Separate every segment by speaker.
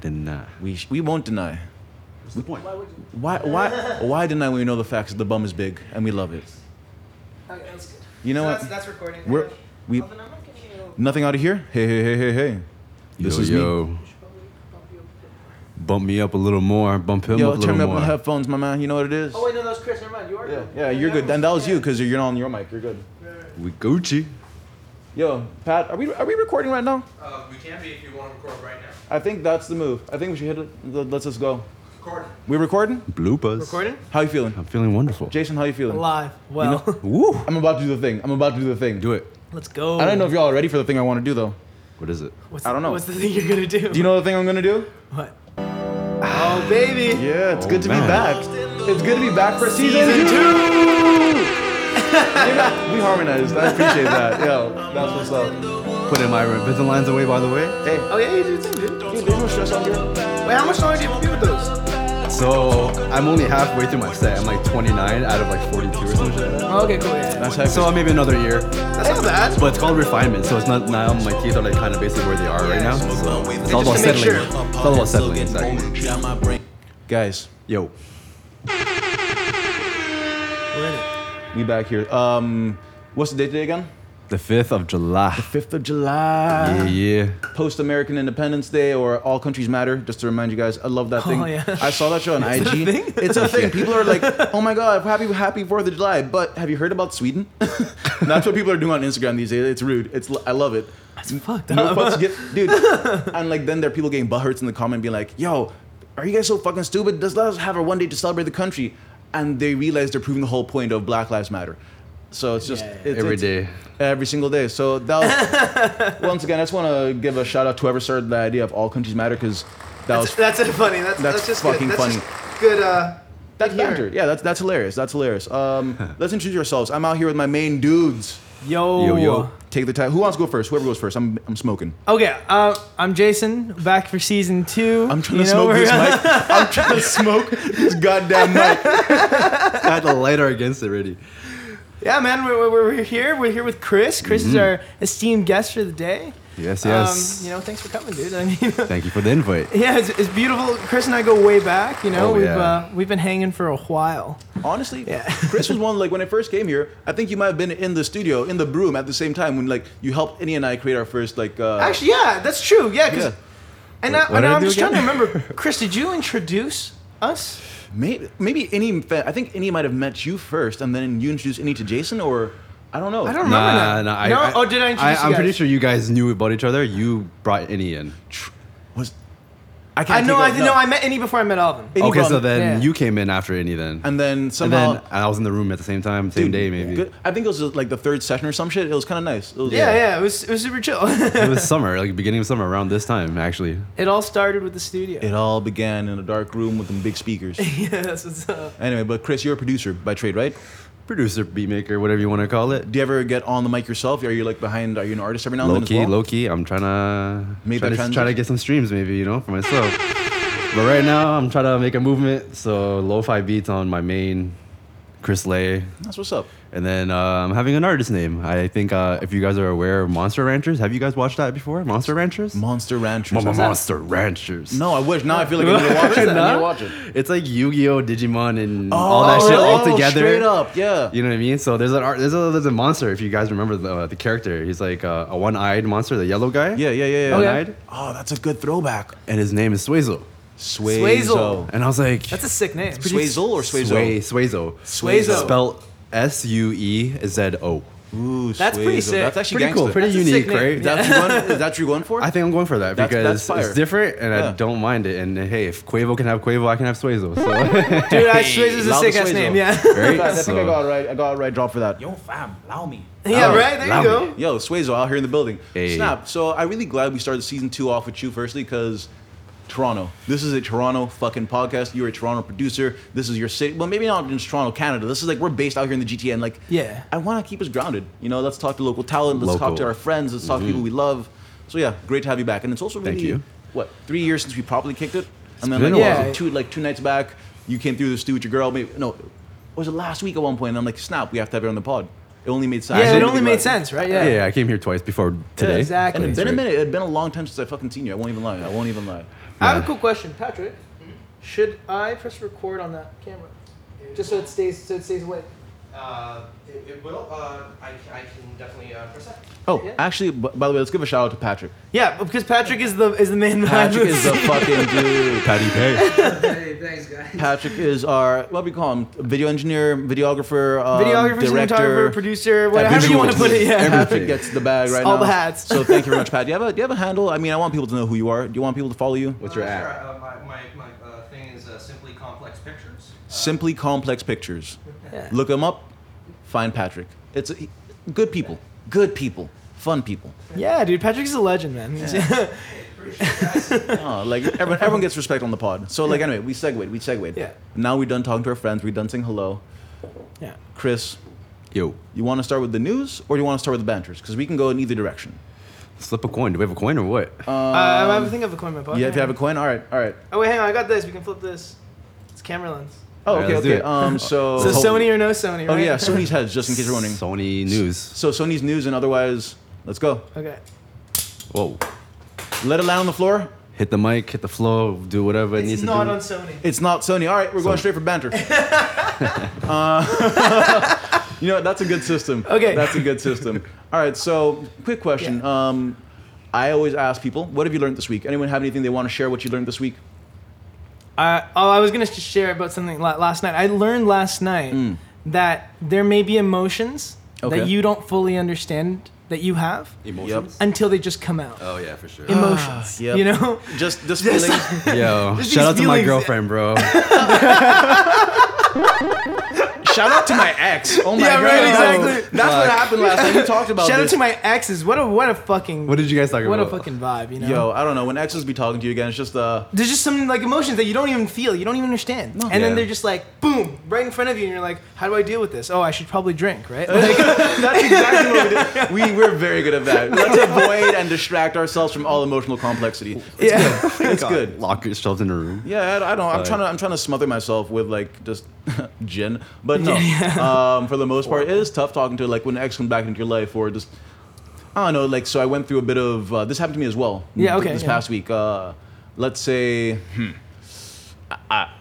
Speaker 1: deny.
Speaker 2: We, sh- we won't deny.
Speaker 1: What's the point?
Speaker 2: Why, why, why deny when we know the facts that the bum is big and we love it?
Speaker 3: Okay, that's good.
Speaker 2: You know
Speaker 3: so
Speaker 2: what?
Speaker 3: That's, that's recording.
Speaker 2: We're-
Speaker 3: now.
Speaker 2: we-
Speaker 3: Alvin, I'm not giving you-
Speaker 2: Nothing out of here? Hey, hey, hey, hey, hey. This
Speaker 1: yo,
Speaker 2: is me.
Speaker 1: yo,
Speaker 3: you should probably bump you up.
Speaker 1: bump me up a little more. Bump him
Speaker 2: Yo,
Speaker 1: up a little
Speaker 2: turn me up
Speaker 1: more.
Speaker 2: my headphones, my man. You know what it is?
Speaker 3: Oh wait, no, that was Chris. Never mind. You are
Speaker 2: yeah,
Speaker 3: good.
Speaker 2: yeah, you're good. And that was you
Speaker 3: yeah.
Speaker 2: because you're not on your mic. You're good.
Speaker 1: we Gucci.
Speaker 2: Yo, Pat, are we, are we recording right now?
Speaker 4: Uh, we can be if you want to record right now.
Speaker 2: I think that's the move. I think we should hit it. Let- Let's just go.
Speaker 4: Record.
Speaker 2: We recording?
Speaker 1: Bloopers.
Speaker 3: Recording?
Speaker 2: How you feeling?
Speaker 1: I'm feeling wonderful.
Speaker 2: Jason, how you feeling?
Speaker 3: Live. Well,
Speaker 1: Woo.
Speaker 2: I'm about to do the thing. I'm about to do the thing.
Speaker 1: Do it.
Speaker 3: let's go.
Speaker 2: I don't know if y'all are ready for the thing I want to do though.
Speaker 1: What is it?
Speaker 3: What's,
Speaker 2: I don't know.
Speaker 3: What's the thing you're gonna do?
Speaker 2: Do you know the thing I'm gonna do?
Speaker 3: what? Oh baby.
Speaker 2: Yeah, it's
Speaker 1: Oh,
Speaker 2: good to
Speaker 1: man.
Speaker 2: be back. It's good to be back for season,
Speaker 3: Season
Speaker 2: two. You know, we harmonized. I appreciate that. Yo, that's what's up.
Speaker 1: Put in my revision lines away, by the way.
Speaker 2: Hey,
Speaker 3: Oh yeah, you do too, dude.
Speaker 2: dude, there's no stress out here.
Speaker 3: Wait, how much longer do you have to do with those?
Speaker 1: So I'm only halfway through my set. I'm like 29 out of like 42 or something.
Speaker 3: Oh, okay, cool. Yeah.
Speaker 2: That's how.
Speaker 1: So maybe another year,
Speaker 3: That's not bad.
Speaker 1: but it's called refinement. So it's not now. My teeth are like kind of basically where they are right now. So it's all about
Speaker 3: Just to make
Speaker 1: settling.
Speaker 3: sure.
Speaker 1: It's all about settling. Exactly.
Speaker 2: Guys,
Speaker 1: Yo,
Speaker 3: We're in it.
Speaker 2: we back here. Um, what's the date today again?
Speaker 1: the 5th of July.
Speaker 2: Fifth of July.
Speaker 1: Yeah, yeah.
Speaker 2: Post American Independence Day or All Countries Matter, just to remind you guys, I love that thing.
Speaker 3: Oh, yeah.
Speaker 2: I saw that show on IG. It's a thing. People are like, oh my God, happy happy Fourth of July. But have you heard about Sweden? That's what people are doing on Instagram these days. It's rude. It's I love it.
Speaker 3: That's fucked
Speaker 2: No
Speaker 3: up.
Speaker 2: fucks get, dude. and like then there are people getting butthurts in the comment being like, yo, are you guys so fucking stupid? Does let us have a one day to celebrate the country. And they realize they're proving the whole point of Black Lives Matter. So it's just
Speaker 3: Yeah, yeah.
Speaker 2: It's,
Speaker 1: Every
Speaker 2: it's-
Speaker 1: day.
Speaker 2: Every single day. So that was, once again, I just want to give a shout out to whoever started the idea of all countries matter because that was
Speaker 3: That's, that's it funny. That's,
Speaker 2: That's
Speaker 3: that's, just
Speaker 2: fucking
Speaker 3: good.
Speaker 2: funny.
Speaker 3: That's just good. Uh,
Speaker 2: that's
Speaker 3: good humor.
Speaker 2: banter. Yeah, that's that's hilarious. That's hilarious. Um, let's introduce yourselves. I'm out here with my main dudes.
Speaker 5: Yo.
Speaker 1: Yo, yo.
Speaker 2: Take the time. Who wants to go first? Whoever goes first. I'm I'm smoking.
Speaker 5: Okay, uh, I'm Jason, back for season two.
Speaker 2: I'm trying
Speaker 5: You
Speaker 2: to
Speaker 5: know,
Speaker 2: smoke
Speaker 5: we're
Speaker 2: this
Speaker 5: gonna-
Speaker 2: mic. I'm trying to smoke this goddamn mic.
Speaker 1: I had the lighter against it already.
Speaker 5: Yeah, man, we're, we're, we're here. We're here with Chris. Chris
Speaker 2: Mm-hmm.
Speaker 5: is our esteemed guest for the day.
Speaker 1: Yes, yes.
Speaker 5: Um, you know, thanks for coming, dude. I mean,
Speaker 1: Thank you for the invite.
Speaker 5: yeah, it's, it's beautiful. Chris and I go way back. You know,
Speaker 1: Oh,
Speaker 5: we've
Speaker 1: yeah.
Speaker 5: uh, we've been hanging for a while.
Speaker 2: Honestly,
Speaker 5: Yeah.
Speaker 2: Chris was one like when I first came here. I think you might have been in the studio in the broom at the same time when like you helped Innie and I create our first like. Uh,
Speaker 5: Actually, yeah, that's true. Yeah, 'cause-
Speaker 2: Yeah.
Speaker 5: and, I,
Speaker 1: What
Speaker 5: and
Speaker 1: did I
Speaker 5: I'm
Speaker 1: do
Speaker 5: just trying
Speaker 1: again?
Speaker 5: to remember. Chris, did you introduce us?
Speaker 2: Maybe maybe any fa- I think any might have met you first, and then you introduced any to Jason, or I don't know.
Speaker 5: I don't remember
Speaker 1: Nah,
Speaker 5: that.
Speaker 1: nah. I,
Speaker 5: no,
Speaker 1: I,
Speaker 5: oh, did I introduce you
Speaker 1: I'm pretty
Speaker 5: guys?
Speaker 1: sure you guys knew about each other. You brought any in.
Speaker 2: Was I
Speaker 5: I
Speaker 2: can't.
Speaker 5: know. I
Speaker 2: think of-
Speaker 5: know. I met Any before I met Alvin.
Speaker 2: Any
Speaker 1: okay,
Speaker 2: brought
Speaker 1: so
Speaker 2: me-
Speaker 1: then
Speaker 5: Yeah.
Speaker 1: you came in after any then.
Speaker 2: and then
Speaker 1: And
Speaker 2: somehow
Speaker 1: then I was in the room at the same time, same
Speaker 2: Dude,
Speaker 1: day maybe.
Speaker 2: good- I think it was like the third session or some shit. It was kind of nice. It was,
Speaker 5: yeah, yeah, it was it was super chill.
Speaker 1: It was summer, like beginning of summer, around this time actually.
Speaker 5: It all started with the studio.
Speaker 2: It all began in a dark room with them big speakers.
Speaker 5: yeah, that's what's up.
Speaker 2: anyway, but Chris, you're a producer by trade, right?
Speaker 1: Producer, beat maker, whatever you want to call it.
Speaker 2: Do you ever get on the mic yourself? Are you like behind? Are you an artist every now and
Speaker 1: Low
Speaker 2: then as
Speaker 1: key,
Speaker 2: well?
Speaker 1: low key. I'm trying to
Speaker 2: Make
Speaker 1: try to,
Speaker 2: that
Speaker 1: try to
Speaker 2: transition.
Speaker 1: get some streams, maybe you know, for myself. but right now, I'm trying to make a movement. So lo-fi beats on my main, Chris Lay,
Speaker 2: That's what's up.
Speaker 1: and then uh, I'm having an artist name. I think uh, if you guys are aware of Monster Ranchers, have you guys watched that before? Monster Ranchers.
Speaker 2: Monster Ranchers.
Speaker 1: Mama
Speaker 2: What's that?
Speaker 1: Monster Ranchers.
Speaker 2: No, I wish. Now I feel like I need to watch it. I need to watch it.
Speaker 1: It's like Yu-Gi-Oh, Digimon, and all that shit
Speaker 2: Oh, really?
Speaker 1: all
Speaker 2: Oh,
Speaker 1: together.
Speaker 2: Straight up, yeah.
Speaker 1: You know what I mean? So there's an art, there's a there's a monster. If you guys remember the, uh, the character, he's like uh, a one-eyed monster, the yellow guy.
Speaker 2: Yeah, yeah, yeah, yeah.
Speaker 5: Okay.
Speaker 1: One-eyed,
Speaker 2: Oh, that's a good throwback.
Speaker 1: and his name is Suezo.
Speaker 2: Swazel.
Speaker 1: And I was like,
Speaker 5: That's a sick name.
Speaker 2: Swazel or
Speaker 1: Sway,
Speaker 2: Swazel?
Speaker 1: Suezo.
Speaker 5: Suezo.
Speaker 1: Spelled S U E Z O.
Speaker 2: Ooh,
Speaker 5: That's pretty
Speaker 2: Swazel.
Speaker 5: sick.
Speaker 2: That's actually
Speaker 1: Pretty
Speaker 2: gangster.
Speaker 1: cool. Pretty
Speaker 5: That's a
Speaker 1: unique,
Speaker 5: sick name.
Speaker 1: right?
Speaker 2: Is that, what you going, is that what you're going for?
Speaker 1: I think I'm going for that
Speaker 2: That's-
Speaker 1: because
Speaker 2: that's fire.
Speaker 1: it's different, and
Speaker 2: Yeah.
Speaker 1: I don't mind it. And hey, if Quavo can have Quavo, I can have Suezo. So,
Speaker 5: Dude, I Swizz is a
Speaker 2: Loud
Speaker 5: sick ass
Speaker 2: Swizz.
Speaker 5: name. Yeah.
Speaker 2: In fact, I
Speaker 1: right?
Speaker 2: think I
Speaker 1: So-
Speaker 2: got it right. I got it right. Drop for that.
Speaker 4: Yo, fam, allow me.
Speaker 5: yeah,
Speaker 1: Loud.
Speaker 5: right? There
Speaker 1: Loud.
Speaker 5: you go.
Speaker 2: Yo, Swazo out here in the building.
Speaker 1: Hey.
Speaker 2: Snap. So I'm really glad we started season two off with you firstly because Toronto. This is a Toronto fucking podcast. You're a Toronto producer. This is your city. Well, maybe not just Toronto, Canada. This is like we're based out here in the GTA and like
Speaker 5: Yeah.
Speaker 2: I want to keep us grounded. You know, let's talk to local talent. Let's talk
Speaker 1: Local.
Speaker 2: to our friends. Let's talk to people we love. So yeah, great to have you back. And it's also really
Speaker 1: Thank you.
Speaker 2: what three years since we properly kicked it, and then
Speaker 1: been
Speaker 2: like
Speaker 1: a
Speaker 2: yeah,
Speaker 5: while.
Speaker 2: two like two nights back, you came through the stew with your girl. Maybe no, was it last week at one point? And I'm like, snap, we have to have it on the pod. It only made sense.
Speaker 5: Yeah, it
Speaker 2: Really
Speaker 5: only
Speaker 2: glad-
Speaker 5: made sense, right?
Speaker 1: Yeah.
Speaker 5: Yeah.
Speaker 1: I came here twice before today.
Speaker 5: exactly.
Speaker 2: and it's been a
Speaker 1: Right.
Speaker 2: minute. It's been a long time since I fucking seen you. I won't even lie. I won't even lie.
Speaker 5: I have a
Speaker 1: Yeah.
Speaker 5: cool question, Patrick. Should I press record on that camera, just so it stays so it stays away?
Speaker 4: Uh, it, it will. Uh, I, I can definitely uh, press that.
Speaker 2: Oh,
Speaker 5: Yeah.
Speaker 2: actually, b- by the way, let's give a shout out to Patrick.
Speaker 5: Yeah, because Patrick is the is the man behind
Speaker 2: Patrick is
Speaker 5: this.
Speaker 2: the fucking dude.
Speaker 1: Patty Pay.
Speaker 6: hey, thanks, guys.
Speaker 2: Patrick is our what do we call him? Video engineer, videographer, um,
Speaker 5: videographer,
Speaker 2: director.
Speaker 5: cinematographer, producer, whatever you
Speaker 1: visual
Speaker 5: want to put it. Yeah.
Speaker 1: everything.
Speaker 2: Patrick gets the bag right
Speaker 5: All
Speaker 2: now.
Speaker 5: the hats.
Speaker 2: So thank you very much, Pat. Do you have a do you have a handle? I mean, I want people to know who you are. Do you want people to follow you?
Speaker 1: What's your
Speaker 4: Uh,
Speaker 1: app?
Speaker 4: sure, Uh, my my, my uh, thing is uh, simply complex pictures. Uh,
Speaker 2: Simply complex pictures.
Speaker 5: Yeah.
Speaker 2: Look him up. Find Patrick. It's he- good people. Good people. Fun people.
Speaker 5: Yeah, dude, Patrick is a legend, man. Yeah.
Speaker 2: Oh, like everyone, everyone gets respect on the pod. So like anyway, we segued. We segued.
Speaker 5: Yeah.
Speaker 2: Now we're done talking to our friends. We're done saying hello. Chris,
Speaker 1: Yo,
Speaker 2: you want to start with the news or do you want to start with the banters? Because we can go in either direction. Um,
Speaker 1: slip a coin. Do we have a coin or what?
Speaker 5: Uh, I have a thing of a coin in my pocket.
Speaker 2: Yeah, if you have a coin, all right, all right.
Speaker 5: Oh wait, hang on, I got this. We can flip this. It's camera lens.
Speaker 2: Oh,
Speaker 1: All right,
Speaker 2: okay,
Speaker 1: let's do
Speaker 2: okay.
Speaker 1: it.
Speaker 2: Um, so
Speaker 5: So Sony or no Sony? Right?
Speaker 2: Oh yeah, Sony's heads, just in case you're wondering.
Speaker 1: Sony News.
Speaker 2: So Sony's news and otherwise, let's go.
Speaker 5: Okay.
Speaker 1: Whoa.
Speaker 2: Let it land on the floor.
Speaker 1: Hit the mic, hit the flow, do whatever it
Speaker 5: It's
Speaker 1: needs
Speaker 5: not
Speaker 1: to do.
Speaker 5: on Sony.
Speaker 2: It's not Sony. All right, we're going
Speaker 1: Sony.
Speaker 2: straight for banter. uh, you know what, that's a good system.
Speaker 5: Okay.
Speaker 2: that's a good system. All right, so quick question. Um, I always ask people, what have you learned this week? Anyone have anything they want to share? What you learned this week?
Speaker 5: Uh, oh, I was gonna sh- share about something la- last night. I learned last night that there may be
Speaker 2: Hmm.
Speaker 5: emotions
Speaker 2: Okay.
Speaker 5: that you don't fully understand that you have
Speaker 1: Emotions?
Speaker 5: until they just come out.
Speaker 1: Oh, yeah, for sure.
Speaker 5: Ah, emotions,
Speaker 2: yep.
Speaker 5: you know.
Speaker 2: Just this feeling.
Speaker 1: Yo,
Speaker 5: Just
Speaker 1: shout
Speaker 5: these
Speaker 1: out to my
Speaker 5: feelings.
Speaker 1: girlfriend, bro.
Speaker 2: Shout out to my ex. Oh my
Speaker 5: Yeah,
Speaker 2: god,
Speaker 5: right,
Speaker 2: that-
Speaker 5: exactly.
Speaker 2: That's what happened last time. We talked about
Speaker 5: Shout
Speaker 2: this.
Speaker 5: out to my exes. What a what a fucking
Speaker 1: What did you guys talk
Speaker 5: what a
Speaker 1: about?
Speaker 5: fucking vibe, you know.
Speaker 2: Yo, I don't know. When exes be talking to you again, it's just uh,
Speaker 5: There's just some like emotions that you don't even feel, you don't even understand, and
Speaker 1: Yeah.
Speaker 5: then they're just like boom, right in front of you, and you're like, how do I deal with this? Oh, I should probably drink, right? Like,
Speaker 2: That's exactly what we do. We, we're very good at that. Let's avoid and distract ourselves from all emotional complexity.
Speaker 5: yeah.
Speaker 2: It's good.
Speaker 1: Lock yourselves in a room.
Speaker 2: Yeah, I, I don't. I'm
Speaker 1: Like-
Speaker 2: trying to. I'm trying to smother myself with like just gin, but no. Um, for the most part, it is tough talking to like when an ex comes back into your life or just. I don't know. Like so, I went through a bit of uh, this happened to me as well.
Speaker 5: Yeah, okay,
Speaker 2: This
Speaker 5: yeah.
Speaker 2: past week, uh, let's say, hmm, I, I,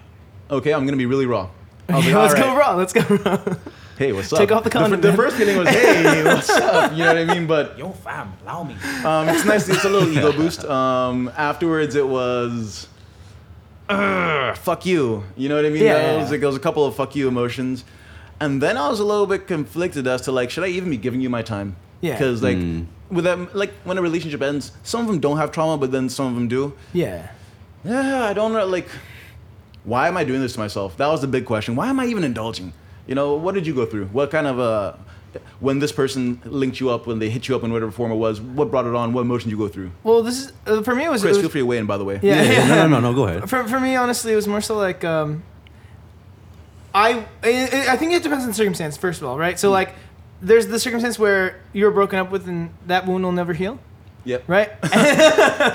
Speaker 2: okay, I'm gonna be really raw. I was like,
Speaker 5: let's
Speaker 2: "All
Speaker 5: go
Speaker 2: right,
Speaker 5: raw. Let's go raw.
Speaker 2: Hey, what's up?
Speaker 5: Take off the
Speaker 2: fir-
Speaker 5: condom,
Speaker 2: The,
Speaker 5: man.
Speaker 2: first feeling was, hey, what's up? You know what I mean? But
Speaker 4: Yo, fam, allow me.
Speaker 2: um, it's nice. It's a little ego boost. Um, afterwards, it was "Ugh, fuck you. You know what I mean?
Speaker 5: Yeah,
Speaker 2: That
Speaker 5: yeah,
Speaker 2: was
Speaker 5: yeah.
Speaker 2: like it was a couple of fuck you emotions, and then I was a little bit conflicted as to like, should I even be giving you my time?
Speaker 5: Yeah.
Speaker 2: Because like
Speaker 4: Hmm.
Speaker 2: with them, like when a relationship ends, some of them don't have trauma, but then some of them do.
Speaker 5: Yeah.
Speaker 2: Yeah, I don't know. Like, why am I doing this to myself? That was the big question. Why am I even indulging? You know, what did you go through? What kind of uh, when this person linked you up, when they hit you up in whatever form it was, what brought it on? What emotion did you go through?
Speaker 5: Well, this is uh, for me. It was,
Speaker 2: Chris,
Speaker 5: it
Speaker 2: feel
Speaker 5: was
Speaker 2: free to weigh in, by the way.
Speaker 5: yeah, yeah.
Speaker 1: No, no, no, no, go ahead.
Speaker 5: For, for me, honestly, it was more so like um, I, I I think it depends on the circumstance. First of all, right? So like, there's the circumstance where you were broken up with, and that wound will never heal,
Speaker 2: Yep.
Speaker 5: right?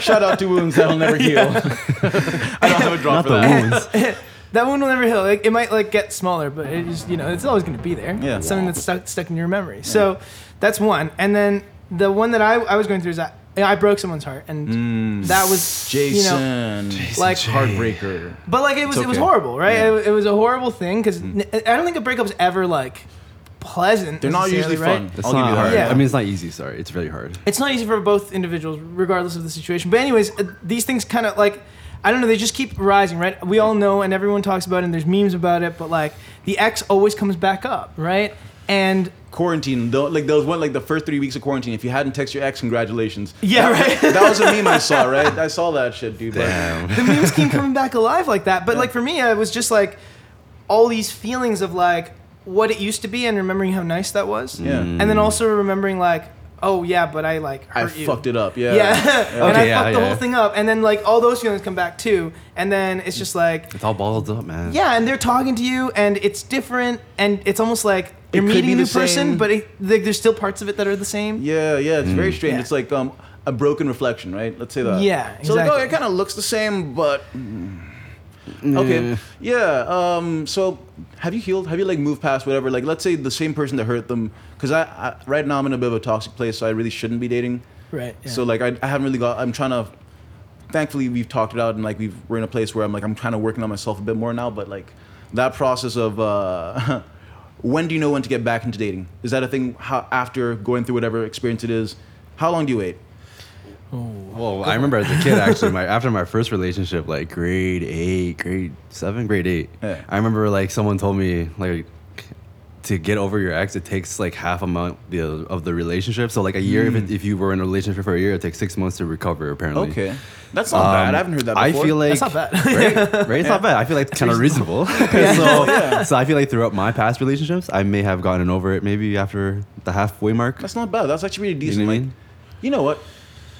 Speaker 2: Shout out to wounds that'll never heal. I don't have a
Speaker 1: Not
Speaker 2: drop for
Speaker 1: the
Speaker 2: that.
Speaker 1: wounds.
Speaker 5: that wound will never heal. Like it might like get smaller, but it just you know it's always going to be there.
Speaker 2: Yeah.
Speaker 5: It's something that's stuck stuck in your memory. So that's one. And then the one that I, I was going through is that I broke someone's heart, and that was you know,
Speaker 2: Mm. Jason,
Speaker 5: like
Speaker 2: heartbreaker.
Speaker 5: But like it was, it was
Speaker 2: okay. Mm.
Speaker 5: horrible, right? It, it was a horrible thing because I don't think a breakup's ever like pleasant.
Speaker 2: They're not
Speaker 5: necessarily,
Speaker 2: usually
Speaker 5: right?
Speaker 2: fun.
Speaker 1: It's
Speaker 2: I'll give
Speaker 1: not
Speaker 2: you
Speaker 1: hard.
Speaker 2: that.
Speaker 5: Yeah.
Speaker 1: I mean, it's not easy, sorry. It's really hard.
Speaker 5: It's not easy for both individuals, regardless of the situation. But anyways, uh, these things kind of like I don't know. They just keep rising, right? We all know, and everyone talks about, it, and there's memes about it. But like the ex always comes back up, right? And
Speaker 2: Quarantine, though, like those one, like the first three weeks of quarantine. If you hadn't texted your ex, congratulations.
Speaker 5: yeah, right.
Speaker 2: That was a meme I saw, right? I saw that shit, dude. but-
Speaker 1: Damn.
Speaker 5: the memes keep coming back alive like that. But like for me, I was just like all these feelings of like what it used to be and remembering how nice that was.
Speaker 2: Yeah. Mm.
Speaker 5: And then also remembering like, oh yeah, but I like
Speaker 2: I
Speaker 5: hurt you.
Speaker 2: fucked it up. Yeah.
Speaker 5: Yeah, and I
Speaker 1: yeah,
Speaker 5: fucked the
Speaker 1: yeah.
Speaker 5: whole thing up, and then like all those feelings come back too, and then it's just like,
Speaker 1: It's all balled up, man.
Speaker 5: yeah, and they're talking to you, and it's different, and it's almost like you're
Speaker 2: could
Speaker 5: meeting
Speaker 2: be
Speaker 5: a new
Speaker 2: the
Speaker 5: person,
Speaker 2: same.
Speaker 5: but it, like, there's still parts of it that are the same.
Speaker 2: Yeah, yeah, it's very strange.
Speaker 5: Yeah.
Speaker 2: It's like um, a broken reflection, right? Let's say that.
Speaker 5: Yeah,
Speaker 2: So like, oh,
Speaker 5: exactly.
Speaker 2: it kind of looks the same, but okay, yeah. Um, so have you healed? Have you like moved past whatever? Like, let's say the same person that hurt them, because I, I right now I'm in a bit of a toxic place, so I really shouldn't be dating.
Speaker 5: Right. yeah.
Speaker 2: So like, I, I haven't really got. I'm trying to thankfully we've talked it out and like we've we're in a place where I'm like I'm kind of working on myself a bit more now, but like that process of uh, when do you know when to get back into dating? Is that a thing? How after going through whatever experience it is, how long do you wait?
Speaker 1: Well, I remember as a kid actually, my after my first relationship, like grade eight, grade seven, grade eight,
Speaker 2: Yeah.
Speaker 1: I remember like someone told me like to get over your ex, it takes like half a month the, of the relationship. So like a year, if, it, if you were in a relationship for a year, it takes six months to recover. Apparently,
Speaker 2: Hmm. Okay, that's not
Speaker 1: Um,
Speaker 2: bad. I haven't heard that. Before.
Speaker 1: I feel like
Speaker 5: That's not bad.
Speaker 1: right? Right? It's not bad. I feel like kind of reasonable. so, so I feel like throughout my past relationships, I may have gotten over it maybe after the halfway mark.
Speaker 2: That's not bad. That's actually really decent.
Speaker 1: know what I
Speaker 2: like,
Speaker 1: mean?
Speaker 2: you know what?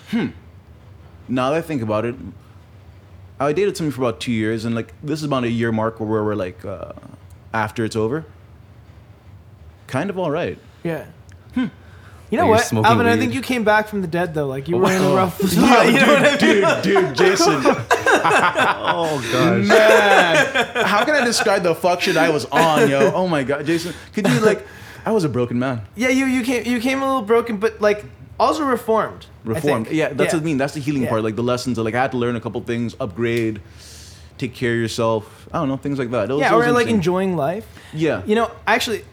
Speaker 2: Hmm. Now that I think about it, I dated someone for about two years, and like this is about a year mark where we're like, uh, after it's over, kind of all right.
Speaker 5: Yeah. Hmm. You know
Speaker 1: Like you're
Speaker 5: what,
Speaker 1: smoking
Speaker 5: Alvin? I
Speaker 1: weed.
Speaker 5: think you came back from the dead though. Like you were in a rough spot. you know what I mean?
Speaker 2: Oh, dude, dude, Jason,
Speaker 1: Oh gosh.
Speaker 2: man, how can I describe the fuck shit I was on, yo? Oh my god, Jason, could you like? I was a broken man,
Speaker 5: Yeah, you you came you came a little broken, but like also reformed. I think.
Speaker 2: reformed. Yeah, that's what I mean. That's the healing
Speaker 5: Yeah.
Speaker 2: part. Like the lessons. Of, like I had to learn a couple things, upgrade, take care of yourself. I don't know things like that. It was-
Speaker 5: Yeah,
Speaker 2: it was
Speaker 5: or like
Speaker 2: interesting.
Speaker 5: enjoying life.
Speaker 2: Yeah. Hmm.
Speaker 5: You know, actually,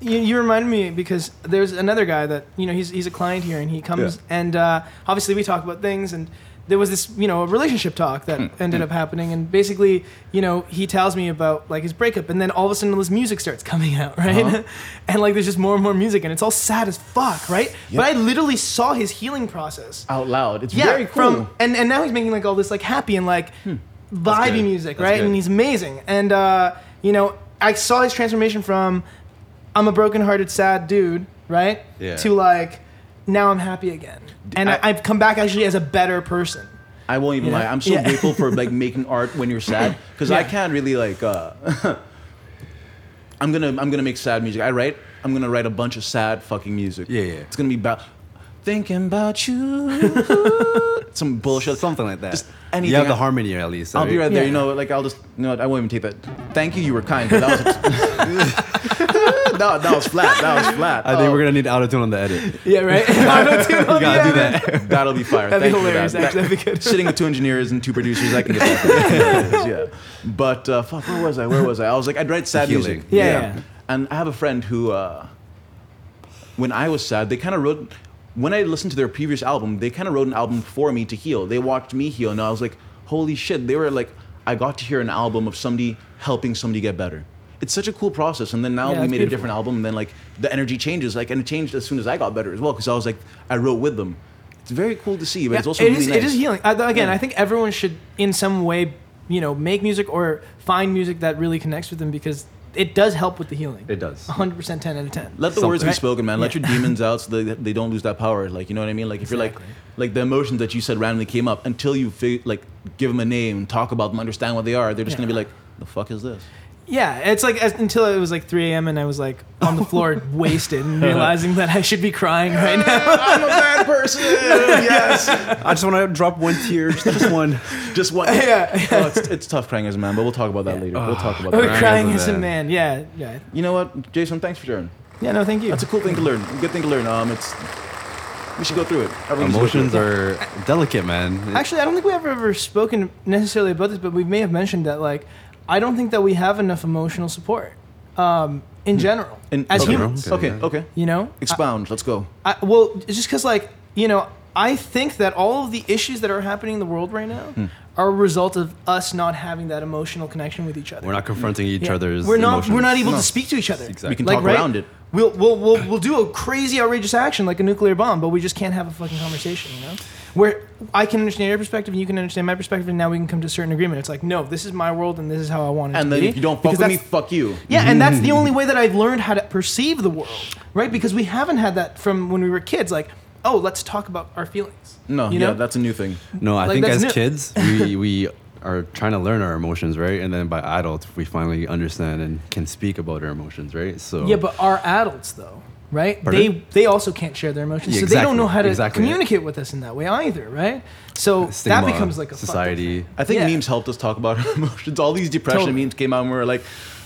Speaker 5: you, you reminded me because there's another guy that you know he's he's a client here and he comes
Speaker 2: Yeah.
Speaker 5: and uh, obviously we talk about things and there was this you know a relationship talk
Speaker 2: Hmm.
Speaker 5: that ended up happening and basically you know he tells me about like his breakup and then all of a sudden this music starts coming out right
Speaker 2: Uh-huh.
Speaker 5: and like there's just more and more music and it's all sad as fuck right but I literally saw his healing process
Speaker 2: out loud. It's
Speaker 5: yeah,
Speaker 2: very cool.
Speaker 5: from and and now he's making like all this like happy and like vibey
Speaker 1: good.
Speaker 5: music,
Speaker 1: That's
Speaker 5: right?
Speaker 1: good.
Speaker 5: And he's amazing. And uh, you know, I saw his transformation from I'm a broken-hearted, sad dude, right?
Speaker 1: Yeah.
Speaker 5: To like now I'm happy again, and I,
Speaker 2: I-
Speaker 5: I've come back actually as a better person.
Speaker 2: I won't even
Speaker 5: Yeah.
Speaker 2: lie. I'm so
Speaker 5: Yeah.
Speaker 2: grateful for like making art when you're sad because I
Speaker 5: Yeah.
Speaker 2: can't really like. Uh, I'm gonna I'm gonna make sad music. I write. I'm gonna write a bunch of sad fucking music.
Speaker 1: Yeah, yeah.
Speaker 2: It's gonna be about thinking about you. Some bullshit.
Speaker 1: Something like that.
Speaker 2: Just anything.
Speaker 1: You have the harmony at least.
Speaker 2: I'll be right there.
Speaker 5: Yeah.
Speaker 2: You know, like I'll just you know what, I won't even take that. Thank you. You were kind. But that was. that, that was flat. That was flat.
Speaker 1: I think we're gonna need auto tune on the edit.
Speaker 5: Yeah, right. you
Speaker 1: You gotta do that.
Speaker 2: gonna. That'll be fire.
Speaker 5: That'd be
Speaker 2: Thank you for
Speaker 5: hilarious.
Speaker 2: that. That-
Speaker 5: Actually, that'd be good.
Speaker 2: sitting with two engineers and two producers, I can get that. yeah. But uh, fuck, where was I? Where was I? I was like, I'd write sad
Speaker 1: Healing.
Speaker 2: music.
Speaker 5: Yeah, yeah.
Speaker 2: And I have a friend who, uh, when I was sad, they kind of wrote. When I listened to their previous album, they kind of wrote an album for me to heal. They watched me heal, and I was like, holy shit! They were like, I got to hear an album of somebody helping somebody get better. It's such a cool process, and then now
Speaker 5: Yeah,
Speaker 2: we
Speaker 5: it's
Speaker 2: made a
Speaker 5: beautiful.
Speaker 2: different album, and then like the energy changes, like and it changed as soon as I got better as well, because I was like, I wrote with them. It's very cool to see, but it's also
Speaker 5: it
Speaker 2: really
Speaker 5: is-
Speaker 2: nice.
Speaker 5: it is healing. I, th- again,
Speaker 2: Yeah.
Speaker 5: I think everyone should, in some way, you know, make music or find music that really connects with them because it does help with the healing.
Speaker 1: It does.
Speaker 5: 100 percent 10 out of 10.
Speaker 2: Let the words be
Speaker 1: Something.
Speaker 2: spoken, man. Let your demons out so they, they don't lose that power. Like you know what I mean. Like if you're
Speaker 5: Exactly.
Speaker 2: like, like the emotions that you said randomly came up until you fig- like give them a name, talk about them, understand what they are. They're just gonna be
Speaker 5: Yeah.
Speaker 2: like, the fuck is this?
Speaker 5: Yeah, it's like as, until it was like 3 a.m. and I was like on the floor wasted and realizing that I should be crying right now.
Speaker 2: I'm a bad person. yes.
Speaker 1: I just want to drop one tear, just one.
Speaker 2: Just what?
Speaker 5: Yeah, yeah.
Speaker 2: Oh, it's, it's tough crying as a man, but we'll talk about that later.
Speaker 5: Oh.
Speaker 2: We'll talk about
Speaker 5: Or
Speaker 2: that.
Speaker 1: Crying
Speaker 5: crying
Speaker 1: as
Speaker 5: as
Speaker 1: a
Speaker 5: a man. Yeah, yeah,
Speaker 2: You know what, Jason? Thanks for sharing.
Speaker 5: yeah. No, thank you.
Speaker 2: That's a cool thing to learn. Good thing to learn. Um, it's we should go through it. Everyone should go through
Speaker 1: Emotions
Speaker 2: it.
Speaker 1: are delicate, man.
Speaker 5: Actually, I don't think we've ever, ever spoken necessarily about this, but we may have mentioned that like I don't think that we have enough emotional support um, in general
Speaker 2: And-
Speaker 5: as
Speaker 2: okay.
Speaker 5: humans.
Speaker 2: Okay.
Speaker 1: Yeah.
Speaker 2: Okay.
Speaker 5: You know,
Speaker 2: Expound. Let's go.
Speaker 5: I, well, it's just because, like, you know, I think that all of the issues that are happening in the world right now are a result of us not having that emotional connection with each other.
Speaker 1: we're not confronting each
Speaker 5: Yeah.
Speaker 1: other's.
Speaker 5: We're not. We're
Speaker 1: emotions.
Speaker 5: not able
Speaker 2: No.
Speaker 5: to speak to each other.
Speaker 1: Exactly.
Speaker 2: We can
Speaker 5: Like,
Speaker 2: talk
Speaker 5: right?
Speaker 2: around it.
Speaker 5: We'll, we'll, we'll, we'll do a crazy, outrageous action like a nuclear bomb, but we just can't have a fucking conversation, you know? Where I can understand your perspective and you can understand my perspective, and now we can come to a certain agreement. It's like, no, this is my world and this is how I want it
Speaker 2: And
Speaker 5: to
Speaker 2: then
Speaker 5: be.
Speaker 2: if you don't fuck
Speaker 5: because
Speaker 2: with me,
Speaker 5: that's-
Speaker 2: fuck you.
Speaker 5: yeah, and that's the only way that I've learned how to perceive the world, right? Because we haven't had that from when we were kids. Like, oh, let's talk about our feelings.
Speaker 2: No.
Speaker 5: you
Speaker 2: yeah.
Speaker 5: know?
Speaker 2: That's a new thing.
Speaker 1: No, I
Speaker 5: Like,
Speaker 1: think as
Speaker 5: that's new.
Speaker 1: kids, we we are trying to learn our emotions, right? And then by adults, we finally understand and can speak about our emotions, right? So
Speaker 5: yeah, but our adults though, right?
Speaker 1: Pardon?
Speaker 5: They they also can't share their emotions,
Speaker 1: Yeah,
Speaker 5: so they don't know
Speaker 1: exactly,
Speaker 5: how to
Speaker 1: exactly.
Speaker 5: communicate with us in that way either, right? So
Speaker 1: stigma,
Speaker 5: that becomes like a fucked up thing.
Speaker 1: society.
Speaker 2: I think
Speaker 5: Yeah.
Speaker 2: memes helped us talk about our emotions. All these depression
Speaker 5: Totally.
Speaker 2: memes came out, and we were like,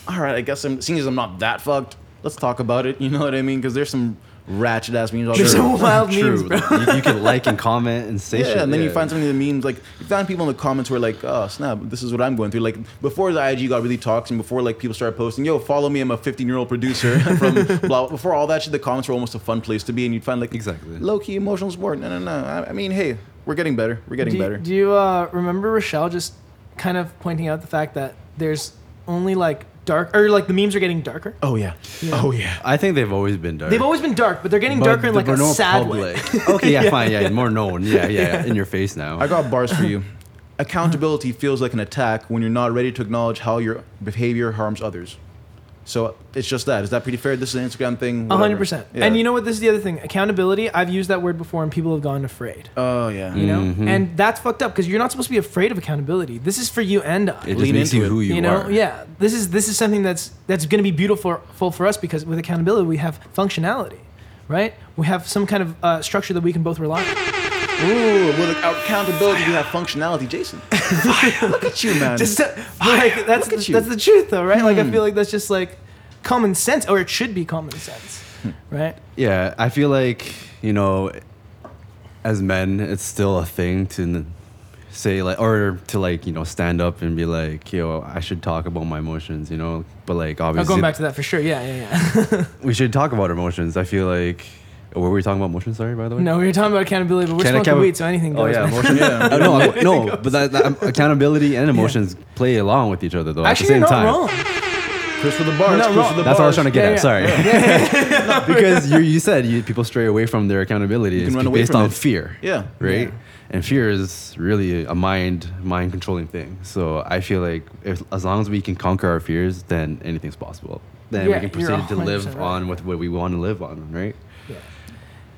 Speaker 2: "All right, I guess I'm seeing as I'm not that fucked, let's talk about it." You know what I mean? Because there's some ratchet ass memes all
Speaker 5: There's
Speaker 2: the
Speaker 5: so
Speaker 2: time.
Speaker 5: wild memes,
Speaker 1: True.
Speaker 5: bro.
Speaker 1: you, you can like and comment and say
Speaker 2: Yeah,
Speaker 1: shit.
Speaker 2: and then you find something that means like you found people in the comments were like, "Oh snap, this is what I'm going through." Like before the IG got really toxic, and before like people started posting, "Yo, follow me, I'm a 15 year old producer." from blah, before all that shit, the comments were almost a fun place to be, and you'd find like
Speaker 1: Exactly.
Speaker 2: low key emotional support. No, no, no. I, I mean, hey, we're getting better. We're getting
Speaker 5: do you,
Speaker 2: better.
Speaker 5: Do you uh, remember Rochelle just kind of pointing out the fact that there's only like dark or like the memes are getting darker?
Speaker 2: oh yeah. Oh yeah.
Speaker 1: I think they've always been dark.
Speaker 5: They've always been dark, but they're getting
Speaker 1: But
Speaker 5: darker in
Speaker 1: they
Speaker 5: like a
Speaker 1: were more
Speaker 5: sad way.
Speaker 1: okay, yeah, fine, yeah, more known, yeah, yeah, in your face now.
Speaker 2: I got bars for you. Accountability feels like an attack when you're not ready to acknowledge how your behavior harms others. So it's just that. Is that pretty fair? This is an Instagram thing.
Speaker 5: A
Speaker 2: whatever.
Speaker 5: hundred percent.
Speaker 2: Yeah.
Speaker 5: And you know what? This is the other thing. Accountability. I've used that word before, and people have gone afraid.
Speaker 2: Oh yeah.
Speaker 5: You know,
Speaker 1: Mm-hmm.
Speaker 5: and that's fucked up because you're not supposed to be afraid of accountability. This is for you and I.
Speaker 1: it just
Speaker 2: lean
Speaker 1: makes
Speaker 2: into
Speaker 1: you
Speaker 2: it,
Speaker 1: who you,
Speaker 5: you know
Speaker 1: are.
Speaker 5: yeah this is this is something that's that's going to be beautiful full for us because with accountability we have functionality right we have some kind of uh, structure that we can both rely on
Speaker 2: Ooh, with accountability, we have functionality, Jason. Look at you, man.
Speaker 5: just uh, like that's
Speaker 2: Look at
Speaker 5: the,
Speaker 2: you.
Speaker 5: that's the truth though right
Speaker 1: Hmm.
Speaker 5: like i feel like that's just like common sense or it should be common sense
Speaker 1: Hmm.
Speaker 5: right
Speaker 1: Yeah, I feel like you know, as men, it's still a thing to n- say like, or to like you know, stand up and be like, yo, I should talk about my emotions, you know. But like,
Speaker 5: i'm
Speaker 1: obviously,
Speaker 5: going back to that for sure yeah yeah yeah
Speaker 1: we should talk about emotions. I feel like, were we talking about emotions? Sorry, by the way.
Speaker 5: no we were talking about accountability but we're
Speaker 1: Can I-
Speaker 5: smoking
Speaker 1: can I-
Speaker 5: weed so anything
Speaker 1: Oh
Speaker 5: goes
Speaker 1: yeah,
Speaker 5: man.
Speaker 1: emotions.
Speaker 2: Yeah.
Speaker 1: Uh, no, I- no, but that, that- accountability and emotions play along with each other though.
Speaker 5: actually
Speaker 1: at the same
Speaker 5: you're not
Speaker 1: time.
Speaker 5: wrong
Speaker 2: Chris for the bars.
Speaker 5: No,
Speaker 2: Chris
Speaker 5: wrong.
Speaker 2: for the
Speaker 1: That's what I was trying to
Speaker 2: bars.
Speaker 1: get
Speaker 5: Yeah,
Speaker 1: at.
Speaker 5: yeah.
Speaker 1: Sorry, because you, you said you, people stray away from their accountability.
Speaker 2: can
Speaker 1: It's
Speaker 2: run away
Speaker 1: based
Speaker 2: from
Speaker 1: on
Speaker 2: it.
Speaker 1: fear.
Speaker 2: Yeah.
Speaker 1: right?
Speaker 5: Yeah.
Speaker 1: And fear is really a mind mind controlling thing. So I feel like if, as long as we can conquer our fears, then anything's possible. Then
Speaker 5: Yeah,
Speaker 1: we can
Speaker 5: you're
Speaker 1: proceed to
Speaker 5: 100%
Speaker 1: live
Speaker 5: right.
Speaker 1: on with what we want to live on, right?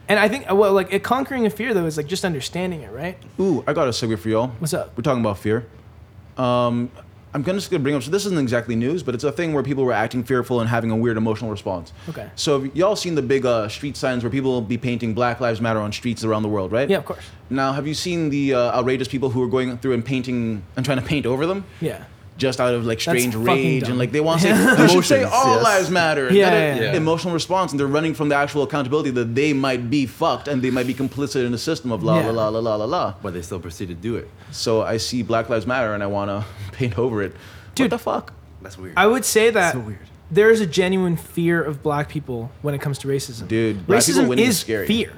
Speaker 5: and i think uh, well like it, conquering a fear though is like just understanding it right
Speaker 2: Ooh, I got a segue for y'all.
Speaker 5: What's up?
Speaker 2: We're talking about fear. Um, I'm gonna just gonna bring up. So this isn't exactly news, but it's a thing where people were acting fearful and having a weird emotional response.
Speaker 5: Okay.
Speaker 2: So have y'all seen the big uh, street signs where people be painting Black Lives Matter on streets around the world, right?
Speaker 5: yeah of course
Speaker 2: Now, have you seen the uh, outrageous people who are going through and painting and trying to paint over them?
Speaker 5: yeah
Speaker 2: just out of like strange
Speaker 5: fucking
Speaker 2: rage
Speaker 5: dumb.
Speaker 2: and like they want to say, they should say
Speaker 1: Emotions,
Speaker 2: all
Speaker 1: yes.
Speaker 2: lives matter. and
Speaker 5: Yeah,
Speaker 2: that
Speaker 5: yeah, yeah.
Speaker 2: e- Emotional response, and they're running from the actual accountability that they might be fucked and they might be complicit in a system of la
Speaker 5: Yeah.
Speaker 2: la la la la la la.
Speaker 1: But they still proceed to do it.
Speaker 2: So I see Black Lives Matter and I want to paint over it.
Speaker 5: Dude.
Speaker 2: what the fuck?
Speaker 1: That's weird.
Speaker 5: I would say that
Speaker 1: So weird.
Speaker 5: there is a genuine fear of black people when it comes to racism.
Speaker 2: Dude, black people
Speaker 5: racism
Speaker 2: winning is
Speaker 5: is
Speaker 2: scary.
Speaker 5: fear,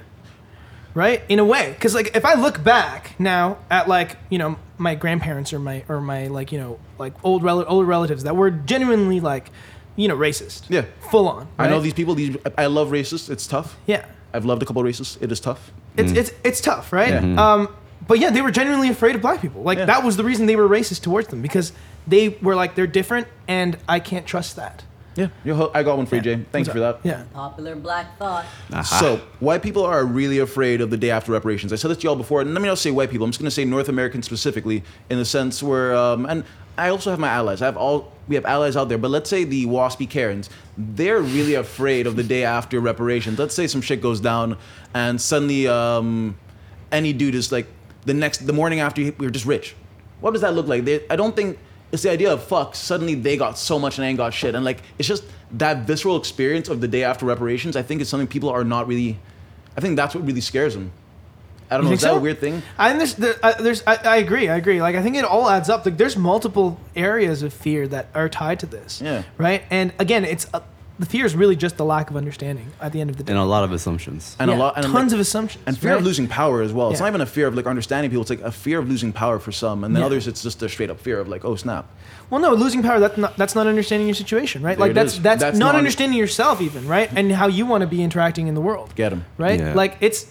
Speaker 5: right? In a way, because like if I look back now at like you know my grandparents or my or my like you know like old rel- older relatives that were genuinely like you know racist.
Speaker 2: Yeah.
Speaker 5: full on.
Speaker 2: I know
Speaker 5: right?
Speaker 2: these people. These I love racists. It's tough.
Speaker 5: Yeah,
Speaker 2: I've loved a couple racists. It is tough.
Speaker 5: it's it's it's tough, right?
Speaker 2: Yeah. Mhm.
Speaker 5: Um, but yeah, they were genuinely afraid of black people. Like
Speaker 2: Yeah.
Speaker 5: that was the reason they were racist towards them because they were like they're different and I can't trust that.
Speaker 2: Yeah, Yo, ho- I got one for you, Jay. Thanks for that.
Speaker 5: Yeah.
Speaker 6: Popular black thought.
Speaker 2: So white people are really afraid of the day after reparations. I said this to y'all before, and let me not say white people. I'm just going to say North Americans specifically, in the sense where, um, and I also have my allies. I have all we have allies out there, but let's say the waspy Karens, they're really afraid of the day after reparations. Let's say some shit goes down, and suddenly um, any dude is like the next the morning after we were just rich. What does that look like? They, I don't think it's the idea of fuck. Suddenly they got so much and I ain't got shit, and like it's just that visceral experience of the day after reparations. I think it's something people are not really. I think that's what really scares them. I don't know.
Speaker 5: You
Speaker 2: Is
Speaker 5: think
Speaker 2: that a
Speaker 5: so?
Speaker 2: weird thing?
Speaker 5: I there's there, uh, there's I, I agree I agree like I think it all adds up like there's multiple areas of fear that are tied to this
Speaker 2: Yeah.
Speaker 5: right and again it's uh, the fear is really just the lack of understanding at the end of the day
Speaker 1: and a lot of assumptions.
Speaker 2: And
Speaker 5: Yeah,
Speaker 2: a lot. And like,
Speaker 5: tons of assumptions
Speaker 2: And fear
Speaker 5: right?
Speaker 2: of losing power as well. It's
Speaker 5: Yeah.
Speaker 2: not even a fear of like understanding people. It's like a fear of losing power for some, and then
Speaker 5: Yeah.
Speaker 2: others it's just a straight up fear of like, oh snap.
Speaker 5: well no losing power that's not that's not understanding your situation right
Speaker 2: There
Speaker 5: like
Speaker 2: it
Speaker 5: that's,
Speaker 2: is.
Speaker 5: that's
Speaker 2: That's
Speaker 5: not
Speaker 2: not-
Speaker 5: understanding yourself even right and how you want to be interacting in the world
Speaker 2: Get 'em.
Speaker 5: right
Speaker 1: Yeah.
Speaker 5: like it's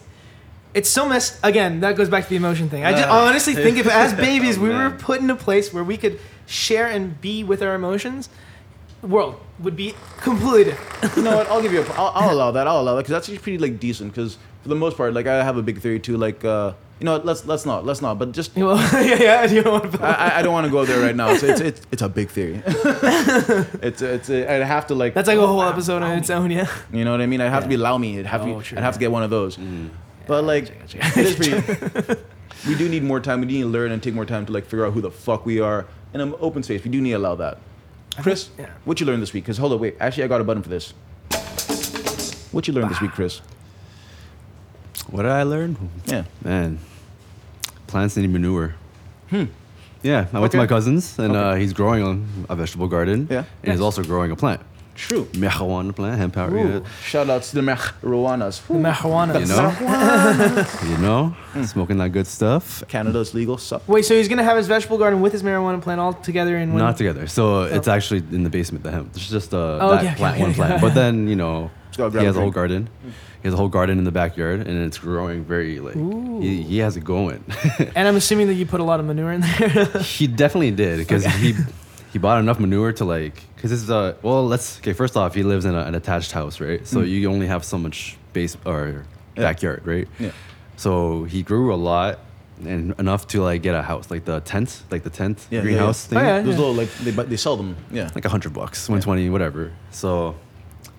Speaker 5: it's so messed again that goes back to the emotion thing i just honestly think if as babies
Speaker 1: Oh,
Speaker 5: we were put in a place where we could share and be with our emotions the world would be completely different
Speaker 2: you know what? I'll give you. A, I'll, I'll allow that. I'll allow that because that's actually pretty like decent. Because for the most part, like I have a big theory too. Like uh, you know, what, let's let's not let's not. But just
Speaker 5: Well, yeah, yeah. You don't want to
Speaker 2: I, I- I don't want to go there right now. So it's it's, it's a big theory. it's a- it's a, I'd have to like
Speaker 5: That's like a whole episode on its own, yeah.
Speaker 2: you know what I mean. I'd have to be allow me. I'd have
Speaker 5: Oh,
Speaker 2: to
Speaker 5: true. Mm.
Speaker 2: I'd have to get one of those. But like it is pretty. we do need more time. We do need to learn and take more time to like figure out who the fuck we are in an open space. We do need to allow that. Chris,
Speaker 5: yeah.
Speaker 2: what you learned this week? Because hold up, wait. Actually, I got a button for this. What you learned this week, Chris?
Speaker 1: What did I learn?
Speaker 2: Yeah.
Speaker 1: Man, plants need manure. Yeah, I went to
Speaker 2: Hmm. Okay.
Speaker 1: my cousin's and
Speaker 2: Okay.
Speaker 1: uh, he's growing on a vegetable garden.
Speaker 2: Yeah.
Speaker 1: and he's also growing a plant,
Speaker 2: True.
Speaker 1: marijuana plant, hemp power.
Speaker 2: Ooh. Shout outs to the marijuanas. Whew.
Speaker 5: marijuana.
Speaker 1: You know, you know,
Speaker 2: Hmm.
Speaker 1: smoking that good stuff.
Speaker 2: Canada's legal. Sup.
Speaker 5: Wait, so he's gonna have his vegetable garden with his marijuana plant all together in one?
Speaker 1: Not together. So
Speaker 2: Oh.
Speaker 1: it's actually in the basement. The hemp. It's just uh,
Speaker 5: Oh,
Speaker 1: that
Speaker 5: okay, okay,
Speaker 1: plant, one
Speaker 5: okay.
Speaker 1: plant. But then you know, he
Speaker 2: gotta grab
Speaker 1: has
Speaker 2: a
Speaker 1: a whole
Speaker 2: drink. Hmm.
Speaker 1: garden. He has a whole garden in the backyard, and it's growing very like he, he has it going.
Speaker 5: And I'm assuming that you put a lot of manure in there.
Speaker 1: he definitely did because he he bought enough manure to like because this is a well. Let's okay. First off, he lives in a, an attached house, right? So you only have so much base or
Speaker 2: Yeah.
Speaker 1: backyard, right?
Speaker 2: Yeah.
Speaker 1: So he grew a lot and enough to like get a house, like the tent, like the tent
Speaker 2: Yeah, yeah,
Speaker 1: greenhouse
Speaker 5: yeah.
Speaker 1: thing.
Speaker 5: Oh, yeah.
Speaker 2: Those little like they but they sell them. Yeah.
Speaker 1: like a hundred bucks, one twenty, whatever. So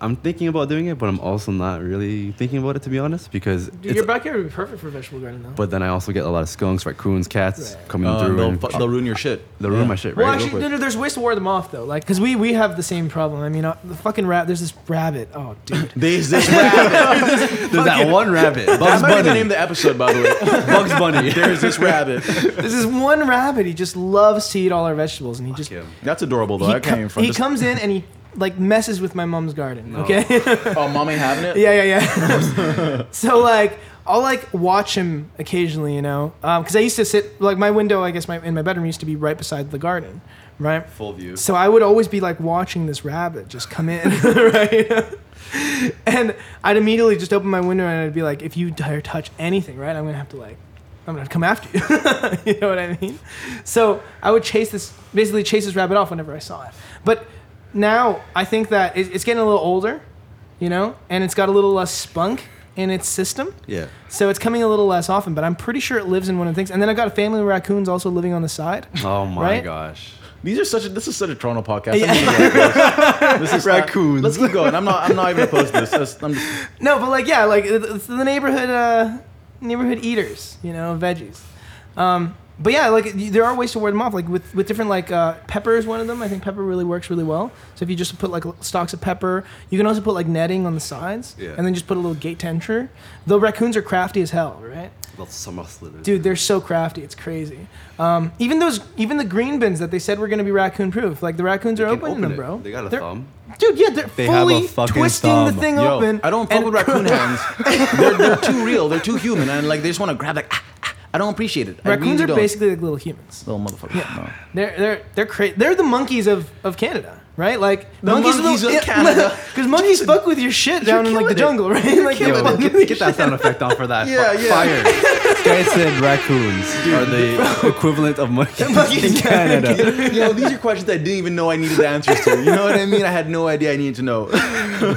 Speaker 1: I'm thinking about doing it, but I'm also not really thinking about it to be honest because
Speaker 5: Dude,
Speaker 1: it's-
Speaker 5: your backyard would be perfect for a vegetable garden, though.
Speaker 1: But then I also get a lot of skunks, raccoons, cats
Speaker 5: Right.
Speaker 1: coming
Speaker 2: Uh,
Speaker 1: through.
Speaker 2: they'll,
Speaker 1: and
Speaker 2: fu- they'll ruin your shit.
Speaker 1: they'll ruin
Speaker 2: Yeah.
Speaker 1: my shit.
Speaker 5: well,
Speaker 1: right?
Speaker 5: actually, no, no, there's ways to ward them off, though. Like, because we, we have the same problem. I mean, uh, the fucking rat, there's this rabbit. Oh, dude.
Speaker 2: There's this rabbit.
Speaker 1: There's that one rabbit,
Speaker 2: That
Speaker 1: Bugs
Speaker 2: might be the name
Speaker 1: Bunny.
Speaker 2: of the episode, by the way.
Speaker 1: Bugs Bunny.
Speaker 2: There's this rabbit.
Speaker 5: there's this one rabbit. He just loves to eat all our vegetables, and he just.
Speaker 2: That's adorable though.
Speaker 5: He,
Speaker 2: that
Speaker 5: co-
Speaker 2: came from.
Speaker 5: he
Speaker 2: just-
Speaker 5: comes in and he, like, messes with my mom's garden, okay?
Speaker 2: Oh, mom ain't having it.
Speaker 5: Yeah, yeah, yeah. so like, I'll like watch him occasionally, you know, because I used to sit like my window, I guess my in my bedroom used to be right beside the garden, right.
Speaker 1: Full view.
Speaker 5: So I would always be like watching this rabbit just come in, right? and I'd immediately just open my window and I'd be like, if you dare touch anything, right, I'm gonna have to like, I'm gonna come after you. you know what I mean? So I would chase this, basically chase this rabbit off whenever I saw it. But now I think that it- it's getting a little older, you know, and it's got a little less spunk in its system.
Speaker 1: Yeah.
Speaker 5: So it's coming a little less often, but I'm pretty sure it lives in one of the things. And then I've got a family of raccoons also living on the side.
Speaker 1: Oh my
Speaker 5: Right?
Speaker 1: gosh.
Speaker 2: These are such. A, this is such a Toronto podcast.
Speaker 5: Yeah.
Speaker 2: this is not-
Speaker 1: Raccoons.
Speaker 2: let's keep going. I'm not. I'm not even opposed to this. That's- I'm just,
Speaker 5: No, but like yeah, like it- it's the neighborhood uh, neighborhood eaters, you know, veggies. Um, but yeah, like y- there are ways to ward them off, like with, with different like uh, pepper is one of them. I think pepper really works really well. So if you just put like l- stalks of pepper, you can also put like netting on the sides,
Speaker 1: Yeah.
Speaker 5: and then just put a little gate tensioner. The raccoons are crafty as hell, right?
Speaker 1: That's summer slithers.
Speaker 5: Dude, they're so crafty. It's crazy. Um, even those, even the green bins that they said were going to be raccoon proof, like the raccoons are
Speaker 1: can
Speaker 5: opening
Speaker 1: open
Speaker 5: them,
Speaker 1: it.
Speaker 5: bro.
Speaker 1: They got a
Speaker 5: They're-
Speaker 1: thumb.
Speaker 5: Dude, yeah, they're
Speaker 1: They have a
Speaker 5: fully
Speaker 1: fucking
Speaker 5: twisting the
Speaker 1: thumb.
Speaker 5: thing
Speaker 2: yo,
Speaker 5: open.
Speaker 2: I don't fuck
Speaker 5: and-
Speaker 2: with raccoon hands. they're, they're too real. They're too human, and like they just want to grab. Like ah, ah, I don't appreciate it. I
Speaker 5: Raccoons
Speaker 2: really
Speaker 5: are
Speaker 2: don't.
Speaker 5: basically like little humans.
Speaker 2: little motherfuckers. No.
Speaker 5: They're they're they're cra- They're the monkeys of, of Canada, right? Like
Speaker 2: The monkeys of Canada.
Speaker 5: because monkeys fuck with your shit down in like the
Speaker 2: killing it.
Speaker 5: jungle, right? Like they
Speaker 1: Yo,
Speaker 5: fuck with
Speaker 1: get,
Speaker 5: your
Speaker 1: get that sound effect on for that.
Speaker 2: Yeah,
Speaker 1: Fu-
Speaker 2: yeah.
Speaker 1: Fire. Guy said raccoons are the equivalent of monkeys in Canada.
Speaker 2: you know, these are questions I didn't even know I needed the answers to. You know what I mean? I had no idea I needed to know.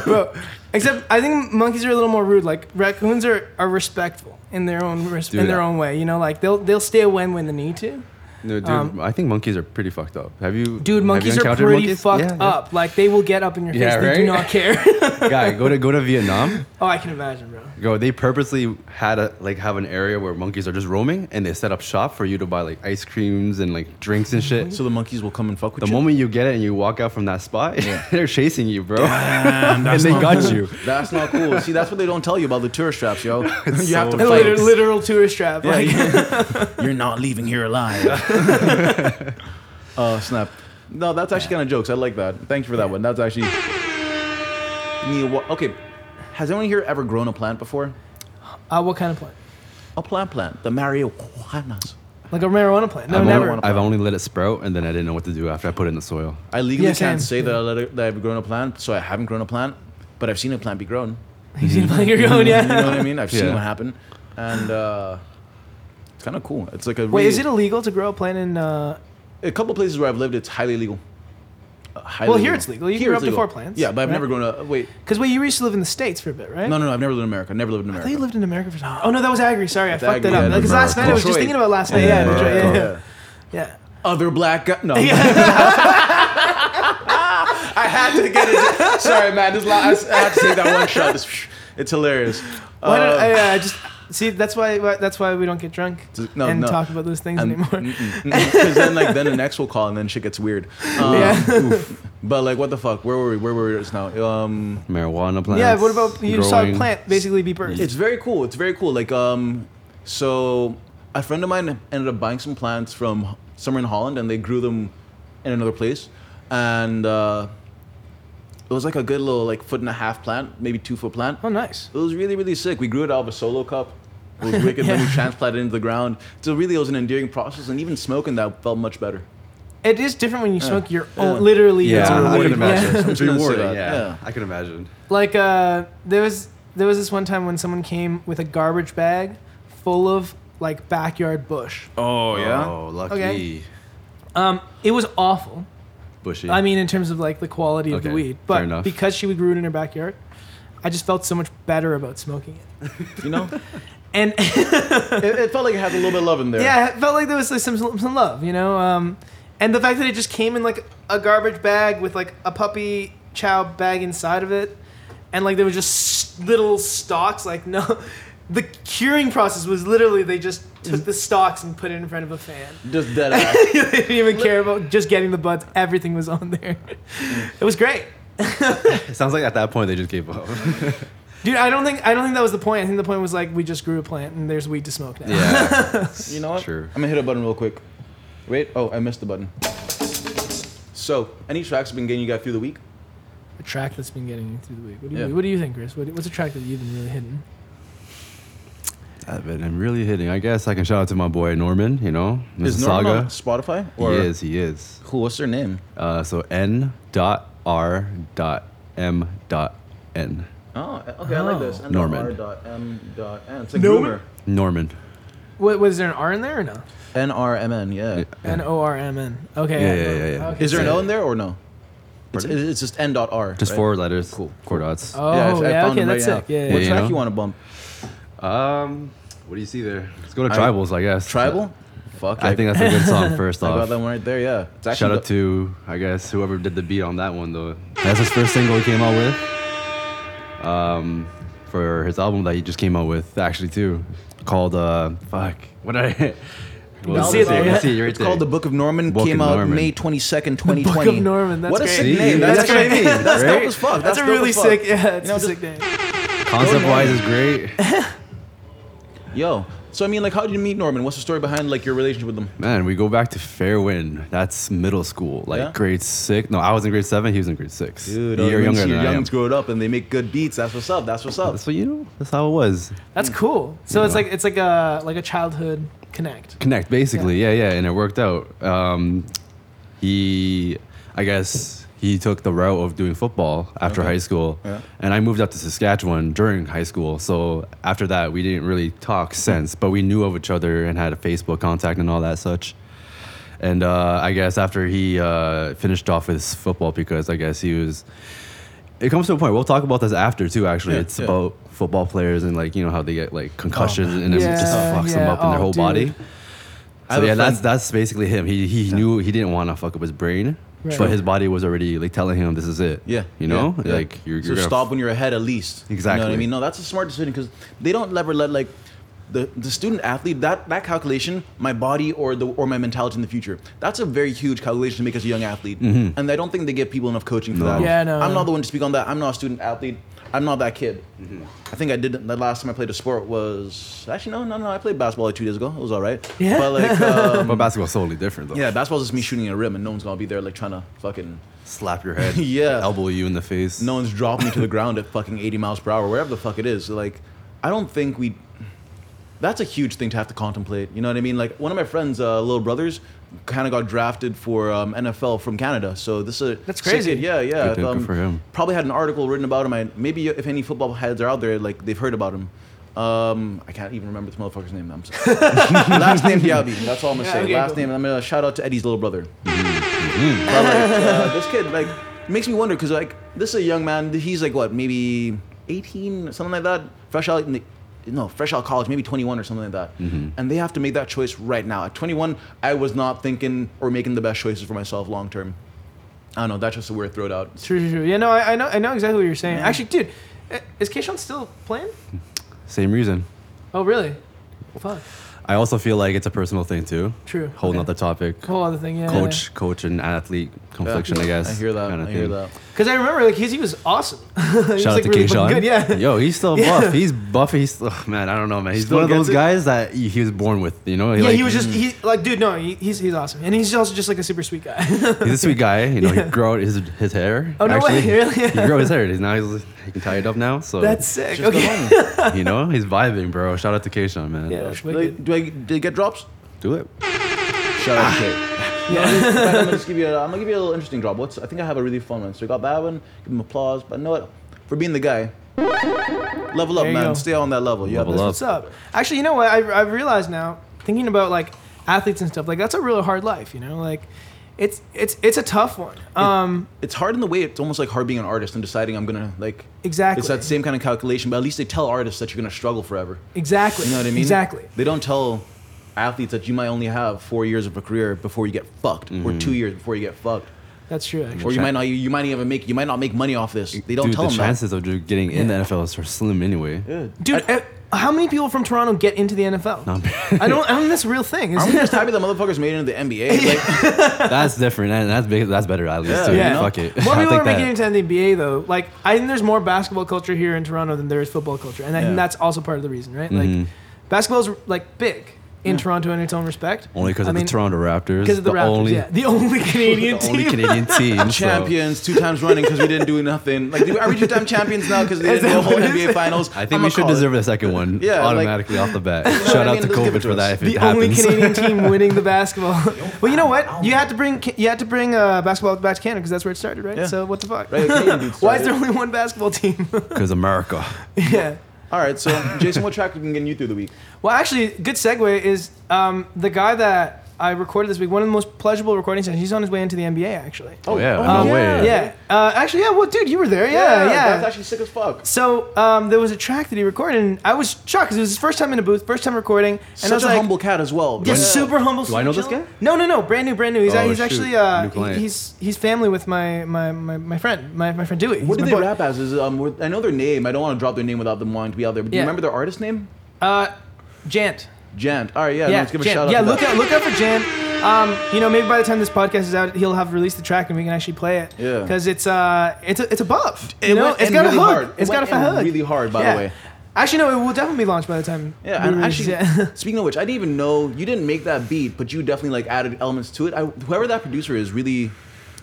Speaker 5: bro. Except I think monkeys are a little more rude. Like raccoons are, are respectful in their own res- in
Speaker 1: Dude,
Speaker 5: their
Speaker 1: I-
Speaker 5: own way. You know, like they'll they'll stay away when they need to.
Speaker 1: No, dude,
Speaker 5: Um,
Speaker 1: I think monkeys are pretty fucked up. Have you, have
Speaker 5: Dude,
Speaker 1: you
Speaker 5: monkeys are
Speaker 1: encountered
Speaker 5: pretty
Speaker 1: monkeys?
Speaker 5: fucked
Speaker 1: Yeah, yeah.
Speaker 5: up. Like they will get up in your
Speaker 1: Yeah,
Speaker 5: face. They do
Speaker 1: right?
Speaker 5: not care.
Speaker 1: Guy, go to go to Vietnam.
Speaker 5: oh, I can imagine, bro.
Speaker 1: Go. They purposely had a like have an area where monkeys are just roaming, and they set up shop for you to buy like ice creams and like drinks and shit.
Speaker 2: So the monkeys will come and fuck with
Speaker 1: The
Speaker 2: you.
Speaker 1: moment you get it and you walk out from that spot, they're chasing you, bro. and
Speaker 2: that's
Speaker 1: they
Speaker 2: not
Speaker 1: got
Speaker 2: cool.
Speaker 1: you.
Speaker 2: That's not cool. See, that's what they don't tell you about the tourist traps, yo. you have to
Speaker 1: so
Speaker 2: fight.
Speaker 5: Literal, literal tourist trap.
Speaker 2: Yeah,
Speaker 5: Like,
Speaker 2: you- you're not leaving here alive. Oh snap! No, that's actually kind of jokes. I like that. Thank you for that one. That's actually. Neil, wha- Okay, has anyone here ever grown a plant before?
Speaker 5: uh, what kind of plant?
Speaker 2: A plant, plant. The marijuanas.
Speaker 5: Like a marijuana plant? No,
Speaker 1: I've,
Speaker 5: never.
Speaker 1: only, I've only let it sprout, and then I didn't know what to do after I put it in the soil.
Speaker 2: I legally
Speaker 5: Yeah,
Speaker 2: can't
Speaker 5: same.
Speaker 2: say that, I let it, that I've grown a plant, so I haven't grown a plant, but I've seen a plant be grown.
Speaker 5: You seem like you're going,
Speaker 2: You know what
Speaker 5: yeah.
Speaker 2: I mean? I've seen
Speaker 1: Yeah.
Speaker 2: what happen, and uh, it's kind of cool. It's like a
Speaker 5: Wait,
Speaker 2: really-
Speaker 5: is it illegal to grow a plant in? Uh,
Speaker 2: a couple places where I've lived, it's highly illegal. Uh, highly
Speaker 5: Well, here it's legal. You can
Speaker 2: Here
Speaker 5: grow
Speaker 2: it's
Speaker 5: up to
Speaker 2: legal.
Speaker 5: four plants,
Speaker 2: Yeah, but I've
Speaker 5: right?
Speaker 2: never grown a wait.
Speaker 5: Cause wait, you used to live in the states for a bit, right?
Speaker 2: No, no, no. I've never lived in America. Never lived in
Speaker 5: I
Speaker 2: America.
Speaker 5: thought you lived in America for some. Oh no, that was Agri. Sorry, I fucked
Speaker 2: Agri,
Speaker 5: that up.
Speaker 2: yeah,
Speaker 5: Because last night I was just
Speaker 2: Detroit.
Speaker 5: thinking about last night. Yeah,
Speaker 2: Yeah,
Speaker 5: Detroit, yeah,
Speaker 2: America.
Speaker 5: yeah,
Speaker 2: Other black guy. No,
Speaker 5: yeah. yeah.
Speaker 2: I had to get it. Sorry, man. This la- I s- I had to take that one shot. It's, it's hilarious.
Speaker 5: Why don't
Speaker 2: Uh,
Speaker 5: I, uh, just see? That's why. why- That's why we don't get drunk
Speaker 2: No,
Speaker 5: and
Speaker 2: no.
Speaker 5: talk about those things
Speaker 2: and-
Speaker 5: anymore.
Speaker 2: mm, mm, mm, 'cause then, like, then an ex will call, and then shit gets weird. Um,
Speaker 5: Yeah.
Speaker 2: oof. But like, what the fuck? Where were we? Where were we just now? Um,
Speaker 1: marijuana plants.
Speaker 5: yeah. What about you saw a
Speaker 1: growing.
Speaker 5: plant basically be birthed?
Speaker 2: it's very cool. It's very cool. Like, um, so a friend of mine ended up buying some plants from somewhere in Holland, and they grew them in another place, and uh, it was like a good little like foot and a half plant, maybe two foot plant.
Speaker 5: oh, nice.
Speaker 2: It was really, really sick. We grew it out of a solo cup. It was wicked. Then we transplanted it into the ground. So really, it was an endearing process, and even smoking that felt much better. It
Speaker 5: It is different when you smoke your own.
Speaker 2: Yeah.
Speaker 5: Literally,
Speaker 1: Yeah,
Speaker 5: it's a
Speaker 1: I
Speaker 5: reward.
Speaker 1: can imagine.
Speaker 5: Yeah.
Speaker 1: It's
Speaker 2: Yeah.
Speaker 1: rewarding.
Speaker 2: Yeah.
Speaker 1: Yeah.
Speaker 2: Yeah.
Speaker 1: I can imagine.
Speaker 5: like uh, there was there was this one time when someone came with a garbage bag full of like backyard bush.
Speaker 2: Oh
Speaker 1: Oh, lucky.
Speaker 5: Okay. Um, it was awful.
Speaker 1: Bushy.
Speaker 5: I mean, in terms of like the quality of the
Speaker 1: Okay,
Speaker 5: weed,
Speaker 1: fair
Speaker 5: but
Speaker 1: enough.
Speaker 5: because she grew it in her backyard, I just felt so much better about smoking it.
Speaker 2: you know,
Speaker 5: And
Speaker 2: it, it felt like it had a little bit of love in there.
Speaker 5: yeah, it felt like there was like, some some love, you know. Um, and the fact that it just came in like a garbage bag with like a puppy chow bag inside of it, and like there were just s- little stalks. Like no, the curing process was literally they just
Speaker 1: Mm.
Speaker 5: took the stalks and put it in front of a fan.
Speaker 2: just dead ass.
Speaker 5: they didn't even care about just getting the buds. Everything was on there. It was great.
Speaker 1: it sounds like at that point they just gave up.
Speaker 5: Dude, I don't think I don't think that was the point. I think the point was like we just grew a plant and there's weed to smoke now.
Speaker 1: yeah.
Speaker 2: You know what?
Speaker 1: True.
Speaker 2: I'm gonna hit a button real quick. Wait. Oh, I missed the button. So, any tracks have been getting you guys through the week?
Speaker 5: A track that's been getting you through the week. What do you,
Speaker 2: Yeah.
Speaker 5: what do you think, Chris? What, what's a track that you've been really hitting?
Speaker 1: I've been- I'm really hitting. I guess I can shout out to my boy Norman. You know,
Speaker 2: Is Norman on
Speaker 1: Mississauga.
Speaker 2: Spotify?
Speaker 1: he is. He is.
Speaker 2: Cool. What's their name?
Speaker 1: Uh, so n dot r dot m dot n
Speaker 2: Oh, okay. I like this. N
Speaker 1: Norman.
Speaker 2: R dot M dot N. It's like
Speaker 5: Norman?
Speaker 2: Norman.
Speaker 1: Norman.
Speaker 5: What, was there an R in there or no?
Speaker 2: N R M N. Yeah.
Speaker 5: N O R M N. Okay.
Speaker 1: Yeah, yeah, yeah, yeah.
Speaker 5: Okay.
Speaker 2: Is there an
Speaker 1: Yeah.
Speaker 2: O in there or no? It's,
Speaker 1: Pardon?
Speaker 2: it's just N dot R.
Speaker 1: Just
Speaker 2: right?
Speaker 1: four letters. Cool. Four dots.
Speaker 5: Oh,
Speaker 2: I- I
Speaker 5: yeah,
Speaker 2: found
Speaker 5: okay,
Speaker 2: them
Speaker 5: that's
Speaker 2: right
Speaker 5: sick.
Speaker 2: now.
Speaker 5: Yeah,
Speaker 2: What
Speaker 5: yeah,
Speaker 1: you
Speaker 5: yeah.
Speaker 2: track
Speaker 1: know?
Speaker 2: you want to bump?
Speaker 1: Um, what do you see there? Let's go to
Speaker 2: I-
Speaker 1: tribals, I, guess.
Speaker 2: Tribal? Fuck.
Speaker 1: I think that's a good song. First
Speaker 2: I got
Speaker 1: off,
Speaker 2: that one right there. Yeah. It's
Speaker 1: shout
Speaker 2: actually
Speaker 1: out to I guess whoever did the beat on that one though. That's his first single he came out with. Um, for his album that he just came out with actually too, called uh, fuck. What did I? Well,
Speaker 5: can see it
Speaker 1: you
Speaker 5: there.
Speaker 1: can see it right
Speaker 2: It's called The
Speaker 1: there.
Speaker 2: Book of Norman.
Speaker 1: Book
Speaker 2: came
Speaker 1: of
Speaker 2: out
Speaker 1: Norman.
Speaker 2: May 22nd, 2020.
Speaker 5: Book of Norman, that's
Speaker 2: what a
Speaker 5: great.
Speaker 2: sick
Speaker 1: See?
Speaker 2: name. That's,
Speaker 1: That's
Speaker 2: what I
Speaker 5: great.
Speaker 2: mean. That's
Speaker 1: Right?
Speaker 2: dope as fuck.
Speaker 5: That's, a
Speaker 2: dope
Speaker 5: really
Speaker 2: as fuck.
Speaker 5: sick. Yeah, it's
Speaker 2: You know,
Speaker 5: a
Speaker 2: just-
Speaker 5: sick name.
Speaker 1: Concept wise is great.
Speaker 2: Yo. So I mean, like, how did you meet Norman? What's the story behind like your relationship with him?
Speaker 1: Man, we go back to Fairwind. That's middle school, like
Speaker 2: Yeah?
Speaker 1: grade six. No, I was in grade seven. He was in grade six. a year
Speaker 2: when
Speaker 1: younger
Speaker 2: you see
Speaker 1: than
Speaker 2: your
Speaker 1: I am.
Speaker 2: youngs grow up and they make good beats. That's what's up. That's what's up.
Speaker 1: That's what you know. That's how it was.
Speaker 5: That's cool. So
Speaker 1: You
Speaker 5: it's
Speaker 1: know.
Speaker 5: like it's like a like a childhood connect.
Speaker 1: Connect, basically. Yeah, yeah, and it worked out. Um, he, I guess, he took the route of doing football after high school,
Speaker 2: Yeah.
Speaker 1: and I moved up to Saskatchewan during high school. So after that, we didn't really talk since, but we knew of each other and had a Facebook contact and all that such. And uh, I guess after he uh, finished off with his football, because I guess he was. It comes to a point. We'll talk about this after too. Actually,
Speaker 2: Yeah,
Speaker 1: it's
Speaker 2: yeah.
Speaker 1: about football players and like you know how they get like concussions and it
Speaker 5: Yeah,
Speaker 1: just fucks them
Speaker 5: yeah.
Speaker 1: up in their
Speaker 5: Oh,
Speaker 1: whole
Speaker 5: dude.
Speaker 1: body. So
Speaker 2: I have a
Speaker 1: yeah,
Speaker 2: friend-
Speaker 1: that's that's basically him. He he knew he didn't want to fuck up his brain,
Speaker 5: Right.
Speaker 1: but his body was already like telling him this is it.
Speaker 2: Yeah,
Speaker 1: you know,
Speaker 2: yeah, yeah.
Speaker 1: like you're,
Speaker 2: so
Speaker 1: you're gonna
Speaker 2: stop when you're ahead at least. You know what
Speaker 1: Exactly.
Speaker 2: I mean? No, that's a smart decision because they don't ever let like the, the student athlete that that calculation, my body or the or my mentality in the future. That's a very huge calculation to make as a young athlete, and I don't think they give people enough coaching for
Speaker 1: Mm-hmm. No.
Speaker 2: that.
Speaker 5: Yeah, no,
Speaker 2: I'm
Speaker 5: no.
Speaker 2: not the one to speak on that. I'm not a student athlete. I'm not that kid.
Speaker 1: Mm-hmm.
Speaker 2: I think I did the last time I played a sport was actually no, no, no. I played basketball like two days ago. It was all right.
Speaker 5: Yeah.
Speaker 2: But like, um,
Speaker 1: But basketball's totally different though.
Speaker 2: yeah, basketball's just me shooting a rim, and no one's gonna be there like trying to fucking
Speaker 1: slap your head.
Speaker 2: Yeah.
Speaker 1: elbow you in the face.
Speaker 2: no one's dropping me to the ground at fucking 80 miles per hour, wherever the fuck it is. Like, I don't think we. That's a huge thing to have to contemplate. You know what I mean? Like, one of my friends, uh, little brothers, kind of got drafted for um, NFL from Canada. So this is
Speaker 5: That's
Speaker 2: sick
Speaker 5: crazy.
Speaker 2: kid. Yeah, yeah. um,
Speaker 1: Good thing, good for him.
Speaker 2: Probably had an article written about him. I, maybe if any football heads are out there, like they've heard about him. Um, I can't even remember this motherfucker's name. I'm sorry. Last name Diaby. That's all I'm gonna
Speaker 5: Yeah,
Speaker 2: say.
Speaker 5: okay,
Speaker 2: Last
Speaker 5: cool.
Speaker 2: name. I'm gonna shout out to Eddie's little brother. But like uh, this kid, like makes me wonder because like this is a young man. He's like what, maybe eighteen, something like that. Fresh out, in the- no, fresh out of college, maybe twenty-one or something like that. And they have to make that choice right now. At twenty-one, I was not thinking or making the best choices for myself long term. I don't know. That's just a weird throw it out.
Speaker 5: True, true, true. Yeah, no, I, I know I know exactly what you're saying. Actually, dude, eh, is Keishon still playing?
Speaker 1: Same reason.
Speaker 5: Oh, really? Fuck.
Speaker 1: I also feel like it's a personal thing too.
Speaker 5: True.
Speaker 1: Whole
Speaker 5: Okay.
Speaker 1: nother topic.
Speaker 5: Whole other thing, yeah.
Speaker 1: coach, coach, and athlete confliction. I guess.
Speaker 2: I hear that.
Speaker 1: kinda
Speaker 2: I hear
Speaker 1: thing.
Speaker 2: that.
Speaker 5: Because I remember, like, his, he was awesome. He was,
Speaker 1: Shout out
Speaker 5: like,
Speaker 1: to
Speaker 5: really
Speaker 1: K. Sean.
Speaker 5: fucking Good, yeah.
Speaker 1: Yo, he's still
Speaker 5: Yeah.
Speaker 1: buff. He's buff. He's oh, man. I don't know, man. He's
Speaker 2: Still
Speaker 1: one of
Speaker 2: gets
Speaker 1: those
Speaker 2: it?
Speaker 1: guys that he he was born with. You know.
Speaker 5: yeah,
Speaker 1: like,
Speaker 5: he was
Speaker 2: mm.
Speaker 5: just he like dude. No, he, he's he's awesome, and he's also just like a super sweet guy.
Speaker 2: Oh,
Speaker 1: He's a sweet guy. You know,
Speaker 5: Yeah.
Speaker 1: he grow out his his hair.
Speaker 5: Oh, no way, really?
Speaker 1: He grew his hair. He's now he's, he can tie it up now. So
Speaker 5: That's sick.
Speaker 2: Just
Speaker 5: Okay,
Speaker 2: go on.
Speaker 1: you know he's vibing, bro. Shout out to Keishon, man.
Speaker 5: yeah, that's wicked.
Speaker 2: Like, do I do I get drops?
Speaker 1: Do it.
Speaker 2: Shout out to Kate. Yeah. I'm, gonna just give you a, I'm gonna give you a little interesting drop. What's I think I have a really fun one. So we got that one. Give him applause. But you know what? For being the guy. Level up,
Speaker 5: There you
Speaker 2: man.
Speaker 5: go.
Speaker 2: Stay on that level. Yeah.
Speaker 1: Level
Speaker 2: that's-
Speaker 1: up.
Speaker 5: What's up? Actually, you know what? I I realized now thinking about like athletes and stuff. Like that's a really hard life. You know, like it's it's it's a tough one. Um,
Speaker 2: It's hard in the way it's almost like hard being an artist and deciding I'm gonna like.
Speaker 5: Exactly.
Speaker 2: It's that same kind of calculation, but at least they tell artists that you're gonna struggle forever.
Speaker 5: exactly.
Speaker 2: You know what I mean?
Speaker 5: Exactly.
Speaker 2: They don't tell athletes that you might only have four years of a career before you get fucked,
Speaker 1: Mm-hmm.
Speaker 2: or two years before you get fucked,
Speaker 5: That's true. Actually.
Speaker 2: or you
Speaker 1: Chan-
Speaker 2: might not you might not even make you might not make money off this. They don't
Speaker 1: Dude,
Speaker 2: tell
Speaker 1: the
Speaker 2: them
Speaker 1: chances of you getting in the NFL are slim anyway.
Speaker 5: Dude, eh, how many people from Toronto get into the NFL?
Speaker 1: Not-
Speaker 5: I don't. I don't think that's a real thing.
Speaker 2: that.
Speaker 5: Is
Speaker 2: I'm
Speaker 5: it?
Speaker 2: just happy the motherfuckers made it into the NBA. Like,
Speaker 1: That's different, and that's big, that's better at least.
Speaker 2: Yeah,
Speaker 1: too.
Speaker 2: you know?
Speaker 1: Fuck it.
Speaker 5: More
Speaker 1: I'll
Speaker 5: people
Speaker 1: take
Speaker 5: are
Speaker 1: that.
Speaker 5: making it into the NBA though. Like I think there's more basketball culture here in Toronto than there is football culture, and I
Speaker 2: Yeah.
Speaker 5: think that's also part of the reason, right?
Speaker 1: Mm-hmm.
Speaker 5: Like basketball's like big in Toronto in its own respect.
Speaker 1: Only because
Speaker 5: I
Speaker 1: of
Speaker 5: mean,
Speaker 1: the Toronto Raptors.
Speaker 5: Because of the, Raptors,
Speaker 1: only,
Speaker 5: yeah, the only Canadian
Speaker 1: the only
Speaker 5: team.
Speaker 1: Canadian team. so-
Speaker 2: champions two times running because we didn't do nothing. Like, are we two time champions now because they didn't do a whole NBA Finals?
Speaker 1: I think we should deserve a second one
Speaker 2: Yeah, like-
Speaker 1: automatically off the bat.
Speaker 2: what
Speaker 1: Shout
Speaker 2: I
Speaker 1: out
Speaker 2: mean?
Speaker 1: to
Speaker 2: Let's give it
Speaker 1: COVID
Speaker 2: to
Speaker 1: for
Speaker 2: us.
Speaker 1: that if
Speaker 5: the
Speaker 1: it
Speaker 5: only
Speaker 1: happens.
Speaker 5: Canadian team winning the basketball. well, you know what? You had to bring you had to bring uh, basketball back to Canada because that's where it started, right?
Speaker 2: Yeah.
Speaker 5: So what the fuck?
Speaker 2: Right, Canadian dudes
Speaker 5: Why
Speaker 2: started.
Speaker 5: is there only one basketball team?
Speaker 1: Because America.
Speaker 5: yeah.
Speaker 2: All right, so Jason, what track have been getting you through the week?
Speaker 5: Well, actually, good segue is um, the guy that I recorded this week. One of the most pleasurable recording sessions. He's on his way into the NBA, actually.
Speaker 1: Oh, yeah.
Speaker 2: oh,
Speaker 1: no
Speaker 5: Um,
Speaker 1: way.
Speaker 5: Yeah. Uh, actually, yeah. Well, dude, you were there. Yeah, yeah.
Speaker 2: That's actually sick as fuck.
Speaker 5: so um, there was a track that he recorded, and I was shocked because it was his first time in a booth, first time recording, and
Speaker 2: Such
Speaker 5: I was
Speaker 2: a
Speaker 5: like,
Speaker 2: humble cat as well.
Speaker 5: just super humble.
Speaker 1: Do I know this
Speaker 5: super chill.
Speaker 1: guy?
Speaker 5: No, no, no. Brand new, brand new. He's,
Speaker 1: Oh,
Speaker 5: he's
Speaker 1: shoot.
Speaker 5: actually
Speaker 1: New
Speaker 5: uh,
Speaker 1: client.
Speaker 5: he- he's he's family with my my my, my friend, my, my friend Dewey. He's
Speaker 2: What do
Speaker 5: my
Speaker 2: they
Speaker 5: boy.
Speaker 2: rap as? Is um, we're- I know their name. I don't want to drop their name without them wanting to be out there. But do you
Speaker 5: Yeah.
Speaker 2: remember their artist name?
Speaker 5: Uh, Jant.
Speaker 2: Jant. All right, yeah.
Speaker 5: yeah,
Speaker 2: let's give a
Speaker 5: Jan.
Speaker 2: shout out.
Speaker 5: Yeah,
Speaker 2: to
Speaker 5: look
Speaker 2: that.
Speaker 5: out, look out for Jan. Um, you know, maybe by the time this podcast is out, he'll have released the track and we can actually play it.
Speaker 2: Yeah.
Speaker 5: because it's uh, it's a, it's a buff.
Speaker 2: It
Speaker 5: you know,
Speaker 2: went
Speaker 5: it's
Speaker 2: in
Speaker 5: got
Speaker 2: really
Speaker 5: a hook.
Speaker 2: hard. It
Speaker 5: it's got
Speaker 2: went
Speaker 5: a
Speaker 2: in
Speaker 5: hook.
Speaker 2: really hard, by the
Speaker 5: Yeah.
Speaker 2: way.
Speaker 5: Actually, no, it will definitely be launched by the time.
Speaker 2: Yeah,
Speaker 5: we
Speaker 2: and
Speaker 5: release
Speaker 2: actually,
Speaker 5: it.
Speaker 2: speaking of which, I didn't even know you didn't make that beat, but you definitely like added elements to it. I, whoever that producer is, really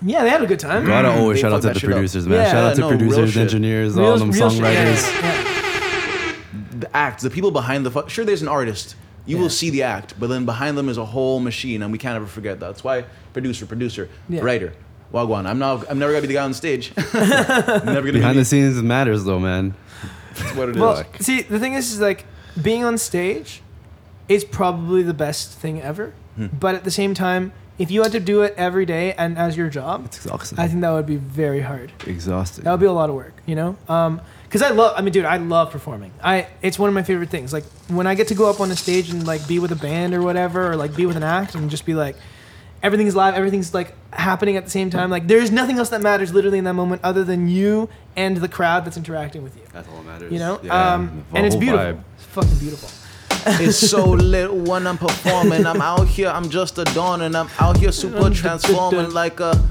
Speaker 5: yeah, they had a good time.
Speaker 1: Gotta
Speaker 2: They
Speaker 1: always shout out
Speaker 2: fucked
Speaker 1: to
Speaker 2: that
Speaker 1: the
Speaker 2: shit up.
Speaker 1: producers, man.
Speaker 5: Yeah,
Speaker 1: shout out to
Speaker 2: no, real
Speaker 1: producers,
Speaker 2: shit.
Speaker 1: engineers,
Speaker 5: Real-
Speaker 1: all them
Speaker 5: real shit. Yeah,
Speaker 1: songwriters.
Speaker 5: yeah, yeah.
Speaker 2: the act, the people behind the fu- sure there's an artist. You will see the act, but then behind them is a whole machine, and we can't ever forget that. That's why producer, producer,
Speaker 5: Yeah.
Speaker 2: writer, wagwan. I'm not. I'm never gonna be the guy on stage. I'm never gonna
Speaker 1: Behind
Speaker 2: be
Speaker 1: the scenes it matters though, man.
Speaker 2: That's what it is.
Speaker 5: Well, see, the thing is, is like being on stage is probably the best thing ever.
Speaker 2: Hmm.
Speaker 5: But at the same time, if you had to do it every day and as your job,
Speaker 1: It's exhausting.
Speaker 5: I think that would be very hard.
Speaker 1: exhausting.
Speaker 5: That would be a lot of work, you know. Um, because I love, I mean, dude, I love performing. I it's one of my favorite things. Like when I get to go up on a stage and like be with a band or whatever, or like be with an act and just be like, everything's live, everything's like happening at the same time. Like there's nothing else that matters literally in that moment other than you and the crowd that's interacting with you.
Speaker 1: That's all that matters.
Speaker 5: You know,
Speaker 1: Yeah,
Speaker 5: um,
Speaker 1: the
Speaker 5: and it's
Speaker 1: whole
Speaker 5: beautiful.
Speaker 1: vibe.
Speaker 5: It's fucking beautiful.
Speaker 2: It's so lit when I'm performing. I'm out here, I'm just a dawn, and I'm out here super transforming like a.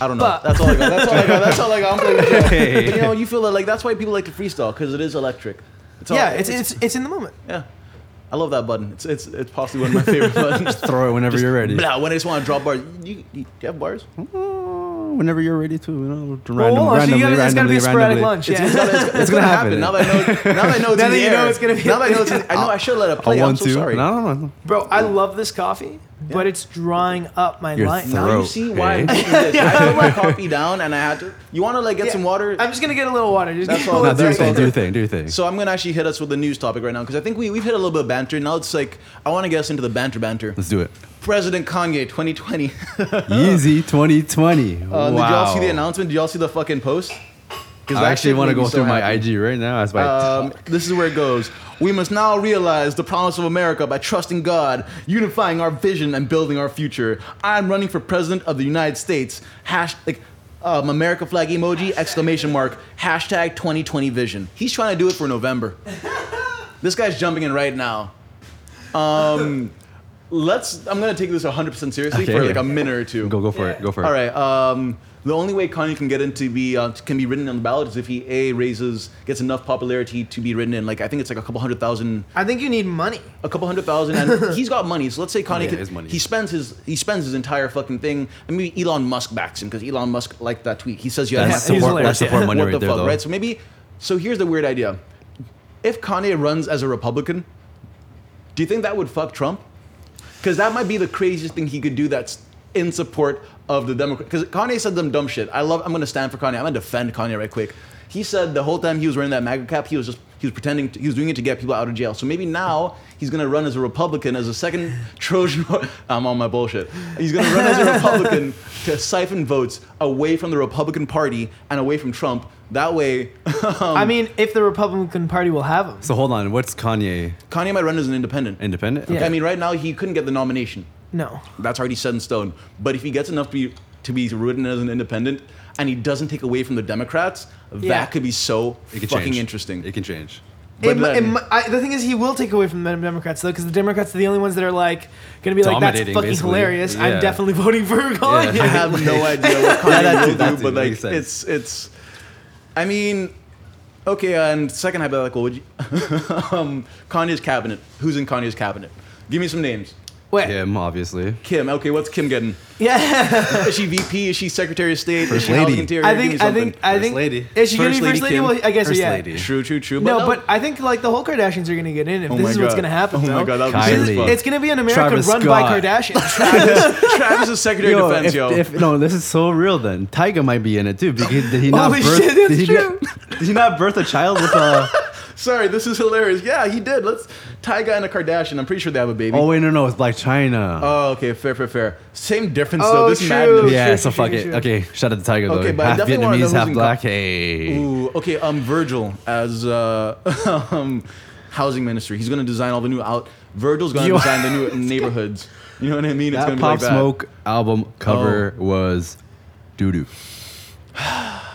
Speaker 2: I don't know.
Speaker 5: But-
Speaker 2: that's all I got. That's all I got. That's all I got. I'm playing with you.
Speaker 1: Hey.
Speaker 2: But you know, you feel like that's why people like to freestyle because it is electric. It's all-
Speaker 5: yeah, it's, it's it's in the moment.
Speaker 2: yeah. I love that button. It's it's it's possibly one of my favorite buttons.
Speaker 1: Throw it whenever you're ready.
Speaker 2: Blah, when I just want to drop bars. You, you, do you have bars?
Speaker 1: Oh, Whenever you're ready to, you know,
Speaker 2: Oh,
Speaker 1: random,
Speaker 5: Well, hold on, so
Speaker 1: randomly,
Speaker 5: you gotta, it's gotta
Speaker 1: randomly,
Speaker 5: be a
Speaker 1: randomly.
Speaker 5: sporadic lunch. Yeah.
Speaker 2: It's, gonna, it's, gonna
Speaker 1: happen.
Speaker 2: happen. Now that I know, now that I know, it's
Speaker 5: Now
Speaker 2: in
Speaker 5: that
Speaker 2: the
Speaker 5: you know
Speaker 2: air.
Speaker 5: it's gonna be-
Speaker 2: Now that I know it's in the, I know I should let it
Speaker 1: I
Speaker 2: play. I'm
Speaker 1: want
Speaker 2: so
Speaker 1: to.
Speaker 2: sorry.
Speaker 1: No, no, no.
Speaker 5: Bro, I love this coffee, but it's drying up my
Speaker 1: Your
Speaker 5: life.
Speaker 1: throat.
Speaker 2: Now you
Speaker 1: Throat,
Speaker 2: see why I'm
Speaker 1: eh?
Speaker 2: doing this. I put my coffee down and I had to. You want to like get some water?
Speaker 5: I'm just gonna get a little water. Just
Speaker 2: That's
Speaker 5: get a
Speaker 2: all
Speaker 5: little
Speaker 1: No, do your
Speaker 2: that's
Speaker 1: thing,
Speaker 2: all.
Speaker 1: do your thing, do your thing.
Speaker 2: So I'm gonna actually hit us with the news topic right now because I think we we've hit a little bit of banter. Now it's like I want to get us into the banter banter.
Speaker 1: Let's do it.
Speaker 2: President Kanye 2020.
Speaker 1: Yeezy 2020.
Speaker 2: Oh.
Speaker 1: wow.
Speaker 2: Uh, Did y'all see the announcement? Did y'all see the fucking post? 'Cause
Speaker 1: I
Speaker 2: that
Speaker 1: actually
Speaker 2: shit
Speaker 1: want to
Speaker 2: made me
Speaker 1: go
Speaker 2: so
Speaker 1: through my
Speaker 2: happy.
Speaker 1: IG right now. That's my
Speaker 2: Um, this is where it goes. We must now realize the promise of America by trusting God, unifying our vision, and building our future. I'm running for president of the United States. Hash like um, America flag emoji exclamation mark hashtag 2020 vision. He's trying to do it for November. this guy's jumping in right now. Um, let's. I'm gonna take this 100 percent seriously
Speaker 1: Okay,
Speaker 2: for
Speaker 1: yeah.
Speaker 2: like a minute or two.
Speaker 1: Go go for it. Go for
Speaker 2: All
Speaker 1: it.
Speaker 2: right. Um, the only way Kanye can get into be uh, can be written on the ballot is if he a raises gets enough popularity to be written in. Like I think it's like a couple hundred thousand,
Speaker 5: I think you need money.
Speaker 2: a couple hundred thousand, and he's got money. So let's say Kanye
Speaker 1: yeah,
Speaker 2: could-
Speaker 1: his money.
Speaker 2: he spends his he spends his entire fucking thing. I mean Elon Musk backs him because Elon Musk liked that tweet. He says you
Speaker 1: That's
Speaker 5: Yeah, he's
Speaker 1: support.
Speaker 5: hilarious,
Speaker 1: That's support
Speaker 5: yeah.
Speaker 1: money
Speaker 2: what
Speaker 1: right
Speaker 2: the
Speaker 1: there,
Speaker 2: fuck,
Speaker 1: though.
Speaker 2: right? So maybe. So here's the weird idea: if Kanye runs as a Republican, do you think that would fuck Trump? Because that might be the craziest thing he could do. That's in support of the Democrat. Because Kanye said some dumb shit. I love. I'm gonna stand for Kanye. I'm gonna defend Kanye right quick. He said the whole time he was wearing that MAGA cap, he was just he was pretending to, he was doing it to get people out of jail. So maybe now he's gonna run as a Republican as a second Trojan. horse- I'm on my bullshit. He's gonna run as a Republican to siphon votes away from the Republican Party and away from Trump. That way, Um,
Speaker 5: I mean, if the Republican Party will have him.
Speaker 1: So hold on. What's Kanye
Speaker 2: Kanye might run as an independent.
Speaker 1: independent?
Speaker 5: Yeah.
Speaker 2: I mean, right now he couldn't get the nomination.
Speaker 5: No.
Speaker 2: That's already set in stone. But if he gets enough to be to be written as an independent, and he doesn't take away from the Democrats,
Speaker 5: Yeah.
Speaker 2: that could be so
Speaker 1: It can
Speaker 2: fucking
Speaker 1: change.
Speaker 2: interesting.
Speaker 1: It can change.
Speaker 5: It,
Speaker 2: But
Speaker 5: mi- it,
Speaker 2: then-
Speaker 5: mi- I, the thing is, he will take away from the Democrats though, because the Democrats are the only ones that are like going to be like, "That's
Speaker 1: Dominating,
Speaker 5: fucking
Speaker 1: basically.
Speaker 5: hilarious."
Speaker 1: Yeah.
Speaker 5: I'm definitely voting for Kanye.
Speaker 2: I have no idea
Speaker 1: that
Speaker 2: what Kanye
Speaker 1: too, that
Speaker 2: will do,
Speaker 1: too,
Speaker 2: but like
Speaker 1: makes
Speaker 2: it's
Speaker 1: sense.
Speaker 2: it's. I mean, okay. And second hypothetical, would you, um, Kanye's cabinet. Who's in Kanye's cabinet? Give me some names.
Speaker 5: Wait, yeah.
Speaker 1: Him, obviously.
Speaker 2: Kim. Okay, what's Kim getting? Is she VP? Is she Secretary of State?
Speaker 1: First
Speaker 2: is she House
Speaker 1: lady.
Speaker 2: Interior?
Speaker 5: I
Speaker 2: Give me
Speaker 5: think I
Speaker 2: something.
Speaker 5: think I
Speaker 1: First
Speaker 5: think
Speaker 1: lady.
Speaker 5: is she going
Speaker 2: First
Speaker 5: to
Speaker 2: lady,
Speaker 5: be first lady?
Speaker 2: Kim.
Speaker 5: Well, I guess so,
Speaker 1: First
Speaker 5: yeah.
Speaker 1: lady.
Speaker 2: True, true, true.
Speaker 5: No,
Speaker 2: no.
Speaker 5: but I think like the whole Kardashians are going to get in if
Speaker 2: Oh
Speaker 5: this
Speaker 2: my
Speaker 5: is what's
Speaker 2: God.
Speaker 5: going to happen.
Speaker 2: Oh my
Speaker 5: though.
Speaker 2: God, that
Speaker 1: would be
Speaker 5: This
Speaker 1: so
Speaker 5: is-
Speaker 1: fun.
Speaker 5: It's going to be an America
Speaker 1: Travis
Speaker 5: run by
Speaker 1: Scott.
Speaker 5: Kardashians.
Speaker 2: Travis is Secretary of Defense,
Speaker 1: if,
Speaker 2: yo.
Speaker 1: if- no, this is so real. Then Tyga might be in it too. Because did he not
Speaker 5: Holy
Speaker 1: birth?
Speaker 5: shit, that's
Speaker 1: did, he
Speaker 5: true.
Speaker 1: Not, did he not birth a child with a?
Speaker 2: Sorry, this is hilarious. Yeah, he did. Let's Tyga and a Kardashian. I'm pretty sure they have a baby.
Speaker 1: Oh
Speaker 2: Oh,
Speaker 1: wait, no, no, it's Black China.
Speaker 2: okay, fair, fair, fair. Same difference
Speaker 5: Oh,
Speaker 2: though. This
Speaker 5: true.
Speaker 2: madness.
Speaker 1: yeah,
Speaker 5: true,
Speaker 1: so
Speaker 5: true,
Speaker 1: fuck
Speaker 5: true,
Speaker 1: it.
Speaker 5: true.
Speaker 1: Okay, shout out to Tyga
Speaker 2: Okay,
Speaker 1: though.
Speaker 2: but I
Speaker 1: half
Speaker 2: definitely wanna know
Speaker 1: Vietnamese,
Speaker 2: who's
Speaker 1: half
Speaker 2: in
Speaker 1: black. Hey,
Speaker 2: Ooh, okay. Um, Virgil as uh, um, housing minister. He's gonna design all the new out. Virgil's gonna
Speaker 1: Yo.
Speaker 2: design the new neighborhoods. You know what I mean?
Speaker 1: that
Speaker 2: gonna
Speaker 1: Pop Smoke album cover
Speaker 2: Oh.
Speaker 1: was doo doo,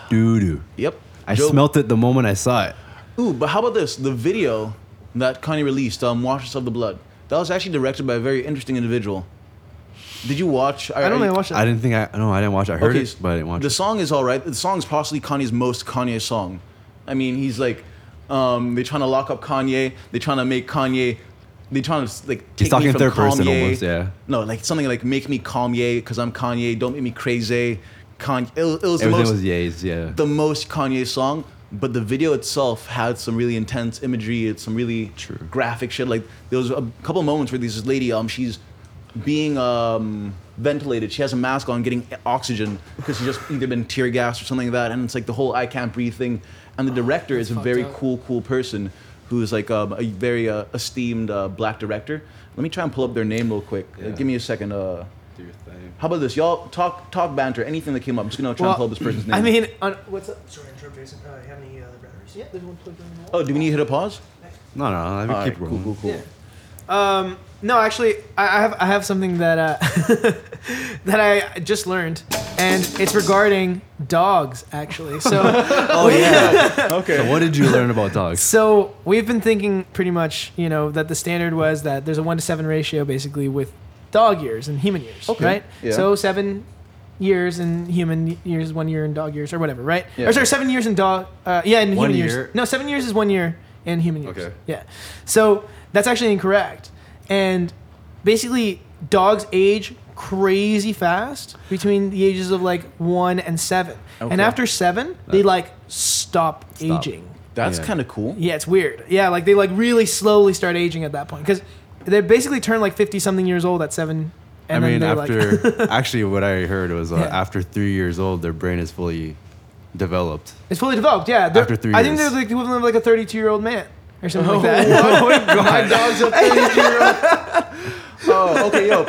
Speaker 1: doo doo.
Speaker 2: Yep.
Speaker 1: I
Speaker 2: Joe-
Speaker 1: smelt it the moment I saw it.
Speaker 2: Ooh, but how about this? The video that Kanye released, um, "Washes of the Blood," that was actually directed by a very interesting individual. Did you watch?
Speaker 5: I don't really watch
Speaker 1: I
Speaker 5: that.
Speaker 1: didn't think I. No, I didn't watch. it. I heard it,
Speaker 2: so
Speaker 1: but I didn't watch.
Speaker 2: The
Speaker 1: it.
Speaker 2: song is all right. The song is possibly Kanye's most Kanye song. I mean, he's like, um, they're trying to lock up Kanye. They're trying to make Kanye. They're trying to like. Take
Speaker 1: talking
Speaker 2: me from
Speaker 1: third person
Speaker 2: Kanye.
Speaker 1: almost, yeah.
Speaker 2: No, like something like "Make me Kanye" because I'm Kanye. Don't make me crazy. Kanye. It, was- it was the
Speaker 1: Everything
Speaker 2: most
Speaker 1: was yays. Yeah.
Speaker 2: the most Kanye song, but the video itself had some really intense imagery. It's some really
Speaker 1: True.
Speaker 2: graphic shit. Like there was a couple moments where there's this lady, um, she's being um, ventilated. She has a mask on, getting oxygen because she's just either been tear gassed or something like that. And it's like the whole I can't breathe thing. And the director is a
Speaker 5: Oh, fucked
Speaker 2: very
Speaker 5: up.
Speaker 2: cool, cool person who is like um, a very uh, esteemed uh, black director. Let me try and pull up their name real quick. Uh,
Speaker 1: Yeah.
Speaker 2: give me a second. Uh, how about this? Y'all talk talk banter. Anything that came up. I'm just gonna try
Speaker 5: Well,
Speaker 2: and pull up this person's name.
Speaker 5: I mean, on, what's up?
Speaker 4: Sorry, interrupt, Jason. Uh, you have any other batteries?
Speaker 5: Yeah, there's one plugged in the wall.
Speaker 2: Oh, do we need to hit a pause?
Speaker 1: No, no, I
Speaker 2: All
Speaker 1: keep
Speaker 2: right, cool,
Speaker 1: rolling.
Speaker 2: cool, cool.
Speaker 5: Um, no, actually, I, I have I have something that uh, that I just learned, and it's regarding dogs. Actually, so
Speaker 1: Oh yeah.
Speaker 2: Okay.
Speaker 1: so what did you learn about dogs?
Speaker 5: so we've been thinking pretty much, you know, that the standard was that there's a one to seven ratio basically with dog years and human years,
Speaker 2: Okay,
Speaker 5: right?
Speaker 2: yeah.
Speaker 5: So seven years in human years, one year in dog years, or whatever, right?
Speaker 2: Yeah.
Speaker 5: Or sorry, seven years in dog, uh, yeah, in
Speaker 1: One
Speaker 5: human
Speaker 1: year.
Speaker 5: years. No, seven years is one year in human years.
Speaker 1: Okay.
Speaker 5: Yeah. So that's actually incorrect. And basically, dogs age crazy fast between the ages of like one and seven.
Speaker 2: Okay.
Speaker 5: And after seven, they like stop,
Speaker 1: Stop.
Speaker 5: aging.
Speaker 2: That's
Speaker 1: Yeah.
Speaker 2: kind of cool.
Speaker 5: Yeah, it's weird. Yeah, like they like really slowly start aging at that point because they basically turn like fifty something years old at seven.
Speaker 1: I mean,
Speaker 5: they,
Speaker 1: after actually, what I heard was uh,
Speaker 5: Yeah.
Speaker 1: after three years old, their brain is fully developed.
Speaker 5: it's fully developed. Yeah, They're-
Speaker 1: After three
Speaker 5: I think
Speaker 1: years. Oh,
Speaker 5: they're like the equivalent of like a thirty-two year old man or something like that.
Speaker 2: My dog's a 32 year old. Oh, okay, yo.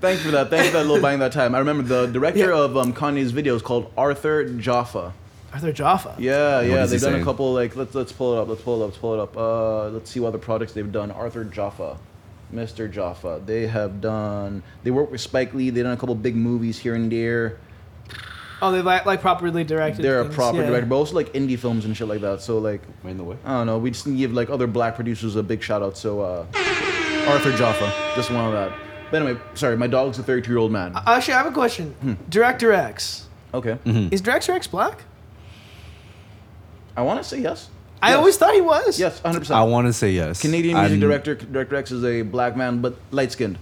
Speaker 2: Thank you for that. Thank you for that little buying that time. I remember the director
Speaker 5: Yeah.
Speaker 2: of um, Kanye's video is called Arthur Jaffa.
Speaker 5: Arthur Jaffa.
Speaker 2: Yeah, yeah.
Speaker 1: is he
Speaker 2: They've done a
Speaker 1: saying?
Speaker 2: couple like let's let's pull it up. Let's pull it up. Let's pull it up. Uh, let's see what other products they've done. Arthur Jaffa, Mr. Jaffa. They have done. They worked with Spike Lee. They've done a couple big movies here and there.
Speaker 5: Oh, they like, like properly directed.
Speaker 2: They're a
Speaker 5: things,
Speaker 2: proper
Speaker 5: yeah.
Speaker 2: director, but also like indie films and shit like that. So like
Speaker 1: Am I in the way?
Speaker 2: I don't know. We just need to give like other black producers a big shout out. So uh, Arthur Jaffa. Just one of that. But anyway, sorry, my dog's a 32 year old man.
Speaker 1: Uh,
Speaker 5: Actually, I have a question.
Speaker 2: Hmm.
Speaker 5: Director X.
Speaker 2: Okay.
Speaker 1: mm-hmm.
Speaker 5: Is Director X black?
Speaker 2: I want to say yes.
Speaker 5: I
Speaker 2: Yes.
Speaker 5: always thought he was.
Speaker 2: Yes, 100%.
Speaker 1: I want to say yes.
Speaker 2: Canadian music
Speaker 1: I'm-
Speaker 2: director, director X is a black man, but light skinned.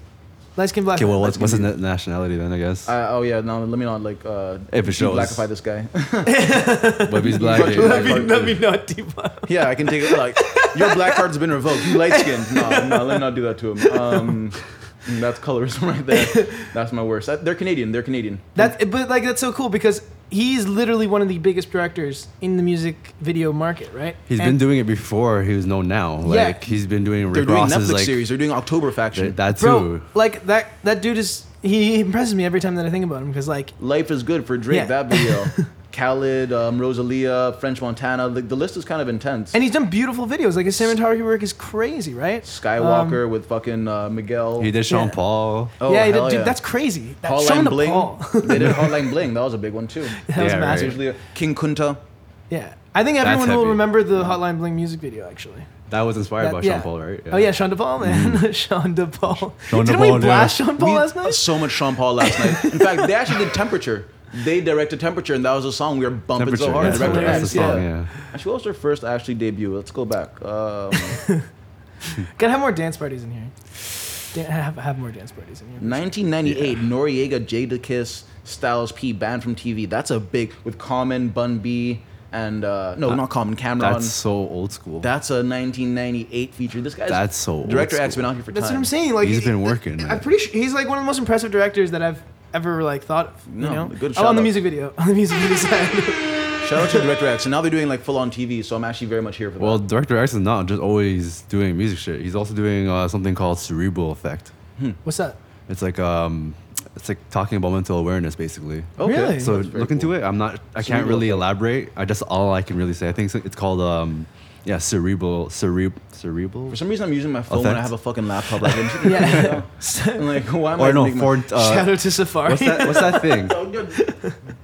Speaker 5: Light skin black.
Speaker 1: Okay, well,
Speaker 5: man.
Speaker 1: what's, what's his na- nationality then? I guess.
Speaker 2: Uh, oh yeah, no, let me not like uh,
Speaker 1: If it shows.
Speaker 2: blackify this guy.
Speaker 1: But he's black.
Speaker 2: Let
Speaker 1: he's
Speaker 2: me-
Speaker 1: black.
Speaker 5: Let me not debunk.
Speaker 2: yeah, I can take it. Like your black card's been revoked. You light skinned. No, no, let me not do that to him. Um, that's colorism right there. That's my worst. That- they're Canadian. They're Canadian.
Speaker 5: That, but like that's so cool because he's literally one of the biggest directors in the music video market, right?
Speaker 1: He's been
Speaker 5: And-
Speaker 1: doing it before. He was known now.
Speaker 5: Yeah.
Speaker 1: Like he's been doing
Speaker 2: They're
Speaker 1: Rick
Speaker 2: doing
Speaker 1: Ross's
Speaker 2: Netflix
Speaker 1: like
Speaker 2: series. They're doing October
Speaker 1: th-
Speaker 2: Faction.
Speaker 1: that too.
Speaker 5: bro. Like that that dude is he impresses me every time that I think about him because like
Speaker 2: Life is good for Drake.
Speaker 5: Yeah.
Speaker 2: That video. Khaled, um, Rosalia, French Montana. The, the list is kind of intense.
Speaker 5: and he's done beautiful videos like his cinematography work is crazy, right?
Speaker 2: Skywalker with fucking uh, Miguel.
Speaker 1: He did Sean
Speaker 5: Yeah.
Speaker 1: Paul.
Speaker 2: Oh,
Speaker 5: Um, yeah, he did,
Speaker 2: hell
Speaker 5: dude,
Speaker 2: yeah.
Speaker 5: that's crazy. That, show him
Speaker 2: Hotline
Speaker 5: the
Speaker 2: Bling.
Speaker 5: Paul.
Speaker 2: they did Hotline Bling. That was a big one too.
Speaker 5: that was
Speaker 1: Yeah, right.
Speaker 5: massive.
Speaker 2: Usually King Kunta.
Speaker 5: Yeah, I think everyone will
Speaker 1: heavy.
Speaker 5: remember the Hotline Bling music video actually.
Speaker 1: That was inspired
Speaker 5: That-
Speaker 1: by
Speaker 5: yeah.
Speaker 1: Sean Paul, right?
Speaker 5: Oh yeah, Sean DePaul, man. Sean DePaul.
Speaker 1: Sean
Speaker 5: Didn't we
Speaker 1: Mm-hmm. DePaul,
Speaker 5: blast
Speaker 1: yeah.
Speaker 5: Sean Paul
Speaker 2: We-
Speaker 5: last night?
Speaker 2: So much Sean Paul last night. In fact, they actually did Temperature. They directed Temperature, and that was a song we were bumping
Speaker 1: Temperature.
Speaker 2: so hard.
Speaker 1: yeah,
Speaker 5: Director
Speaker 1: that's the
Speaker 5: X,
Speaker 1: song. Yeah.
Speaker 2: Actually, what was their first actually debut? Let's go back. Um,
Speaker 5: Gotta have more dance parties in here. Dan- have, have more dance parties in here.
Speaker 2: 1998, Noriega, Jadakiss, Styles P banned from TV. That's a big with Common, Bun B, and uh, no, not Common, Cameron.
Speaker 1: That's
Speaker 2: That's,
Speaker 1: so old school.
Speaker 2: a 1998 feature. This guy's
Speaker 1: That's so old
Speaker 2: director X
Speaker 1: school.
Speaker 2: been out here for
Speaker 5: That's
Speaker 2: time.
Speaker 5: what I'm saying. Like
Speaker 1: He's been
Speaker 5: he-
Speaker 1: working,
Speaker 5: I'm
Speaker 1: man.
Speaker 5: pretty sure he's like one of the most impressive directors that I've ever like thought of. You
Speaker 2: No,
Speaker 5: know?
Speaker 2: good
Speaker 5: oh, on
Speaker 2: shout-out.
Speaker 5: the music video, on the music video side.
Speaker 2: Shout out to Director X, and now they're doing like full on TV. So I'm actually very much here for that.
Speaker 1: Well, Director X is not just always doing music shit. He's also doing uh, something called Cerebral Effect.
Speaker 5: What's that?
Speaker 1: It's like um, it's like talking about mental awareness, basically.
Speaker 2: Okay.
Speaker 5: Really?
Speaker 1: So
Speaker 2: That's very
Speaker 1: look into it. I'm not. I can't
Speaker 2: Cerebral
Speaker 1: really
Speaker 2: Effect.
Speaker 1: elaborate. I just all I can really say. I think it's it's called um, yeah, cerebral, cereb, cerebral.
Speaker 2: For some reason, I'm using my phone when I
Speaker 1: Effect.
Speaker 2: have a fucking laptop. Like, I'm,
Speaker 5: Yeah.
Speaker 2: I'm like, why am I
Speaker 1: Or no,
Speaker 2: making my-
Speaker 1: for
Speaker 5: Shout
Speaker 1: uh,
Speaker 5: out to Safari.
Speaker 1: what's that? What's that thing?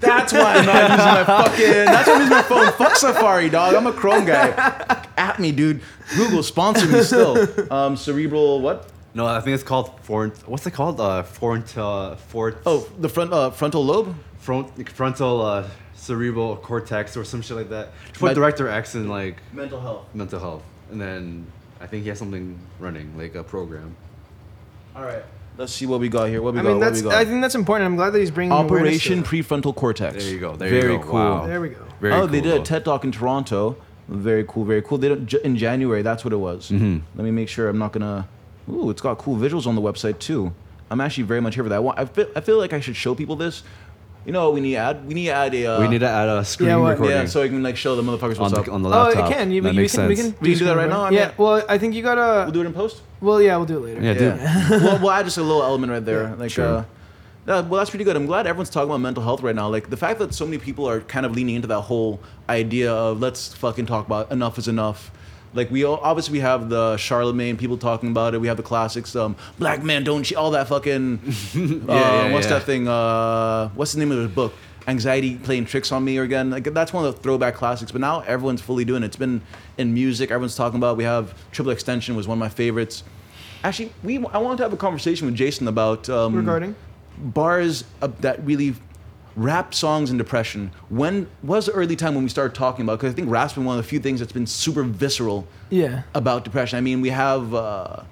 Speaker 2: That's why I'm not using my fucking. That's why I'm using my phone. Fuck Safari, dog. I'm a Chrome guy. At me, dude. Google sponsor me still. Um, cerebral what?
Speaker 1: No, I think it's called front. What's it called? Uh, front, uh, fort.
Speaker 2: Oh, the front uh, frontal lobe.
Speaker 1: front, frontal uh, cerebral cortex or some shit like that. Put
Speaker 2: But-
Speaker 1: director X in like
Speaker 2: Mental health.
Speaker 1: mental health, and then I think he has something running like a program.
Speaker 2: All right. Let's see what we got here. What we
Speaker 5: I
Speaker 2: got?
Speaker 5: mean,
Speaker 2: what
Speaker 5: that's.
Speaker 2: we got?
Speaker 5: I think that's important. I'm glad that he's bringing
Speaker 2: mm,
Speaker 5: awareness
Speaker 2: Operation
Speaker 5: to it.
Speaker 2: prefrontal cortex.
Speaker 1: There you go. There you
Speaker 2: Very
Speaker 1: go.
Speaker 2: cool.
Speaker 1: Wow.
Speaker 5: There we go.
Speaker 1: Very
Speaker 2: oh, they
Speaker 1: cool,
Speaker 2: did a
Speaker 1: though.
Speaker 2: TED talk in Toronto. Very cool, very cool. They don't, j- in January, that's what it was.
Speaker 1: Mm-hmm.
Speaker 2: Let me make sure I'm not gonna. Ooh, it's got cool visuals on the website too. I'm actually very much here for that. I wa- I feel, I feel like I should show people this. You know, what we need to add. We need to add a. Uh,
Speaker 1: we need to add a screen
Speaker 5: Yeah, what-
Speaker 1: recording
Speaker 2: Yeah, so I can like show the motherfuckers
Speaker 1: on
Speaker 2: what's
Speaker 1: the
Speaker 2: up.
Speaker 1: on the
Speaker 5: Oh,
Speaker 1: laptop.
Speaker 5: it can. You,
Speaker 1: that
Speaker 5: you
Speaker 1: makes
Speaker 5: can,
Speaker 1: sense.
Speaker 5: We can,
Speaker 2: We can do that right
Speaker 5: screen
Speaker 2: now? I
Speaker 5: recording.
Speaker 2: mean-
Speaker 5: Yeah. Well, I think you gotta.
Speaker 2: we'll do it in post.
Speaker 5: well, yeah, we'll do it later.
Speaker 1: yeah, dude.
Speaker 2: well, well, add just a little element right there. Like,
Speaker 1: Sure.
Speaker 2: uh, uh, well, that's pretty good. I'm glad everyone's talking about mental health right now. Like the fact that so many people are kind of leaning into that whole idea of let's fucking talk about enough is enough. Like we all, obviously we have the Charlemagne people talking about it. We have the classics, um, black man don't cheat, all that fucking. uh,
Speaker 1: yeah,
Speaker 2: what's
Speaker 1: yeah.
Speaker 2: that thing? Uh, what's the name of the book? Anxiety playing tricks on me again. Like that's one of the throwback classics. But now everyone's fully doing it. It's been in music. Everyone's talking about. it. We have Triple Extension was one of my favorites. Actually, we I wanted to have a conversation with Jason about um,
Speaker 5: Regarding?
Speaker 2: bars uh, that really rap songs and depression. When was the early time when we started talking about? Because I think rap's been one of the few things that's been super visceral
Speaker 5: Yeah.
Speaker 2: about depression. I mean, we have uh,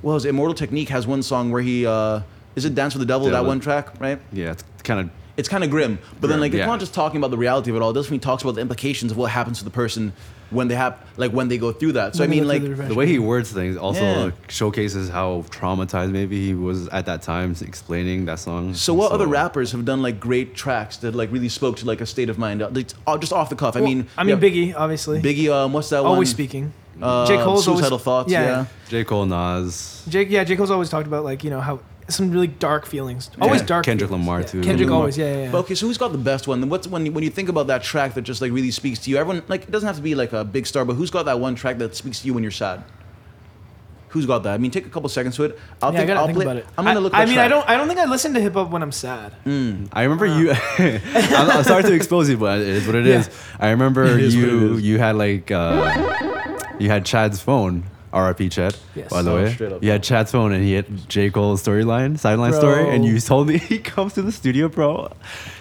Speaker 2: well, his Immortal Technique has one song where he uh, is it Dance with the Devil that
Speaker 1: Devil.
Speaker 2: one track, right?
Speaker 1: Yeah, it's kind of
Speaker 2: It's kind of grim, but then
Speaker 1: Grim,
Speaker 2: like it's
Speaker 1: yeah.
Speaker 2: not just talking about the reality of it all. It definitely talks about the implications of what happens to the person when they have like when they go through that. So
Speaker 5: When
Speaker 2: I
Speaker 5: they
Speaker 2: mean
Speaker 5: go through
Speaker 2: like
Speaker 5: the depression.
Speaker 1: the way he words things also
Speaker 2: Yeah.
Speaker 1: like, showcases how traumatized maybe he was at that time explaining that song.
Speaker 2: So what other rappers have done like great tracks that like really spoke to like a state of mind? Uh, like, uh, just off the cuff. I
Speaker 5: Well,
Speaker 2: mean,
Speaker 5: I mean,
Speaker 2: yeah,
Speaker 5: Biggie, obviously.
Speaker 2: Biggie. Um, what's that one?
Speaker 5: always speaking.
Speaker 2: Uh,
Speaker 5: J. Cole's always-
Speaker 2: suicidal thoughts.
Speaker 5: yeah.
Speaker 2: Yeah.
Speaker 1: J Cole, Nas,
Speaker 5: Jake, yeah, Jake Cole's always talked about like you know how some really dark feelings, always
Speaker 2: Yeah.
Speaker 5: dark.
Speaker 1: Kendrick
Speaker 5: feelings.
Speaker 1: Lamar,
Speaker 5: Yeah.
Speaker 1: too.
Speaker 5: Kendrick
Speaker 1: Kendrick
Speaker 5: always, yeah, yeah. yeah.
Speaker 2: But okay, so who's got the best one? Then What's when you, when you think about that track that just like really speaks to you? Everyone like it doesn't have to be like a big star, but who's got that one track that speaks to you when you're sad? Who's got that? I mean, take a couple seconds to it. I'll
Speaker 5: Yeah, I
Speaker 2: think,
Speaker 5: gotta
Speaker 2: I'll
Speaker 5: think
Speaker 2: play,
Speaker 5: about it.
Speaker 2: I'm gonna
Speaker 5: I-
Speaker 2: look. up Mm.
Speaker 5: I
Speaker 2: the
Speaker 5: mean, I
Speaker 2: track.
Speaker 5: don't. I don't think I listen to hip hop when I'm sad.
Speaker 1: I remember you. I'm, I'm sorry to expose you, but it is what it
Speaker 5: Yeah.
Speaker 1: is. I remember
Speaker 2: It is what it
Speaker 1: you.
Speaker 2: is.
Speaker 1: You had like uh, you had Chad's phone. RIP Chad.
Speaker 5: Yes.
Speaker 1: By the
Speaker 2: Oh,
Speaker 1: way,
Speaker 2: straight up.
Speaker 1: you had Chad's phone and he had J Cole's storyline, sideline story, and
Speaker 5: Bro.
Speaker 1: you told me he comes to the studio, bro.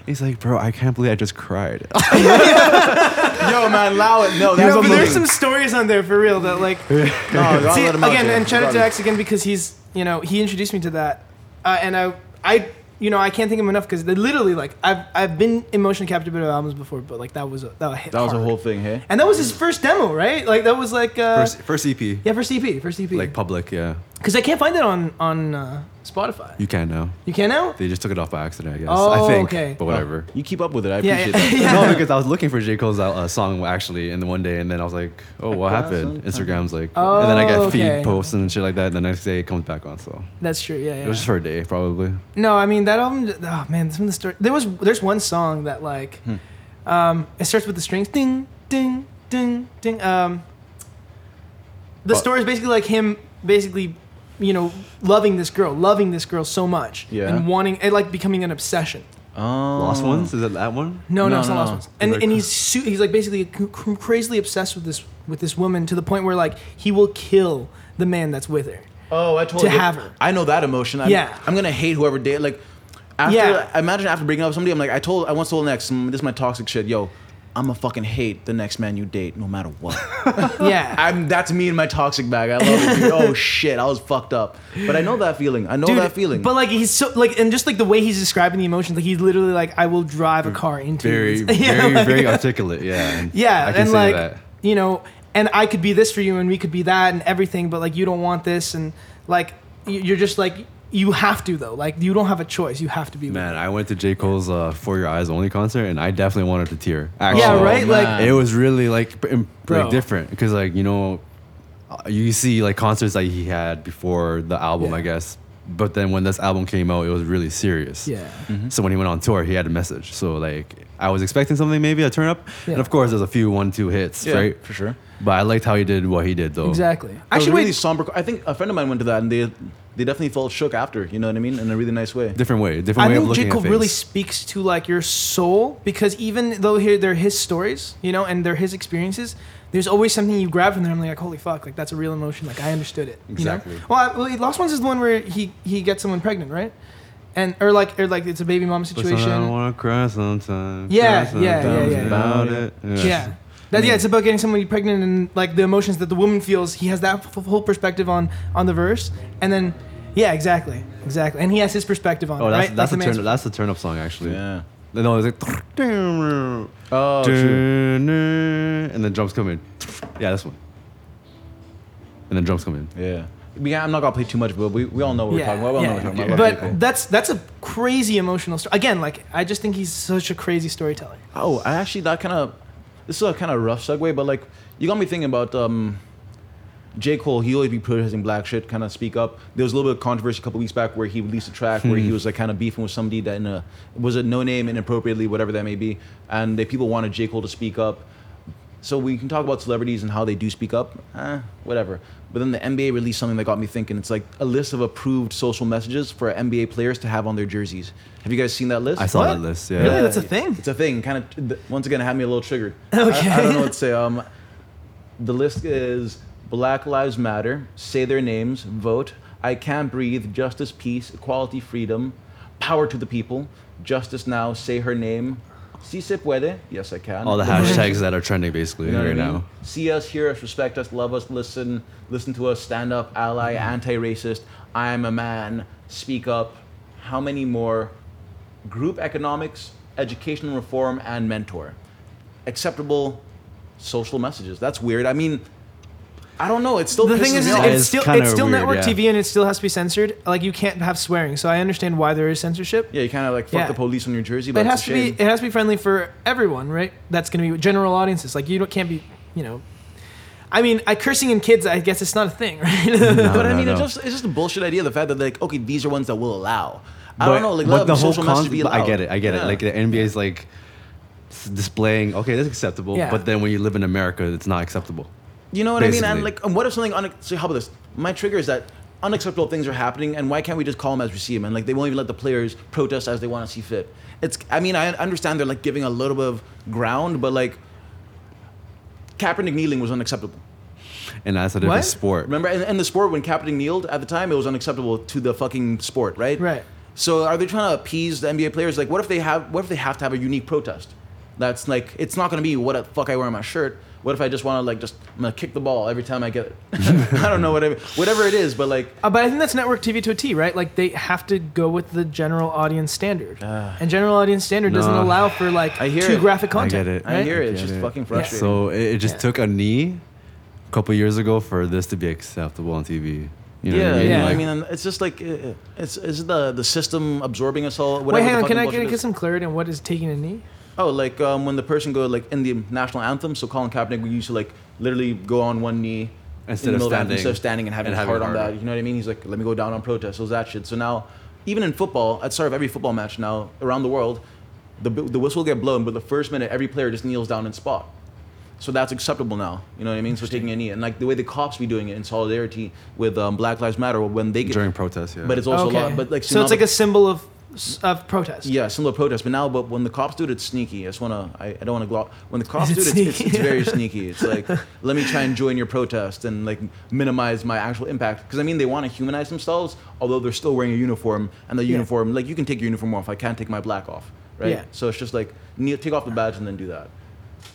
Speaker 1: He's like, bro, I can't believe I just cried.
Speaker 2: Yo, man, allow it. No, that's
Speaker 5: No, but
Speaker 2: amazing.
Speaker 5: there's some stories on there for real that like.
Speaker 2: No, don't
Speaker 5: See,
Speaker 2: let him out
Speaker 5: again,
Speaker 2: there.
Speaker 5: and shout out to
Speaker 2: Regardless.
Speaker 5: X again because he's you know he introduced me to that, uh, and I I you know I can't thank him enough because literally like I've I've been emotionally captivated by albums before, but like that was a, that hit
Speaker 2: That was a
Speaker 5: hard.
Speaker 2: whole thing, hey?
Speaker 5: and that was his first demo, right? Like that was like uh,
Speaker 1: first, first EP,
Speaker 5: yeah, first EP, first EP,
Speaker 1: like public, yeah.
Speaker 5: because I can't find it on on uh, Spotify.
Speaker 1: You can now.
Speaker 5: You can now.
Speaker 1: They just took it off by accident, I guess.
Speaker 5: Oh,
Speaker 1: I think,
Speaker 5: okay.
Speaker 1: but whatever.
Speaker 2: You keep up with it. I
Speaker 5: Yeah,
Speaker 2: appreciate
Speaker 5: yeah.
Speaker 2: that.
Speaker 1: No, because I was looking for J. Cole's uh, song actually, and then one day, and then I was like, oh, what
Speaker 2: got
Speaker 1: happened?
Speaker 2: something.
Speaker 1: Instagram's like, and then I
Speaker 5: Oh,
Speaker 1: get feed
Speaker 5: okay.
Speaker 1: posts and shit like that. And the next day, it comes back on. So
Speaker 5: That's true. Yeah, yeah.
Speaker 1: it was just for a day, probably.
Speaker 5: No, I mean that album. Oh man, this one the story. There was there's one song that like, um, it starts with the strings ding ding ding ding. Um, the
Speaker 1: Oh.
Speaker 5: story is basically like him basically, you know, loving this girl, loving this girl so much,
Speaker 2: Yeah.
Speaker 5: and wanting it like becoming an obsession.
Speaker 1: Lost ones? Is it that one?
Speaker 5: No, no,
Speaker 2: No,
Speaker 5: it's not
Speaker 2: no,
Speaker 5: Lost
Speaker 2: no.
Speaker 5: Ones. And
Speaker 1: Like-
Speaker 5: and he's su- he's like basically c- c- crazily obsessed with this with this woman to the point where like he will kill the man that's with her.
Speaker 2: Oh, I totally
Speaker 5: To
Speaker 2: get-
Speaker 5: have her.
Speaker 2: I know that emotion. I'm,
Speaker 5: Yeah.
Speaker 2: I'm gonna hate whoever did. Like, after
Speaker 5: Yeah.
Speaker 2: imagine after breaking up with somebody, I'm like, I told, I once told next, this is my toxic shit. Yo, I'm gonna fucking hate the next man you date, no matter what.
Speaker 5: Yeah.
Speaker 2: I'm that's me in my toxic bag. I love it. dude. oh shit, I was fucked up. But I know that feeling. I know
Speaker 5: Dude,
Speaker 2: that feeling.
Speaker 5: But like he's so like, and just like the way he's describing the emotions, like he's literally like, I will drive a car into
Speaker 1: Very,
Speaker 5: you. Yeah,
Speaker 1: very,
Speaker 5: like-
Speaker 1: very articulate. Yeah. and
Speaker 5: yeah,
Speaker 1: I can
Speaker 5: and
Speaker 1: say
Speaker 5: like
Speaker 1: that.
Speaker 5: you know, and I could be this for you, and we could be that, and everything, but like you don't want this, and like you- you're just like you have to though, like you don't have a choice, you have to be. with
Speaker 1: Man, I went to J. Cole's uh, For Your Eyes Only concert, and I definitely wanted to tear. Actually.
Speaker 5: Yeah, right? Like-
Speaker 2: man.
Speaker 1: it was really like p- im-
Speaker 5: Bro.
Speaker 1: like different because like you know uh, you see like concerts that he had before the album
Speaker 5: Yeah.
Speaker 1: i guess but then when this album came out it was really serious
Speaker 5: Yeah.
Speaker 2: Mm-hmm.
Speaker 1: so when he went on tour he had a message so like i was expecting something maybe a turn up
Speaker 5: Yeah.
Speaker 1: and of course there's a few one two hits
Speaker 2: Yeah,
Speaker 1: right
Speaker 2: for sure.
Speaker 1: but i liked how he did what he did though
Speaker 5: Exactly.
Speaker 2: That was
Speaker 5: Actually,
Speaker 2: a really
Speaker 5: wait.
Speaker 2: somber. I think a friend of mine went to that, and they they definitely felt shook after. You know what I mean? In a really nice way.
Speaker 1: different way different
Speaker 5: I
Speaker 1: way of
Speaker 5: think
Speaker 1: looking
Speaker 5: J.
Speaker 1: at
Speaker 5: Cole
Speaker 1: things
Speaker 5: really speaks to like your soul because even though here they're his stories, you know, and they're his experiences, there's always something you grab from there. I'm like, holy fuck, like that's a real emotion. Like I understood it. You
Speaker 1: Exactly.
Speaker 5: know? Well, I, well, Lost Ones is the one where he he gets someone pregnant, right? And or like or like it's a baby mom
Speaker 1: But I don't
Speaker 5: situation.
Speaker 1: wanna cry sometimes.
Speaker 5: Yeah,
Speaker 1: cry
Speaker 5: yeah, yeah,
Speaker 1: sometimes
Speaker 5: yeah, yeah.
Speaker 1: About it.
Speaker 5: Yeah. That, yeah, it's about getting somebody pregnant and like the emotions that the woman feels. He has that f- whole perspective on on the verse, and then, yeah, exactly, exactly. And he has his perspective on. it,
Speaker 1: Oh, that's
Speaker 5: right?
Speaker 1: that's
Speaker 5: Like
Speaker 1: a
Speaker 5: the
Speaker 1: turn.
Speaker 5: man's-
Speaker 1: That's a turn up song actually.
Speaker 2: Yeah.
Speaker 1: No, it's like.
Speaker 2: Oh, true.
Speaker 1: and then drums come in. Yeah, this one. And then drums come in.
Speaker 2: Yeah. Yeah, I'm not gonna play too much, but we, we all know what we're talking about. We all know what we're talking about.
Speaker 5: But that's that's a crazy emotional story. Again, like I just think he's such a crazy storyteller.
Speaker 2: Oh, I actually that kind of this is a kind of rough segue, but like you got me thinking about um, J Cole. He always be protesting black shit, kind of speak up. There was a little bit of controversy a couple weeks back where he released a track where he was like kind of beefing with somebody that in a, was a no name inappropriately, whatever that may be, and the people wanted J Cole to speak up. So we can talk about celebrities and how they do speak up, eh, whatever. But then the NBA released something that got me thinking. It's like a list of approved social messages for NBA players to have on their jerseys. Have you guys seen that list?
Speaker 1: I saw
Speaker 5: What?
Speaker 1: that list. Yeah.
Speaker 5: Really? That's a thing?
Speaker 2: It's a thing. Kind of. Once again, it had me a little triggered.
Speaker 5: Okay.
Speaker 2: I, I don't know what to say. Um, the list is Black Lives Matter. Say their names. Vote. I can't breathe. Justice, peace, equality, freedom, power to the people. Justice now. Say her name. Si se puede. Yes, I can.
Speaker 1: All the hashtags that are trending basically
Speaker 2: You know what
Speaker 1: right
Speaker 2: I mean?
Speaker 1: now.
Speaker 2: See us, hear us, respect us, love us, listen, listen to us, stand up, ally, anti-racist. I am a man. Speak up. How many more? Group economics, education reform, and mentor. Acceptable social messages. That's weird. I mean, I don't know. It's still
Speaker 5: The thing
Speaker 2: pisses
Speaker 5: is,
Speaker 2: me
Speaker 5: is
Speaker 2: off.
Speaker 1: That
Speaker 5: it's
Speaker 1: is
Speaker 5: still
Speaker 1: kinda
Speaker 5: it's still
Speaker 1: weird,
Speaker 5: network
Speaker 1: yeah.
Speaker 5: TV and it still has to be censored. Like you can't have swearing, so I understand why there is censorship.
Speaker 2: yeah, you kind of like fuck
Speaker 5: Yeah.
Speaker 2: the police on your jersey, but
Speaker 5: But it has
Speaker 2: it's a
Speaker 5: to be
Speaker 2: shame.
Speaker 5: it has to be friendly for everyone, right? That's going to be general audiences. Like you don't, can't be, you know. I mean, I cursing in kids. I guess it's not a thing, right?
Speaker 1: No,
Speaker 2: But I
Speaker 1: no,
Speaker 2: mean,
Speaker 1: no.
Speaker 2: it's just it's just a bullshit idea. The fact that like, okay, these are ones that will allow. I
Speaker 1: But-
Speaker 2: don't know. Like,
Speaker 1: but
Speaker 2: let
Speaker 1: the whole
Speaker 2: social message
Speaker 1: con-
Speaker 2: be
Speaker 1: but
Speaker 2: allowed.
Speaker 1: I get it. I get
Speaker 2: Yeah.
Speaker 1: it. Like the NBA is like s- displaying. Okay, that's acceptable.
Speaker 5: Yeah.
Speaker 1: But then when you live in America, it's not acceptable.
Speaker 2: You know what I mean? And
Speaker 1: Basically.
Speaker 2: like, and what if something? Un- so how about this? My trigger is that unacceptable things are happening, and why can't we just call them as we see them? And like, they won't even let the players protest as they want to see fit. It's. I mean, I understand they're like giving a little bit of ground, but like, Kaepernick kneeling was unacceptable.
Speaker 1: and that's a different
Speaker 5: What?
Speaker 1: sport.
Speaker 2: Remember, and, and the sport when Kaepernick kneeled at the time, it was unacceptable to the fucking sport, right?
Speaker 5: Right.
Speaker 2: So are they trying to appease the NBA players? Like, what if they have? What if they have to have a unique protest? That's like, it's not going to be what the fuck I wear on my shirt. What if I just want to like just I'm gonna kick the ball every time I get it? I don't know whatever whatever it is, but like
Speaker 5: Uh, but I think that's network TV to a T, right? Like they have to go with the general audience standard, and general audience standard doesn't
Speaker 1: No.
Speaker 5: allow for like
Speaker 2: I hear
Speaker 5: too
Speaker 2: it.
Speaker 5: graphic
Speaker 1: I
Speaker 5: content.
Speaker 1: get it.
Speaker 2: I
Speaker 5: right?
Speaker 2: hear it. It's
Speaker 1: Get
Speaker 2: just
Speaker 1: it.
Speaker 2: fucking
Speaker 1: Yeah.
Speaker 2: frustrating.
Speaker 1: So it, it just
Speaker 5: Yeah.
Speaker 1: took a knee a couple years ago for this to be acceptable on TV. You know
Speaker 2: yeah,
Speaker 1: what I mean?
Speaker 5: yeah.
Speaker 2: yeah. I
Speaker 1: Like,
Speaker 2: mean, and it's just like uh, it's is the the system absorbing us all.
Speaker 5: Wait,
Speaker 2: Whatever the
Speaker 5: hang on. Can
Speaker 2: fucking
Speaker 5: I
Speaker 2: bullshit
Speaker 5: get, get
Speaker 2: is.
Speaker 5: some clarity on what is taking a knee?
Speaker 2: Oh, like um, when the person go like in the national anthem. So Colin Kaepernick, we used to like literally go on one knee
Speaker 1: Instead
Speaker 2: in the
Speaker 1: of
Speaker 2: middle the anthem,
Speaker 1: standing.
Speaker 2: instead of standing and having
Speaker 1: And
Speaker 2: his
Speaker 1: having
Speaker 2: heart on
Speaker 1: heart.
Speaker 2: that. You know what I mean? He's like, let me go down on protest. So it's that shit. So now, even in football, at the start of every football match now around the world, the b- the whistle will get blown, but the first minute every player just kneels down in spot. So that's acceptable now. You know what I mean? So taking a knee and like the way the cops be doing it in solidarity with um, Black Lives Matter when they get
Speaker 1: during protests, yeah.
Speaker 2: but it's also Oh, a lot. But like
Speaker 5: so
Speaker 2: now
Speaker 5: it's like
Speaker 2: the-
Speaker 5: a symbol of of protest.
Speaker 2: yeah, similar protest. But now, but when the cops do it, it's sneaky. I just wanna, I, I don't wanna gloss. When the cops
Speaker 5: Is
Speaker 2: do
Speaker 5: it
Speaker 2: it, it's, it's,
Speaker 5: sneaky?
Speaker 2: it's very sneaky. It's like, let me try and join your protest and like minimize my actual impact. Because I mean, they want to humanize themselves, although they're still wearing a uniform, and the
Speaker 5: Yeah.
Speaker 2: uniform, like you can take your uniform off. I can't take my black off, right?
Speaker 5: Yeah.
Speaker 2: So it's just like, kneel, take off the badge and then do that.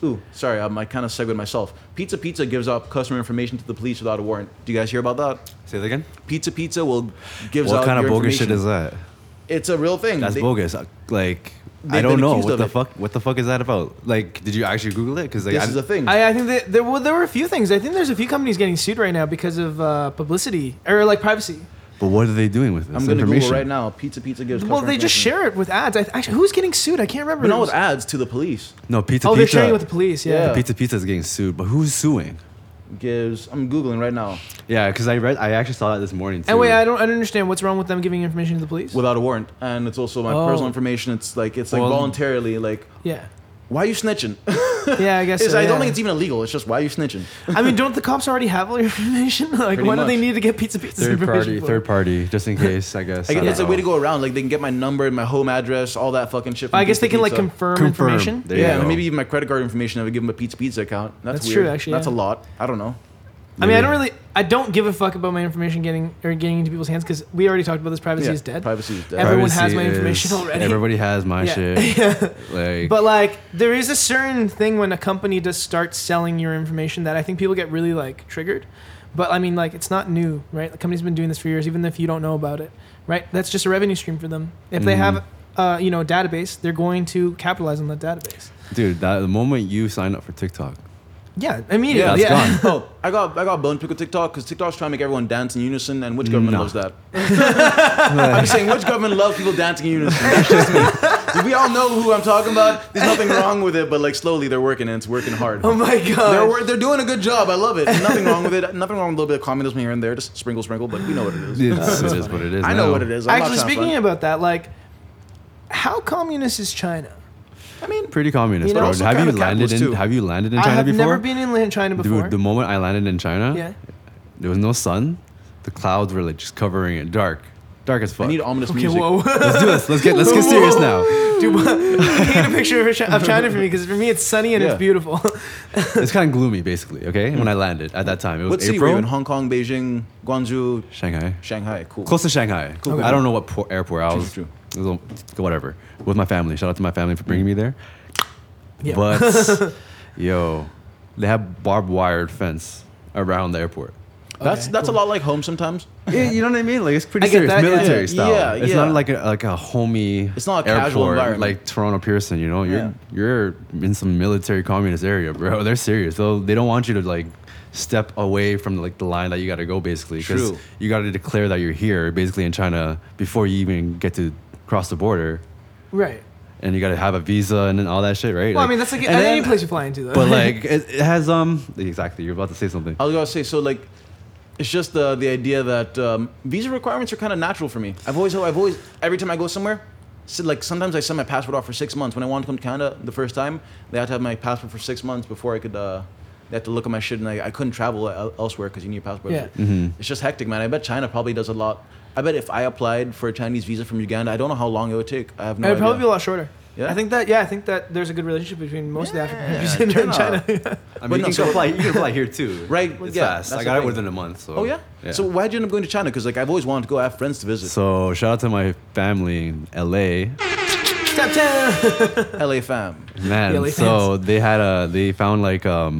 Speaker 2: Ooh, sorry, um, I kind of segued myself. Pizza Pizza gives out customer information to the police without a warrant. Do you guys hear about that?
Speaker 1: Say that again.
Speaker 2: Pizza Pizza will gives
Speaker 1: What
Speaker 2: out
Speaker 1: kind of
Speaker 2: your
Speaker 1: bogus shit
Speaker 2: information.
Speaker 1: is that?
Speaker 2: It's a real thing.
Speaker 1: That's
Speaker 2: They-
Speaker 1: bogus. Uh, Like I
Speaker 2: They've
Speaker 1: don't
Speaker 2: been
Speaker 1: know
Speaker 2: accused
Speaker 1: what
Speaker 2: of
Speaker 1: the
Speaker 2: it.
Speaker 1: fuck. What the fuck is that about? Like, did you actually Google it? Because like,
Speaker 2: This
Speaker 1: I'm-
Speaker 2: is a thing.
Speaker 5: I, I think that there were, there were a few things. I think there's a few companies getting sued right now because of uh, publicity or like privacy.
Speaker 1: But what are they doing with this
Speaker 2: I'm gonna Google
Speaker 1: information?
Speaker 2: right now. Pizza Pizza gives.
Speaker 5: Well,
Speaker 2: customer
Speaker 5: they just
Speaker 2: information.
Speaker 5: share it with ads. I th- actually, who's getting sued? I can't remember.
Speaker 2: But not
Speaker 5: It
Speaker 2: with
Speaker 5: was-
Speaker 2: ads to the police.
Speaker 1: No, pizza.
Speaker 5: oh, they're
Speaker 1: pizza,
Speaker 5: sharing it with the police. Yeah.
Speaker 2: Yeah.
Speaker 1: Pizza Pizza is getting sued, but who's suing?
Speaker 2: Gives. I'm googling right now
Speaker 1: Yeah, because I read. I actually saw that this morning. Too.
Speaker 5: And wait, I don't, I don't understand what's wrong with them giving information to the police.
Speaker 2: without a warrant, and it's also my
Speaker 5: Oh.
Speaker 2: personal information. It's like it's like
Speaker 1: Well-
Speaker 2: voluntarily. Like,
Speaker 5: yeah.
Speaker 2: why are you snitching?
Speaker 5: Yeah, I guess.
Speaker 2: It's-
Speaker 5: so,
Speaker 2: I
Speaker 5: yeah.
Speaker 2: don't think it's even illegal. It's just why are you snitching?
Speaker 5: I mean, don't the cops already have all your information? Like,
Speaker 2: Pretty
Speaker 5: why do they
Speaker 2: much.
Speaker 5: need to get pizza pizza
Speaker 1: Third
Speaker 5: information?
Speaker 1: party.
Speaker 5: for?
Speaker 1: Third party. Just in case, I guess.
Speaker 2: I
Speaker 1: I
Speaker 2: guess
Speaker 1: don't
Speaker 2: it's a way to
Speaker 1: know.
Speaker 2: go around. Like they can get my number and my home address, all that fucking shit. from
Speaker 5: I guess
Speaker 2: Pizza
Speaker 5: they can like
Speaker 2: Pizza.
Speaker 5: confirm,
Speaker 1: Confirm.
Speaker 5: information.
Speaker 1: There you
Speaker 2: Yeah,
Speaker 1: go.
Speaker 2: and maybe even my credit card information. I would give them a Pizza Pizza account. That's,
Speaker 5: That's
Speaker 2: weird.
Speaker 5: true, actually,
Speaker 2: That's
Speaker 5: yeah.
Speaker 2: a lot. I don't know.
Speaker 5: I mean, I don't
Speaker 1: Maybe.
Speaker 5: really, I don't give a fuck about my information getting or getting into people's hands because we already talked about this. Privacy
Speaker 2: Yeah,
Speaker 5: is dead.
Speaker 2: Privacy is dead.
Speaker 5: Everyone
Speaker 1: Privacy
Speaker 5: has my information
Speaker 1: is-
Speaker 5: already.
Speaker 1: Everybody has my
Speaker 5: Yeah.
Speaker 1: shit. Like,
Speaker 5: But like, there is a certain thing when a company does start selling your information that I think people get really like triggered. But I mean, like, it's not new, right? The company's been doing this for years, even if you don't know about it, right? That's just a revenue stream for them. If they have,
Speaker 1: Mm-hmm.
Speaker 5: uh, you know, a database, they're going to capitalize on that database.
Speaker 1: dude, that, the moment you sign up for TikTok,
Speaker 5: Yeah, immediately.
Speaker 1: that's gone.
Speaker 5: Yeah,
Speaker 2: oh, I got I got boned pick with TikTok because TikTok's trying to make everyone dance in unison, and which government
Speaker 1: No.
Speaker 2: loves that? I'm just saying, which government loves people dancing in unison? That's just me. We all know who I'm talking about. There's nothing wrong with it, but like slowly they're working and it's working hard.
Speaker 5: oh my
Speaker 2: they're,
Speaker 5: god.
Speaker 2: wor- they're doing a good job. I love it. Nothing wrong with it. Nothing wrong with a little bit of communism here and there. Just sprinkle, sprinkle, but we know what it is.
Speaker 1: it's, it is what it is.
Speaker 2: I know
Speaker 1: now.
Speaker 2: what it is. I'm
Speaker 5: Actually,
Speaker 2: not trying to
Speaker 5: speaking
Speaker 2: front.
Speaker 5: about that, like, how communist is China?
Speaker 2: I mean,
Speaker 1: Pretty communist,
Speaker 5: You know,
Speaker 1: bro.
Speaker 5: also
Speaker 1: Have you
Speaker 2: kinda
Speaker 1: landed
Speaker 2: capitalist
Speaker 1: in?
Speaker 2: too.
Speaker 1: Have you landed in
Speaker 5: I
Speaker 1: China
Speaker 5: have
Speaker 1: before?
Speaker 5: never been in land- China before.
Speaker 1: Dude, the moment I landed in China,
Speaker 5: yeah.
Speaker 1: there was no sun. The clouds were like just covering it, dark, dark as fuck.
Speaker 2: I need ominous
Speaker 5: Okay,
Speaker 2: music.
Speaker 5: whoa.
Speaker 1: let's do this. Let's get let's get serious now.
Speaker 5: Dude, what- paint a picture of, Chi- of China for me because for me it's sunny and
Speaker 2: Yeah.
Speaker 5: it's beautiful.
Speaker 1: It's kind of gloomy, basically. Okay, when I landed at that time, it was
Speaker 2: What city were
Speaker 1: April.
Speaker 2: you in? Hong Kong, Beijing, Guangzhou,
Speaker 1: Shanghai,
Speaker 2: Shanghai. Cool.
Speaker 1: close to Shanghai.
Speaker 2: Cool.
Speaker 1: I don't know what port, airport I
Speaker 2: True,
Speaker 1: was.
Speaker 2: true.
Speaker 1: it was a- whatever. With my family. Shout out to my family for bringing me there.
Speaker 5: Yeah.
Speaker 1: But yo, they have barbed wired fence around the airport.
Speaker 2: That's
Speaker 5: Okay,
Speaker 2: that's
Speaker 5: cool.
Speaker 2: a lot like home sometimes.
Speaker 1: Yeah, you know what I mean? Like it's pretty
Speaker 5: I get
Speaker 1: serious,
Speaker 5: that, yeah.
Speaker 1: military
Speaker 2: Yeah,
Speaker 1: style.
Speaker 2: yeah,
Speaker 1: it's
Speaker 2: yeah.
Speaker 1: not like a like a homey.
Speaker 2: It's not a casual environment.
Speaker 1: like Toronto Pearson. You know, you're
Speaker 2: Yeah.
Speaker 1: you're in some military communist area, bro. They're serious. They they don't want you to like step away from like the line that you got to go basically
Speaker 2: True.
Speaker 1: you got to declare that you're here basically in China before you even get to cross the border
Speaker 5: right.
Speaker 1: and you got to have a visa and then all that shit right
Speaker 5: Well, I
Speaker 1: Like-
Speaker 5: mean that's like
Speaker 1: and
Speaker 5: any
Speaker 1: then-
Speaker 5: place you fly into though.
Speaker 1: but like it, it has um exactly you're about to say something
Speaker 2: I was gonna say so like it's just the the idea that um, visa requirements are kind of natural for me. I've always I've always every time I go somewhere, so like sometimes I send my passport off for six months. When I wanted to come to Canada the first time, they had to have my passport for six months before I could. Uh, they had to look at my shit, and I, I couldn't travel el- elsewhere because you need a passport.
Speaker 5: Yeah.
Speaker 1: Mm-hmm.
Speaker 2: It's just hectic, man. I bet China probably does a lot. I bet if I applied for a Chinese visa from Uganda, I don't know how long it would take. I have no
Speaker 5: it would
Speaker 2: idea.
Speaker 5: probably be a lot shorter.
Speaker 2: Yeah.
Speaker 5: I think that yeah, I think that there's a good relationship between most of the African
Speaker 2: Yeah,
Speaker 5: countries and and
Speaker 2: China.
Speaker 5: China.
Speaker 1: I mean,
Speaker 2: But no,
Speaker 1: you, can
Speaker 2: so-
Speaker 1: go fly, you can fly here too.
Speaker 2: Right,
Speaker 1: It's
Speaker 2: yeah,
Speaker 1: fast.
Speaker 2: that's
Speaker 1: I
Speaker 2: the
Speaker 1: got it
Speaker 2: thing.
Speaker 1: within a month. So,
Speaker 2: Oh yeah? So why'd you end up going to China? Because like I've always wanted to go. I have friends to visit.
Speaker 1: So shout out to my family in LA.
Speaker 5: Tap, tap.
Speaker 2: LA fam.
Speaker 1: Man,
Speaker 5: LA
Speaker 1: so they had a they found like um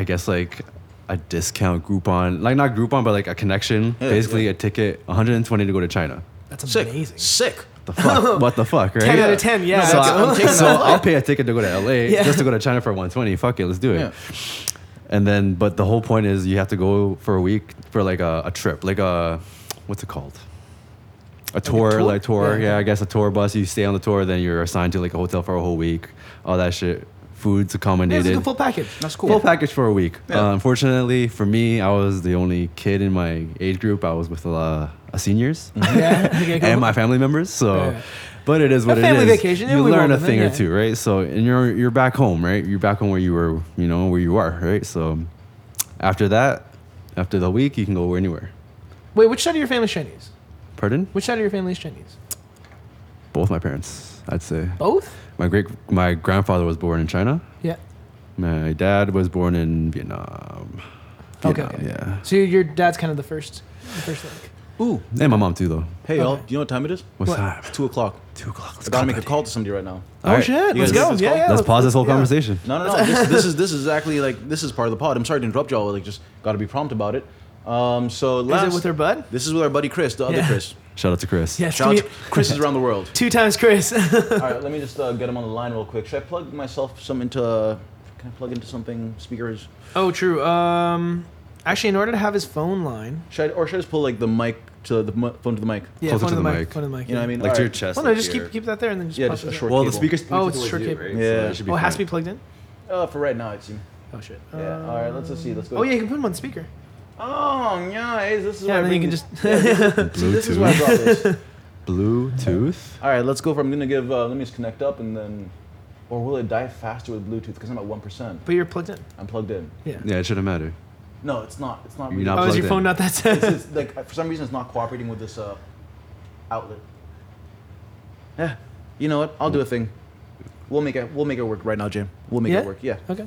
Speaker 1: I guess like a discount Groupon, like not Groupon, but like a connection.
Speaker 2: Yeah,
Speaker 1: Basically,
Speaker 2: yeah.
Speaker 1: a ticket, 120 to go to China.
Speaker 5: That's
Speaker 2: Sick.
Speaker 5: amazing.
Speaker 2: Sick.
Speaker 1: The fuck? what the fuck, right?
Speaker 5: Ten out of ten. Yeah.
Speaker 1: So,
Speaker 5: that's-
Speaker 2: I'm
Speaker 1: I,
Speaker 2: taking
Speaker 1: so
Speaker 2: that.
Speaker 1: I'll pay a ticket to go to LA
Speaker 5: Yeah.
Speaker 1: just to go to China for 120. Fuck it, let's do it.
Speaker 2: Yeah.
Speaker 1: And then, but the whole point is you have to go for a week for like a, a trip, like a what's it called? A tour, like,
Speaker 2: tour?
Speaker 1: tour.
Speaker 5: Yeah.
Speaker 1: Yeah. I guess a tour bus. You stay on the tour, then you're assigned to like a hotel for a whole week. All that shit, food's
Speaker 5: yeah, it's
Speaker 1: accommodated.
Speaker 5: like a full package.
Speaker 2: That's cool.
Speaker 1: Full package for a week.
Speaker 2: Yeah.
Speaker 1: Uh, unfortunately, for me, I was the only kid in my age group. I was with a lot of seniors
Speaker 5: yeah. Okay, cool.
Speaker 1: and my family members. So,
Speaker 5: Yeah.
Speaker 1: but it is what it is.
Speaker 5: family vacation, yeah,
Speaker 1: You
Speaker 5: we
Speaker 1: learn a
Speaker 5: rolled with it,
Speaker 1: thing or
Speaker 5: yeah.
Speaker 1: two, right? So, and you're you're back home, right? You're back home where you were, you know, where you are, right? So, after that, after the week, you can go anywhere.
Speaker 5: Wait, which side of your family is Chinese?
Speaker 1: Pardon?
Speaker 5: Which side of your family is Chinese?
Speaker 1: Both my parents, I'd say.
Speaker 5: Both?
Speaker 1: My great my grandfather was born in China.
Speaker 5: Yeah.
Speaker 1: My dad was born in Vietnam.
Speaker 5: Okay,
Speaker 1: Vietnam,
Speaker 5: okay.
Speaker 1: Yeah.
Speaker 5: So your dad's kind of the first, the first link.
Speaker 2: Ooh.
Speaker 1: And my mom too, though.
Speaker 2: Hey y'all,
Speaker 5: Okay.
Speaker 2: you know what time it is?
Speaker 1: What's
Speaker 5: What?
Speaker 1: that?
Speaker 2: It's two o'clock.
Speaker 1: Two o'clock. Let's
Speaker 2: I gotta
Speaker 1: call
Speaker 2: make a
Speaker 1: that.
Speaker 2: call to somebody right now.
Speaker 1: All
Speaker 5: oh
Speaker 1: right.
Speaker 5: shit!
Speaker 2: You
Speaker 5: Let's
Speaker 2: guys
Speaker 5: go.
Speaker 2: this
Speaker 5: Yeah,
Speaker 2: call?
Speaker 5: yeah.
Speaker 1: Let's pause this whole
Speaker 5: yeah.
Speaker 1: conversation.
Speaker 2: No, no, no. this, this is this is actually like this is part of the pod. I'm sorry to interrupt y'all. Like, just got to be prompt about it. Um, so
Speaker 5: Is
Speaker 2: last,
Speaker 5: it with her bud?
Speaker 2: This is with our buddy Chris, the other
Speaker 5: Yeah.
Speaker 2: Chris.
Speaker 1: Shout out to Chris.
Speaker 5: Yes.
Speaker 2: Shout out
Speaker 5: we-
Speaker 2: to Chris is around the world.
Speaker 5: Two times Chris.
Speaker 2: All right, let me just uh, get him on the line real quick. Should I plug myself some into? Uh, can I plug into something? Speakers?
Speaker 5: oh, true. Um, actually, in order to have his phone line,
Speaker 2: Should I, or should I just pull like the mic to the mi- phone to the mic?
Speaker 5: yeah,
Speaker 1: Closer
Speaker 5: phone
Speaker 1: to
Speaker 5: the
Speaker 1: the
Speaker 5: mic,
Speaker 1: mic.
Speaker 5: phone to the mic.
Speaker 2: You know what I
Speaker 5: yeah.
Speaker 2: mean?
Speaker 1: Like to
Speaker 2: All
Speaker 1: your
Speaker 2: right.
Speaker 1: chest.
Speaker 5: Well, no,
Speaker 1: like
Speaker 5: just keep
Speaker 1: your-
Speaker 5: keep that there, and then just
Speaker 2: Yeah,
Speaker 5: pop
Speaker 2: just
Speaker 5: it
Speaker 2: a
Speaker 5: in.
Speaker 2: short
Speaker 1: Well, the
Speaker 2: cable.
Speaker 1: speaker's
Speaker 5: Oh,
Speaker 1: pointed
Speaker 5: it's a
Speaker 1: towards
Speaker 5: short
Speaker 1: you,
Speaker 5: cable.
Speaker 1: right?
Speaker 2: Yeah.
Speaker 1: So it should be
Speaker 5: Oh, it has to
Speaker 1: fine.
Speaker 5: be plugged in.
Speaker 2: Uh, for right now, it seems.
Speaker 5: Oh shit.
Speaker 2: Yeah.
Speaker 5: Uh,
Speaker 2: All right. Let's just see. Let's go.
Speaker 5: Oh yeah, you can put him on speaker.
Speaker 2: Oh yeah. hey, This is
Speaker 5: Yeah,
Speaker 2: why I
Speaker 5: and then you
Speaker 2: bring
Speaker 5: can
Speaker 2: this-
Speaker 5: just.
Speaker 2: See, this is why I brought this.
Speaker 1: Bluetooth.
Speaker 2: All right, let's go from. I'm gonna give. Uh, let me just connect up and then, or will it die faster with Bluetooth? Because I'm at one percent.
Speaker 5: but you're plugged in.
Speaker 2: I'm plugged in.
Speaker 5: Yeah.
Speaker 1: Yeah, it shouldn't matter.
Speaker 2: No, it's not. It's not.
Speaker 1: You're
Speaker 2: Really
Speaker 1: not
Speaker 5: Oh, is
Speaker 1: plugged
Speaker 5: your phone
Speaker 1: in.
Speaker 5: not that set?
Speaker 2: It's, it's like for some reason it's not cooperating with this uh, outlet. Yeah. You know what? I'll do a thing. We'll make it. We'll make it work right now, Jim. We'll make
Speaker 5: Yeah?
Speaker 2: it work. Yeah.
Speaker 5: okay.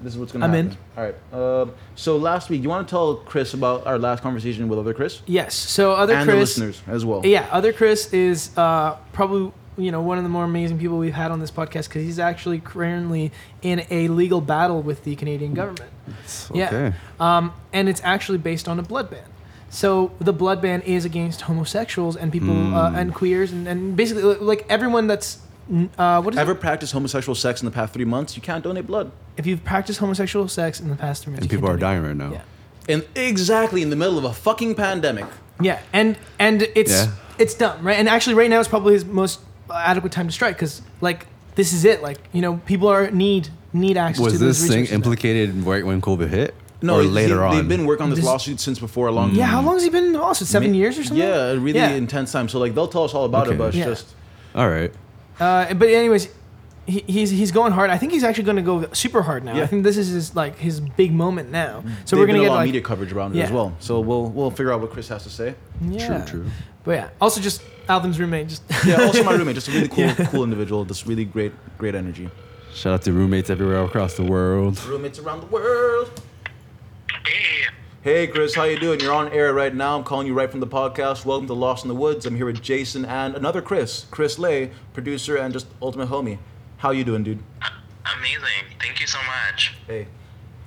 Speaker 2: This is what's gonna
Speaker 5: I'm in.
Speaker 2: happen. All right. Um, so last week, you want to tell Chris about our last conversation with other Chris
Speaker 5: Yes. So other
Speaker 2: and the
Speaker 5: Chris.
Speaker 2: listeners as well.
Speaker 5: Yeah, other Chris is uh, probably you know one of the more amazing people we've had on this podcast because he's actually currently in a legal battle with the Canadian government.
Speaker 1: It's
Speaker 5: Yeah.
Speaker 1: Okay.
Speaker 5: Um, and it's actually based on a blood ban. So the blood ban is against homosexuals and people
Speaker 1: Hmm.
Speaker 5: uh, and queers and, and basically li- like everyone that's n- uh, what is
Speaker 2: Ever
Speaker 5: it?
Speaker 2: practiced homosexual sex in the past three months? You can't donate blood.
Speaker 5: if you've practiced homosexual sex in the past three months
Speaker 1: And
Speaker 5: you
Speaker 1: people are
Speaker 5: can't do it.
Speaker 1: dying right now.
Speaker 2: And exactly in the middle of a fucking pandemic.
Speaker 5: yeah yeah and and it's
Speaker 1: Yeah.
Speaker 5: it's dumb right and actually right now is probably his most adequate time to strike because like this is it like you know people are need need access to
Speaker 1: Was
Speaker 5: these
Speaker 1: this thing
Speaker 5: resources now.
Speaker 1: implicated right when COVID hit?
Speaker 2: No,
Speaker 1: or
Speaker 2: it-
Speaker 1: later
Speaker 2: they,
Speaker 1: on.
Speaker 2: They've been working on this,
Speaker 5: This-
Speaker 2: lawsuit since before a long
Speaker 5: yeah how long has he been in the lawsuit seven
Speaker 2: Ma-
Speaker 5: years or something
Speaker 2: Yeah, a really
Speaker 5: Yeah.
Speaker 2: intense time. So like they'll tell us all about it,
Speaker 1: Okay.
Speaker 2: but it's
Speaker 5: Yeah.
Speaker 2: just
Speaker 1: All right.
Speaker 5: Uh, but anyways, he, he's he's going hard. I think he's actually going to go super hard now. I
Speaker 2: Yeah.
Speaker 5: think this is his like his big moment now. So
Speaker 2: they've
Speaker 5: we're going
Speaker 2: been a
Speaker 5: to get
Speaker 2: lot of
Speaker 5: like
Speaker 2: media coverage around it as
Speaker 5: Yeah.
Speaker 2: well. So we'll we'll figure out what Chris has to say.
Speaker 5: yeah.
Speaker 1: True, true.
Speaker 5: But yeah, also just Alvin's roommate. Just
Speaker 2: Yeah, also my roommate, just a really cool cool individual, just really great great energy.
Speaker 1: Shout out to roommates everywhere across the world.
Speaker 2: Roommates around the world. Hey Chris, how you doing? You're on air right now. I'm calling you right from the podcast. Welcome to Lost in the Woods. I'm here with Jason and another Chris, Chris Lay, producer and just ultimate homie. How you doing, dude?
Speaker 6: Amazing. Thank you so much.
Speaker 2: Hey,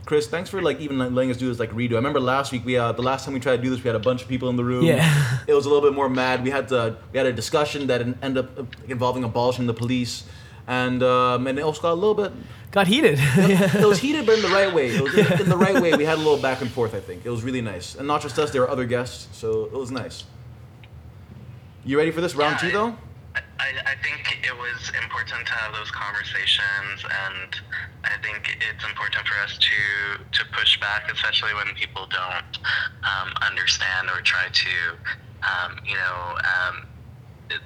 Speaker 2: Chris, thanks for like even like, letting us do this like redo. I remember last week we uh, the last time we tried to do this, we had a bunch of people in the room.
Speaker 5: Yeah.
Speaker 2: it was a little bit more mad. We had to we had a discussion that en- ended up uh, involving abolishing the police, and um, and it also got a little bit
Speaker 5: got heated.
Speaker 2: it was heated, but in the right way. It was in, in the right way. We had a little back and forth. I think it was really nice, and not just us. There were other guests, so it was nice. You ready for this round two though?
Speaker 6: I, I think it was important to have those conversations, and I think it's important for us to to push back, especially when people don't um, understand or try to, um, you know, um, it-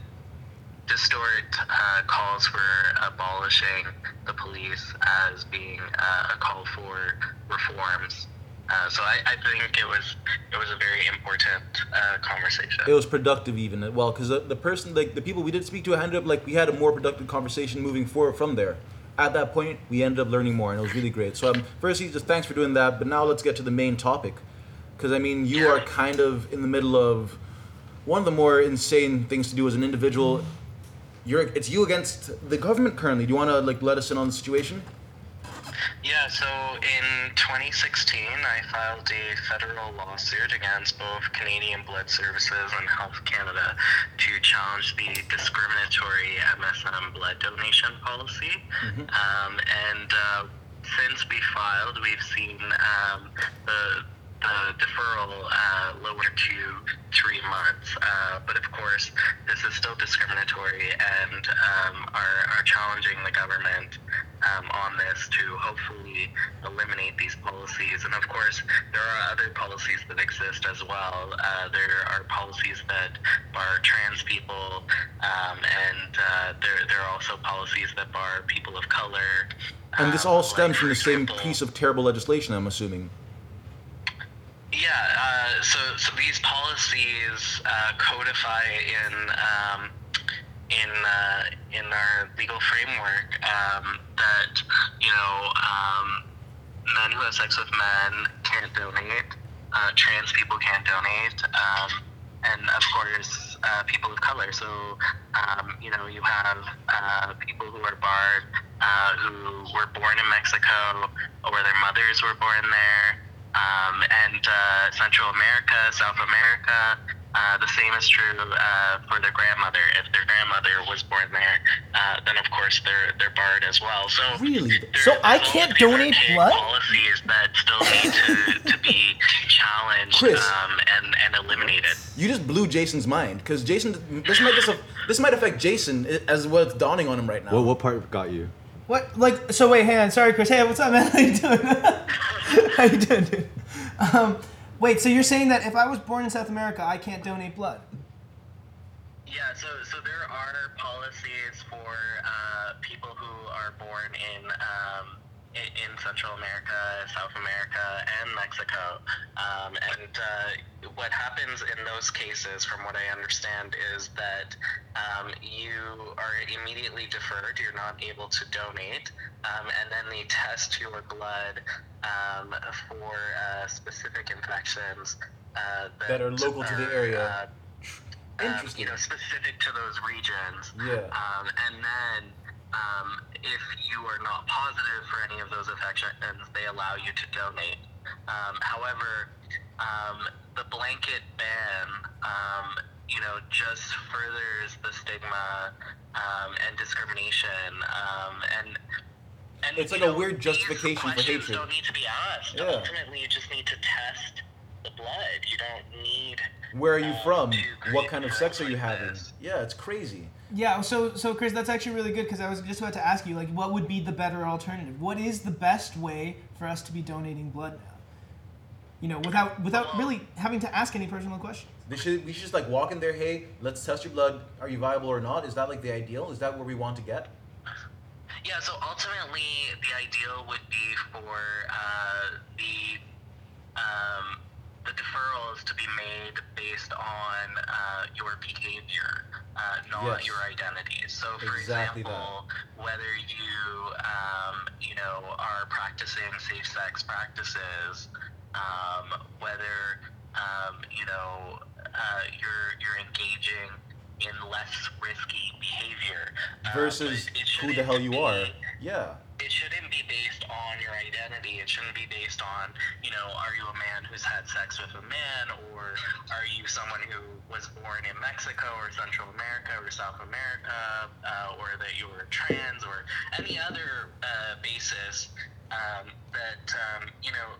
Speaker 6: distort uh, calls for abolishing the police as being uh, a call for reforms. Uh, so I, I think it was it was a very important uh, conversation.
Speaker 2: it was productive even well because the, the person like the people we did speak to ended up like we had a more productive conversation moving forward from there at that point we ended up learning more and it was really great so um, firstly just thanks for doing that but now let's get to the main topic because i mean you are kind of in the middle of one of the more insane things to do as an individual you're it's you against the government currently do you want to like let us in on the situation
Speaker 6: Yeah, so in 2016, I filed a federal lawsuit against both Canadian Blood Services and Health Canada to challenge the discriminatory MSM blood donation policy. Um, and uh, since we filed, we've seen um, the the deferral uh, lower to three months. Uh, but of course, this is still discriminatory and um, are, are challenging the government um, on this to hopefully eliminate these policies. And of course, there are other policies that exist as well. Uh, there are policies that bar trans people, um, and uh, there, there are also policies that bar people of color.
Speaker 2: and this
Speaker 6: um,
Speaker 2: all
Speaker 6: like,
Speaker 2: stems from
Speaker 6: for
Speaker 2: the same
Speaker 6: example-
Speaker 2: piece of terrible legislation i'm assuming
Speaker 6: Yeah, uh, so so these policies uh, codify in um, in uh, in our legal framework um, that you know um, men who have sex with men can't donate, uh, trans people can't donate, um, and of course uh, people of color. So um, you know you have uh, people who are barred, uh, who were born in Mexico or their mothers were born there um, and uh, Central America, South America. Uh, the same is true uh, for their grandmother. If their grandmother was born there, uh, then of course they're they're barred as well. So
Speaker 5: Really?
Speaker 6: there-
Speaker 5: So I
Speaker 6: there's all
Speaker 5: can't
Speaker 6: these
Speaker 5: donate
Speaker 6: archaic
Speaker 5: blood?
Speaker 6: Policies that still need to, to be challenged
Speaker 2: Chris.
Speaker 6: um, and and eliminated.
Speaker 2: You just blew Jason's mind because Jason. This might this, this might affect Jason i- as what's dawning on him right now.
Speaker 1: What what part got you?
Speaker 5: What? Like, so wait, hang on. Sorry, Chris. Hey, what's up, man? How you doing? How you doing, dude? Um, wait, so you're saying that if I was born in South America, I can't donate blood?
Speaker 6: Yeah, so, so there are policies for uh, people who are born in, um, in in Central America, South America, and Mexico. Um, and uh, what happens in those cases, from what I understand, is that um, you are immediately deferred. You're not able to donate, um, and then they test your blood um, for uh, specific infections uh, that,
Speaker 2: That are local to the
Speaker 6: are,
Speaker 2: area.
Speaker 6: uh, um,
Speaker 2: Interesting.
Speaker 6: you know, specific to those regions.
Speaker 2: Yeah.
Speaker 6: Um, and then, um, if you are not positive for any of those infections, they allow you to donate. Um, however, um, the blanket ban, um, you know, just furthers the stigma um, and discrimination. Um, and and
Speaker 2: It's
Speaker 6: you
Speaker 2: like a
Speaker 6: know,
Speaker 2: weird
Speaker 6: these
Speaker 2: justification for
Speaker 6: questions
Speaker 2: hatred.
Speaker 6: Don't need to be asked.
Speaker 2: Yeah.
Speaker 6: Ultimately, you just need to test the blood. You don't need
Speaker 2: Where are you from?
Speaker 6: Dude,
Speaker 2: What kind of sex are you
Speaker 6: like
Speaker 2: having?
Speaker 6: this.
Speaker 2: Yeah, it's crazy.
Speaker 5: Yeah. So, so Chris, that's actually really good because I was just about to ask you, like, what would be the better alternative? What is the best way for us to be donating blood now? You know, without without really having to ask any personal questions.
Speaker 2: They should we should just like walk in there. Hey, let's test your blood. Are you viable or not? Is that like the ideal? Is that where we want to get?
Speaker 6: Yeah, so ultimately, the ideal would be for uh, the um, the deferrals to be made based on uh, your behavior, uh, not
Speaker 2: Yes.
Speaker 6: your identity. So, for
Speaker 2: Exactly that.
Speaker 6: example, whether you um, you know are practicing safe-sex practices, um, whether um, you know uh, you're you're engaging in less risky behavior uh,
Speaker 2: Versus
Speaker 6: but it
Speaker 2: who the
Speaker 6: shouldn't
Speaker 2: hell you are.
Speaker 6: be-
Speaker 2: Yeah.
Speaker 6: it shouldn't be based on your identity. It shouldn't be based on, you know, are you a man who's had sex with a man, or are you someone who was born in Mexico or Central America or South America, uh, or that you were trans, or any other uh, basis um, that, um, you know,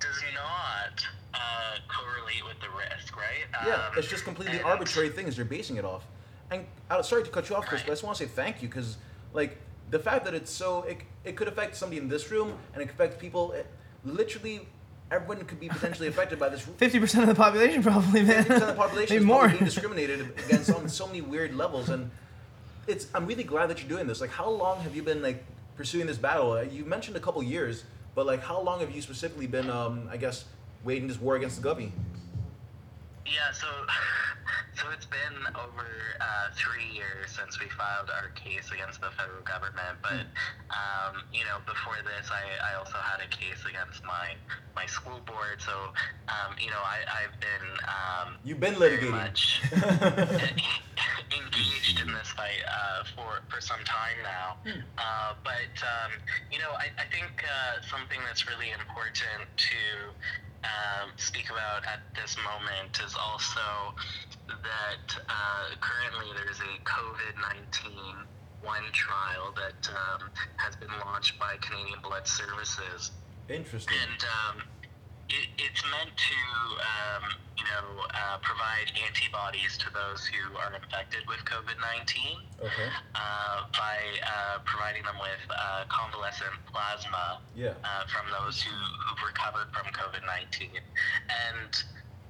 Speaker 6: does not uh, correlate with the risk, right?
Speaker 2: Yeah,
Speaker 6: Um,
Speaker 2: it's just completely
Speaker 6: and-
Speaker 2: arbitrary things you're basing it off. And uh, sorry to cut you off, Chris, but I
Speaker 6: Right.
Speaker 2: just want to say thank you because, like, the fact that it's so it, it could affect somebody in this room and it could affect people. It, literally, everyone could be potentially affected by this.
Speaker 5: Fifty percent of the population, probably, man.
Speaker 2: 50% of the population is
Speaker 5: Maybe more.
Speaker 2: more. being discriminated against on so many weird levels, and it's. I'm really glad that you're doing this. Like, how long have you been like pursuing this battle? Uh, You mentioned a couple years. But like, how long have you specifically been, um, I guess, waging this war against the guppy?
Speaker 6: Yeah, so so it's been over uh, three years since we filed our case against the federal government. But um, you know, before this, I, I also had a case against my my school board. So um, you know, I, I've been um,
Speaker 2: You've been
Speaker 6: very
Speaker 2: litigating.
Speaker 6: much engaged in this fight uh, for for some time now. Uh, but um, you know, I, I think uh, something that's really important to um, speak about at this moment is also that uh, currently there's a COVID nineteen one trial that um, has been launched by Canadian Blood Services
Speaker 2: Interesting.
Speaker 6: and um, it, it's meant to, um, you know, uh, provide antibodies to those who are infected with COVID 19
Speaker 2: Okay.
Speaker 6: uh, by uh, providing them with uh, convalescent plasma
Speaker 2: Yeah.
Speaker 6: uh, from those who, who've recovered from COVID 19. And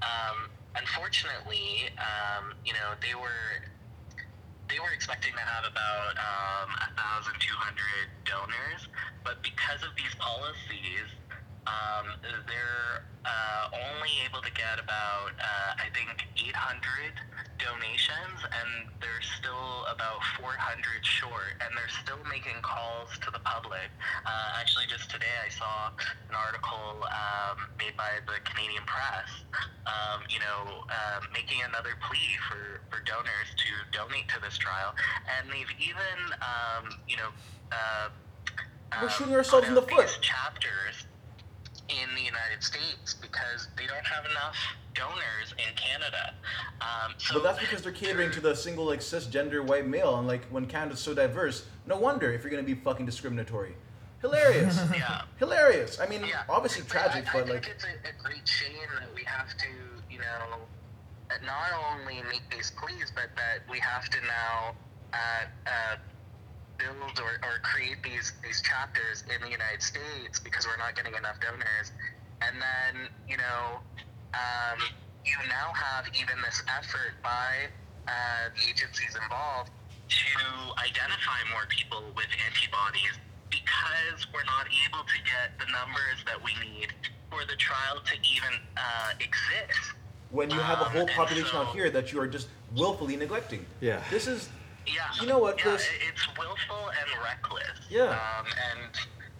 Speaker 6: um, unfortunately, um, you know, they were they were expecting to have about um, 1,200 donors, but because of these policies, um, they're uh, only able to get about, uh, I think, 800 donations, and they're still about 400 short, and they're still making calls to the public. Uh, actually, just today I saw an article um, made by the Canadian press, um, you know, uh, making another plea for, for donors to donate to this trial, and they've even, um, you know, uh,
Speaker 2: We're
Speaker 6: um,
Speaker 2: shooting ourselves in the
Speaker 6: put
Speaker 2: foot.
Speaker 6: out these Chapters in the United States because they don't have enough donors in Canada. Um, so
Speaker 2: But that's because they're catering to the single like cisgender white male, and like when Canada's so diverse, no wonder if you're gonna be fucking discriminatory. Hilarious.
Speaker 6: Yeah.
Speaker 2: Hilarious. I mean,
Speaker 6: yeah.
Speaker 2: obviously
Speaker 6: So
Speaker 2: tragic,
Speaker 6: I, I
Speaker 2: but
Speaker 6: think
Speaker 2: like,
Speaker 6: it's a, a great shame that we have to, you know, not only make these pleas, but that we have to now uh, uh, build or, or create these these chapters in the United States because we're not getting enough donors, and then you know. Um, you now have even this effort by uh, the agencies involved to identify more people with antibodies because we're not able to get the numbers that we need for the trial to even uh, exist.
Speaker 2: when you have a
Speaker 6: Um,
Speaker 2: whole
Speaker 6: and
Speaker 2: population
Speaker 6: so-
Speaker 2: out here that you are just willfully neglecting.
Speaker 1: Yeah.
Speaker 2: This is.
Speaker 6: Yeah.
Speaker 2: You know what?
Speaker 6: Yeah,
Speaker 2: This.
Speaker 6: it- it's willful and reckless.
Speaker 2: Yeah.
Speaker 6: Um, and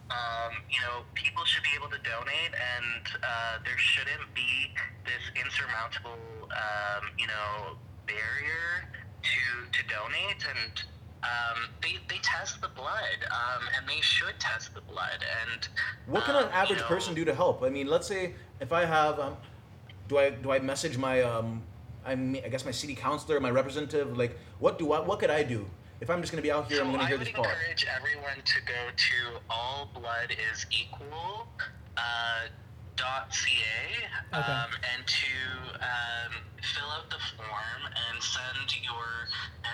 Speaker 6: um, you know, people should be able to donate, and uh, there shouldn't be this insurmountable, um, you know, barrier to to donate. And um, they they test the blood, um, and they should test the blood. And
Speaker 2: What can
Speaker 6: um,
Speaker 2: an average
Speaker 6: you know,
Speaker 2: person do to help? I mean, let's say if I have, um, do I do I message my um, I mean, I guess my city councilor, my representative? Like, what do I what could I do if I'm just gonna be out here?
Speaker 6: So
Speaker 2: I'm gonna
Speaker 6: I
Speaker 2: hear
Speaker 6: would
Speaker 2: this call.
Speaker 6: encourage everyone to go to All Blood Is Equal. Uh, dot ca
Speaker 5: Okay.
Speaker 6: um, and to um, fill out the form and send your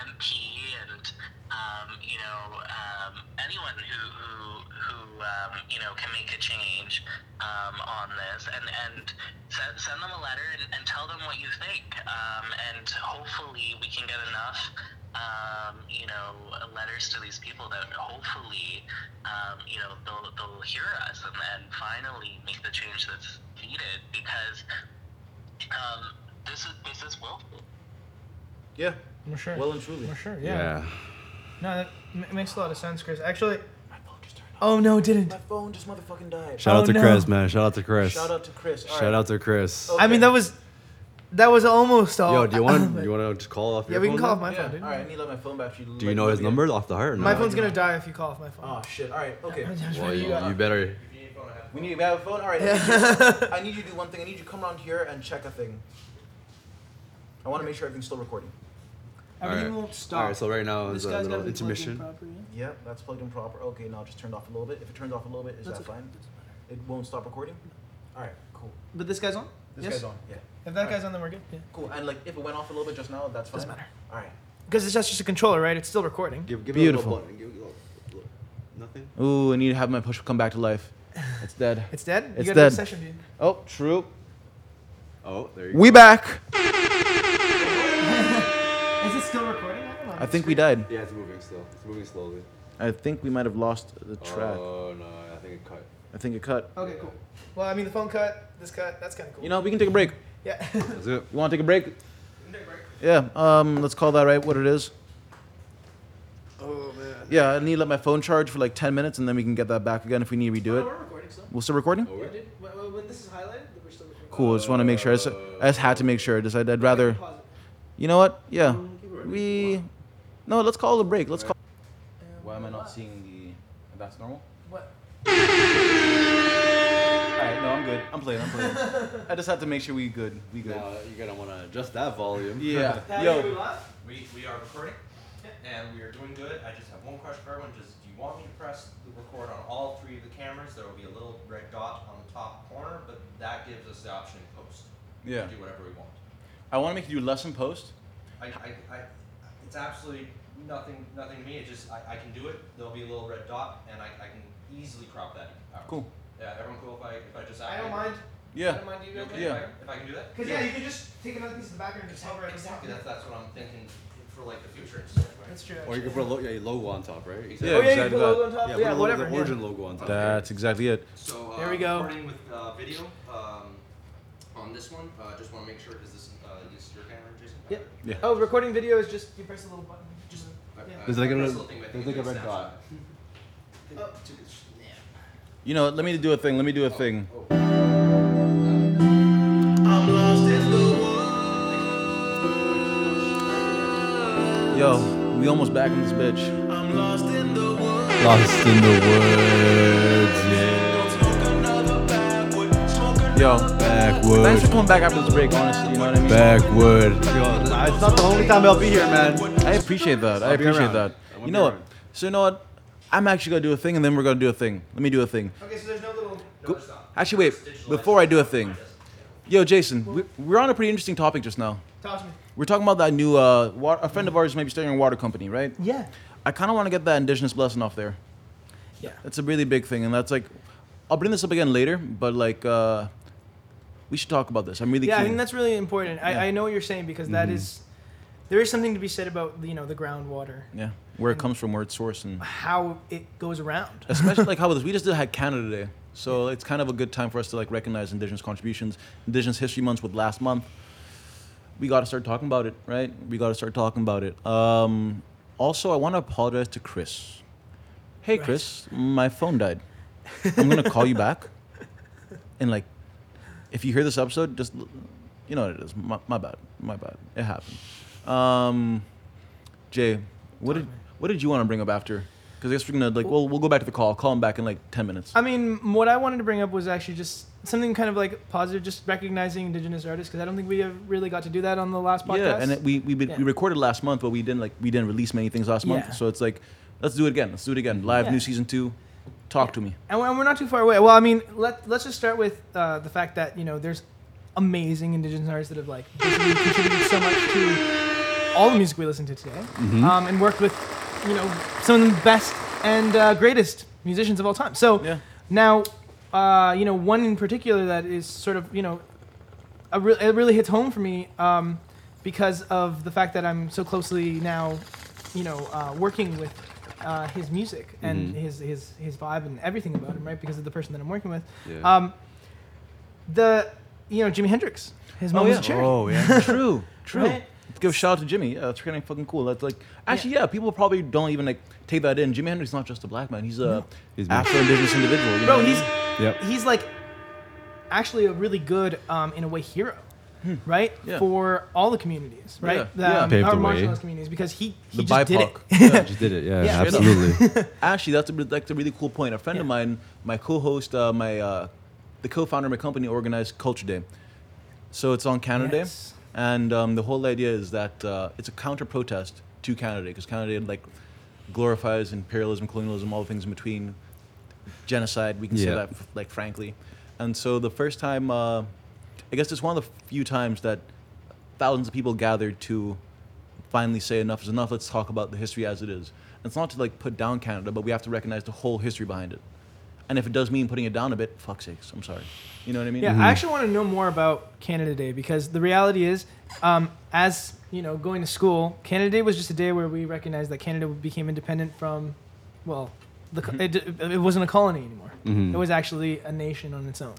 Speaker 6: MP and um, you know um, anyone who who, who um, you know can make a change um, on this and and send, send them a letter and, and tell them what you think um, and hopefully we can get enough um, you know letters to these people that hopefully um, you know they'll, they'll hear us and then finally make the change that's needed because um, this is this is willful.
Speaker 2: Yeah.
Speaker 5: We're sure.
Speaker 2: Well and truly.
Speaker 5: We're sure. Yeah.
Speaker 1: Yeah.
Speaker 5: No, that m- makes a lot of sense, Chris. Actually.
Speaker 2: My phone just turned off.
Speaker 5: Oh no, it didn't.
Speaker 2: My phone just motherfucking died.
Speaker 1: Shout out
Speaker 5: Oh,
Speaker 1: to
Speaker 5: no.
Speaker 1: Chris, man. Shout out to Chris.
Speaker 2: Shout out to Chris. All
Speaker 1: Shout
Speaker 2: right.
Speaker 1: out to Chris.
Speaker 2: Oh.
Speaker 5: I mean, that was that was almost all.
Speaker 1: Yo, do you want you want to just call off?
Speaker 5: Oh, yeah,
Speaker 1: your
Speaker 5: we can
Speaker 1: phone
Speaker 5: call off
Speaker 1: now?
Speaker 5: my
Speaker 2: Yeah.
Speaker 5: phone, dude.
Speaker 2: All right. I need to let my phone back. She
Speaker 1: Do
Speaker 2: let
Speaker 1: you know
Speaker 2: me
Speaker 1: his
Speaker 2: get-
Speaker 1: number off the heart? Or
Speaker 5: My
Speaker 1: no?
Speaker 5: phone's gonna die if you call off my phone.
Speaker 2: Oh shit. All right. Okay.
Speaker 1: Well, you, you better.
Speaker 4: If you need a phone, I have
Speaker 2: We need to have a phone. All right. I need you to do one thing. I need you to come around here and check a thing. I want to make sure everything's still recording.
Speaker 5: Everything
Speaker 1: Alright.
Speaker 5: won't stop.
Speaker 1: Alright, so right now
Speaker 5: this
Speaker 1: is a
Speaker 5: guy's
Speaker 1: little
Speaker 5: gotta be plugged in
Speaker 1: intermission.
Speaker 5: properly.
Speaker 2: Yep, that's plugged in proper. Okay, now just turned off a little bit. If it turns off a little bit, is
Speaker 5: That's
Speaker 2: that
Speaker 5: okay.
Speaker 2: fine? It won't stop recording? All right, cool.
Speaker 5: But this guy's on.
Speaker 2: This
Speaker 5: yes?
Speaker 2: guy's on. Yeah.
Speaker 5: If that
Speaker 2: Alright.
Speaker 5: guy's on, then we're good. Yeah.
Speaker 2: Cool. And like if it went off a little bit just now, that's fine.
Speaker 5: Doesn't matter.
Speaker 2: All right.
Speaker 5: Because it's just, just a controller, right? It's still recording.
Speaker 1: Give, give
Speaker 2: Beautiful.
Speaker 1: It a little blood. Give it a little, little- nothing.
Speaker 2: Ooh, I need to have my push come back to life. It's dead.
Speaker 5: It's dead.
Speaker 2: It's
Speaker 5: you gotta do a
Speaker 2: dead.
Speaker 5: Session view.
Speaker 2: oh, true.
Speaker 1: Oh, there you go.
Speaker 2: We back.
Speaker 5: Is it still recording? don't know.
Speaker 2: I think we died.
Speaker 1: Yeah, it's moving still. It's moving slowly. Uh.
Speaker 2: I think we might have lost the track.
Speaker 1: Oh no, I think it cut.
Speaker 2: I think it cut.
Speaker 5: Okay, cool. Well, I mean, the phone cut, this cut, that's kind of cool.
Speaker 2: You know, we can take a break.
Speaker 5: yeah.
Speaker 1: That's it.
Speaker 2: You want to take a break? Yeah. Um, let's call that right what it is.
Speaker 3: Oh man.
Speaker 2: Yeah, I need to let my phone charge for like 10 minutes and then we can get that back again if we need to redo it.
Speaker 5: we're recording still.
Speaker 2: We're still recording?
Speaker 5: Oh, Yeah, dude. When, when this is highlighted, we're still recording.
Speaker 2: Cool. I just want to make sure. I just, I just had to make sure. I decided I'd rather.
Speaker 5: Pause it.
Speaker 2: You know what? Yeah. We. No, let's call it a break.
Speaker 3: Um,
Speaker 2: Let's call. Why am I not seeing the. That's normal?
Speaker 5: What?
Speaker 2: Alright, no, I'm good. I'm playing. I'm playing. I just had to make sure we good. We good.
Speaker 1: you're gonna want to adjust that volume.
Speaker 2: Yeah.
Speaker 5: Now
Speaker 2: Yo.
Speaker 5: we live?
Speaker 4: We, we are recording, and we are doing good. I just have one question for everyone. Just, do you want me to press the record on all three of the cameras? There will be a little red dot on the top corner, but that gives us the option to post.
Speaker 2: Yeah.
Speaker 4: Do whatever we want.
Speaker 2: I want to make you do less in post.
Speaker 4: I, I, I, it's absolutely nothing, nothing to me. It just, I, I can do it. There'll be a little red dot, and I, I can easily crop that out.
Speaker 2: Cool.
Speaker 4: Yeah, everyone cool if I, if I just.
Speaker 5: I don't mind. I
Speaker 2: Yeah.
Speaker 5: don't mind you
Speaker 4: You
Speaker 5: guys.
Speaker 4: okay
Speaker 2: Yeah.
Speaker 4: if, I, if I can do that?
Speaker 5: Because, yeah. you could just take another piece of the background and just hover it.
Speaker 4: Exactly. That's, that's what I'm thinking for like the future. and stuff, right?
Speaker 5: That's true.
Speaker 1: Or you can put a lo- yeah, logo on top, right? You said-
Speaker 2: Yeah,
Speaker 5: oh, yeah, you can
Speaker 2: exactly
Speaker 5: put a logo
Speaker 2: that.
Speaker 5: on top.
Speaker 1: Yeah,
Speaker 5: Yeah,
Speaker 1: put a logo-
Speaker 5: whatever.
Speaker 1: The
Speaker 5: yeah.
Speaker 1: origin logo on top.
Speaker 2: That's exactly it.
Speaker 4: So uh,
Speaker 5: There we go.
Speaker 4: Recording with uh, video um, on this one. Uh, just want to make sure is this uh, this your camera, Jason?
Speaker 5: Yep.
Speaker 2: Yeah.
Speaker 5: Oh, recording video is just you press a little button. Just yeah.
Speaker 1: There's like a
Speaker 4: Press
Speaker 1: little-
Speaker 4: thing, but I
Speaker 1: there's
Speaker 4: think
Speaker 1: like a red
Speaker 4: it's Snapchat.
Speaker 1: dot.
Speaker 4: I think it's- yeah.
Speaker 2: You know, what, let me do a thing. Let me do a thing.
Speaker 3: Oh, I'm lost in the
Speaker 2: Yo, we almost back in this bitch.
Speaker 3: I'm lost in the woods.
Speaker 1: Lost in the woods, yeah.
Speaker 2: Yo, thanks for
Speaker 1: Backwood.
Speaker 2: coming back after this break. Honestly, you know what I mean.
Speaker 1: Backwood. Yo, it's not the only time I'll be here, man.
Speaker 2: I appreciate that. I
Speaker 1: I'll be
Speaker 2: appreciate
Speaker 1: around.
Speaker 2: that.
Speaker 1: I won't
Speaker 2: You
Speaker 1: be
Speaker 2: know what?
Speaker 1: around.
Speaker 2: So you know what? I'm actually gonna do a thing, and then we're gonna do a thing. Let me do a thing.
Speaker 5: Okay, so there's no little.
Speaker 2: Go- Actually, wait. Before I do a thing, yo, Jason, we, we're on a pretty interesting topic just now.
Speaker 5: Talk to me.
Speaker 2: We're talking about that new uh, wa- a friend of ours may be starting a water company, right?
Speaker 5: Yeah.
Speaker 2: I kind of want to get that indigenous blessing off there.
Speaker 5: Yeah.
Speaker 2: That's a really big thing, and that's like, I'll bring this up again later, but like, uh, we should talk about this. I'm really
Speaker 5: Yeah, I
Speaker 2: keen.
Speaker 5: think that's really important.
Speaker 2: Yeah. Mm-hmm.
Speaker 5: I, I know what you're saying because that is, there is something to be said about you know the groundwater,
Speaker 2: yeah, where it comes from, where it's sourced, and
Speaker 5: how it goes around.
Speaker 2: especially like how this we just did had Canada Day, so it's kind of a good time for us to like recognize indigenous contributions. Indigenous History Month with last month. We got to start talking about it, right? We got to start talking about it. Um, also, I want to apologize to Chris. Hey,
Speaker 5: Right.
Speaker 2: Chris, my phone died. I'm gonna call you back, and like, if you hear this episode, just l- you know what it is. My, my bad, my bad. It happened. Um, Jay, what did what did you want to bring up after? Because I guess we're gonna like we'll we'll go back to the call. Call him back in like ten minutes.
Speaker 5: I mean, m- what I wanted to bring up was actually just something kind of like positive, just recognizing Indigenous artists because I don't think we have really got to do that on the last podcast.
Speaker 2: Yeah, and it, we we, been,
Speaker 5: Yeah.
Speaker 2: we recorded last month, but we didn't like we didn't release many things last
Speaker 5: Yeah.
Speaker 2: month. So it's like, let's do it again. Let's do it again. Live
Speaker 5: Yeah.
Speaker 2: new season two. Talk to me.
Speaker 5: and we're and we're not too far away. Well, I mean, let let's just start with uh, the fact that you know there's amazing indigenous artists that have like basically contributed so much to all the music we listen to today,
Speaker 1: Mm-hmm.
Speaker 5: um, and worked with you know some of the best and uh, greatest musicians of all time. So
Speaker 2: Yeah.
Speaker 5: now, uh, you know, one in particular that is sort of you know, a re- it really hits home for me um, because of the fact that I'm so closely now, you know, uh, working with uh, his music and
Speaker 1: Mm-hmm.
Speaker 5: his, his his vibe and everything about him, right? Because of the person that I'm working with.
Speaker 1: Yeah.
Speaker 5: Um, the you know Jimi Hendrix, his mom was a cherry.
Speaker 1: Oh, yeah.
Speaker 2: true, true.
Speaker 5: Right?
Speaker 2: Let's give a shout out to Jimmy. Yeah, that's kind of fucking cool. That's like actually, yeah. people probably don't even like take that in. Jimi Hendrix is not just a black man. He's a
Speaker 1: He's me.
Speaker 2: Afro Indigenous individual. You know?
Speaker 5: Bro, he's
Speaker 1: Yep.
Speaker 5: he's like actually a really good um, in a way hero, right?
Speaker 2: Hmm. Yeah.
Speaker 5: For all the communities, right?
Speaker 2: Yeah.
Speaker 5: The,
Speaker 2: Yeah.
Speaker 5: um,
Speaker 1: Paved
Speaker 5: our
Speaker 1: the way.
Speaker 5: marginalized communities because he, he
Speaker 2: The
Speaker 5: just did it.
Speaker 2: BIPOC.
Speaker 1: I just did it. Yeah,
Speaker 5: Yeah.
Speaker 2: Straight up.
Speaker 1: absolutely.
Speaker 2: actually that's a, bit- that's a really cool point. A friend of
Speaker 5: Yeah.
Speaker 2: mine, my co-host, uh, my uh, the co-founder of my company organized Culture Day, so it's on Canada
Speaker 5: Yes.
Speaker 2: Day, and um, the whole idea is that uh, it's a counter protest to Canada Day because Canada Day like glorifies imperialism, colonialism, all the things in between, genocide. We can say
Speaker 1: Yeah.
Speaker 2: that f- like frankly, and so the first time, uh, I guess it's one of the few times that thousands of people gathered to finally say enough is enough. Let's talk about the history as it is. And it's not to like put down Canada, but we have to recognize the whole history behind it. And if it does mean putting it down a bit, fuck sakes, I'm sorry. You know what I mean? Mm-hmm.
Speaker 5: Yeah,
Speaker 1: Mm-hmm.
Speaker 5: I actually want to know more about Canada Day because the reality is, um, as you know, going to school, Canada Day was just a day where we recognized that Canada became independent from, well, The,
Speaker 2: Mm-hmm.
Speaker 5: co- it, it wasn't a colony anymore.
Speaker 1: Mm-hmm.
Speaker 5: It was actually a nation on its own,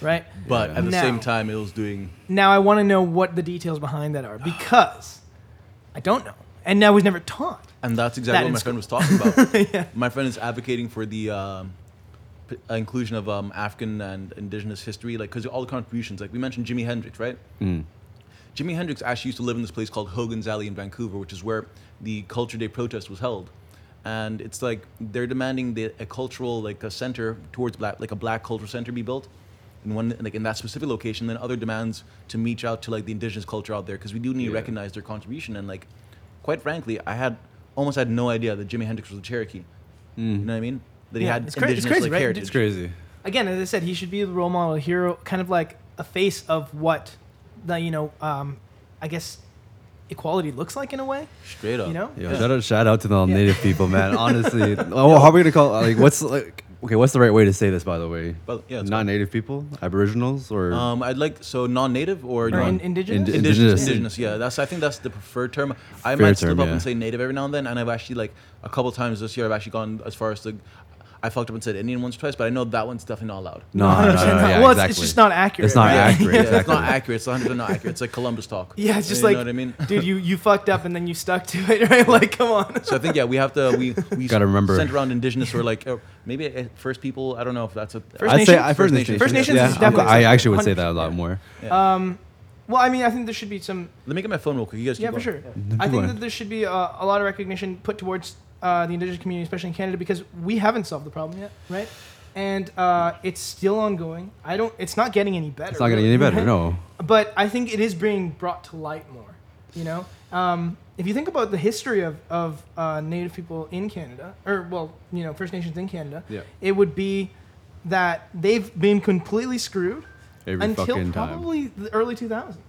Speaker 5: right?
Speaker 2: But at the
Speaker 5: Now-
Speaker 2: same time, it was doing.
Speaker 5: Now I want to know what the details behind that are because I don't know, and I was never taught.
Speaker 2: And that's
Speaker 5: That
Speaker 2: exactly
Speaker 5: in
Speaker 2: what my friend was talking about. My friend is advocating for the um, p- inclusion of um, African and indigenous history, like because all the contributions. Like we mentioned, Jimi Hendrix, right? Jimi Hendrix actually used to live in this place called Hogan's Alley in Vancouver, which is where the Culture Day protest was held. And it's like they're demanding the, a cultural like a center towards black, like a black cultural center be built in one like in that specific location. Then other demands to reach out to like the indigenous culture out there because we do need to
Speaker 1: Yeah.
Speaker 2: recognize their contribution. And like, quite frankly, I had almost had no idea that Jimi Hendrix was a Cherokee. You know what I mean? That he
Speaker 5: Yeah,
Speaker 2: had
Speaker 5: it's cra- it's
Speaker 2: indigenous
Speaker 5: crazy,
Speaker 2: like
Speaker 5: right? It's
Speaker 2: heritage.
Speaker 1: It's crazy.
Speaker 5: Again, as I said, he should be the role model, a hero, kind of like a face of what the you know, um, I guess equality looks like in a way.
Speaker 2: Straight up.
Speaker 5: You know?
Speaker 1: Yo,
Speaker 2: Yeah.
Speaker 1: shout out, shout out to the native people, man. Honestly, oh, how are we gonna call like what's like okay? What's the right way to say this, by the way?
Speaker 2: Well, yeah, it's
Speaker 1: not native people, Aboriginals, or
Speaker 2: Um, I'd like so non-native or,
Speaker 5: Or in,
Speaker 2: non-
Speaker 5: indigenous.
Speaker 1: Indi-
Speaker 2: indigenous,
Speaker 1: Indigenous.
Speaker 2: indigenous. Yeah, that's. I think that's the preferred term. I
Speaker 1: Fair
Speaker 2: might slip
Speaker 1: term,
Speaker 2: up
Speaker 1: yeah.
Speaker 2: and say native every now and then, and I've actually like a couple times this year. I've actually gone as far as to, I fucked up and said Indian once or twice, but I know that one's definitely not allowed.
Speaker 1: no, no, no,
Speaker 5: 100%
Speaker 1: no,
Speaker 5: not.
Speaker 1: yeah,
Speaker 5: well, it's,
Speaker 1: exactly.
Speaker 5: it's just not accurate.
Speaker 1: It's not
Speaker 5: right?
Speaker 1: accurate.
Speaker 2: Yeah, it's
Speaker 1: exactly.
Speaker 2: not accurate. It's 100 not accurate. It's like Columbus talk.
Speaker 5: Yeah, it's just
Speaker 2: you
Speaker 5: like,
Speaker 2: know what I mean.
Speaker 5: dude, you you fucked up and then you stuck to it, right? Like, come on.
Speaker 2: So I think yeah, we have to we we
Speaker 1: Gotta remember.
Speaker 2: sent around indigenous or like uh, maybe uh, first people. I don't know if that's a
Speaker 5: First
Speaker 1: I'd say
Speaker 5: Nations?
Speaker 1: I, First Nations.
Speaker 5: First Nations
Speaker 1: Yeah,
Speaker 5: is
Speaker 1: I'm-
Speaker 5: definitely
Speaker 1: I
Speaker 5: acceptable.
Speaker 1: actually would say that a lot
Speaker 5: 100%,
Speaker 1: more.
Speaker 5: Well, I mean, I think there should be some.
Speaker 2: Let me get my phone real quick. You guys keep
Speaker 5: Yeah, for
Speaker 2: going.
Speaker 5: sure. I think
Speaker 1: going.
Speaker 5: that there should be uh, a lot of recognition put towards uh, the indigenous community, especially in Canada, because we haven't solved the problem yet, right? And uh, it's still ongoing. I don't. It's not getting any better.
Speaker 1: It's not gonna get any better. No,
Speaker 5: but I think it is being brought to light more. You know, um, if you think about the history of of uh, Native people in Canada, or well, you know, First Nations in Canada,
Speaker 1: Yeah.
Speaker 5: it would be that they've been completely screwed
Speaker 1: Every
Speaker 5: until
Speaker 1: fucking time.
Speaker 5: probably the early two thousands.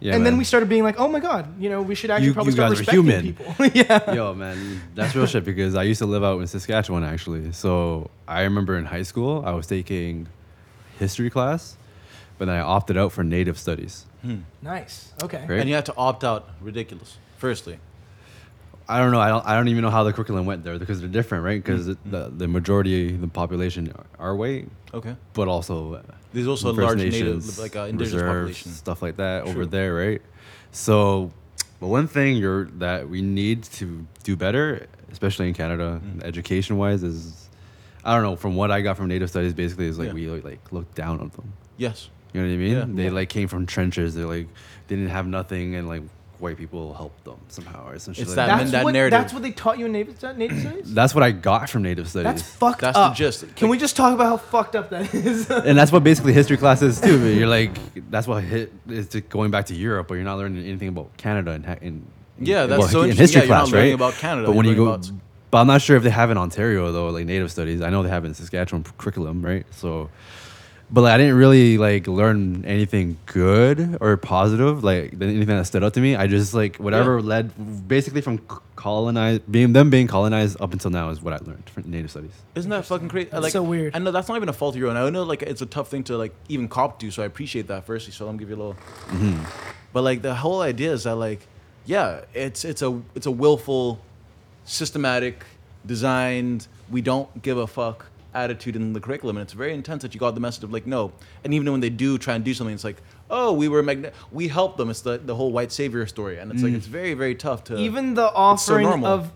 Speaker 1: yeah,
Speaker 5: and then
Speaker 1: man.
Speaker 5: we started being like, oh my god, you know, we should actually
Speaker 1: You-
Speaker 5: probably
Speaker 1: you
Speaker 5: start
Speaker 1: guys are
Speaker 5: respecting
Speaker 1: human.
Speaker 5: people. yeah.
Speaker 1: Yo, man, that's real shit because I used to live out in Saskatchewan actually. So I remember in high school, I was taking history class, but then I opted out for native studies.
Speaker 5: Nice. Okay.
Speaker 1: Right?
Speaker 2: And you have to opt out. Ridiculous. Firstly,
Speaker 1: I don't know. I don't, I don't even know how the curriculum went there because they're different, right? Because
Speaker 2: Mm-hmm.
Speaker 1: the, the majority of the population are white,
Speaker 2: okay.
Speaker 1: but also uh,
Speaker 2: There's also a
Speaker 1: First
Speaker 2: large native,
Speaker 1: Nations,
Speaker 2: like uh, indigenous
Speaker 1: reserves,
Speaker 2: population.
Speaker 1: stuff like that
Speaker 2: True.
Speaker 1: over there, right? So, but one thing you're that we need to do better, especially in Canada,
Speaker 2: Mm.
Speaker 1: education wise, is I don't know. From what I got from Native studies, basically, is like
Speaker 2: Yeah.
Speaker 1: we like look down on them.
Speaker 2: Yes.
Speaker 1: You know what I mean?
Speaker 2: Yeah.
Speaker 1: They like came from trenches. They like they didn't have nothing, and like white people helped them somehow or some shit. like
Speaker 2: It's
Speaker 1: that.
Speaker 2: that
Speaker 5: That's,
Speaker 2: mean, that
Speaker 5: what,
Speaker 2: narrative-
Speaker 5: that's what they taught you in Native, stu- Native Studies?
Speaker 1: That's what I got from Native studies.
Speaker 5: That's fucked
Speaker 2: That's the
Speaker 5: up.
Speaker 2: gist.
Speaker 5: Can we just talk about how fucked up that is?
Speaker 1: and that's what basically history class is too. but You're like, that's what hit is to going back to Europe, but you're not learning anything about Canada and ha- in
Speaker 2: Yeah, that's
Speaker 1: well,
Speaker 2: so
Speaker 1: in history
Speaker 2: interesting. Yeah, you're not
Speaker 1: class,
Speaker 2: learning
Speaker 1: right?
Speaker 2: about Canada,
Speaker 1: but when
Speaker 2: you're
Speaker 1: you go,
Speaker 2: learning about-
Speaker 1: but I'm not sure if they have in Ontario though, like Native studies. I know they have it in Saskatchewan p- curriculum, right? So, but like, I didn't really like learn anything good or positive, like anything that stood out to me. I just like whatever led basically from colonized being them being colonized up until now is what I learned from Native studies.
Speaker 2: Isn't that fucking crazy? Like,
Speaker 5: so weird.
Speaker 2: I know that's not even a fault of your own. I know like it's a tough thing to like even cop to. So I appreciate that firstly. So let me give you a little. But like the whole idea is that like, yeah, it's it's a it's a willful, systematic, designed. We don't give a fuck attitude in the curriculum, and it's very intense that you got the message of like no. And even when they do try and do something, it's like oh we were magne- we helped them. It's the the whole white savior story, and it's like it's very very tough to
Speaker 5: Even the offering
Speaker 2: normal.
Speaker 5: of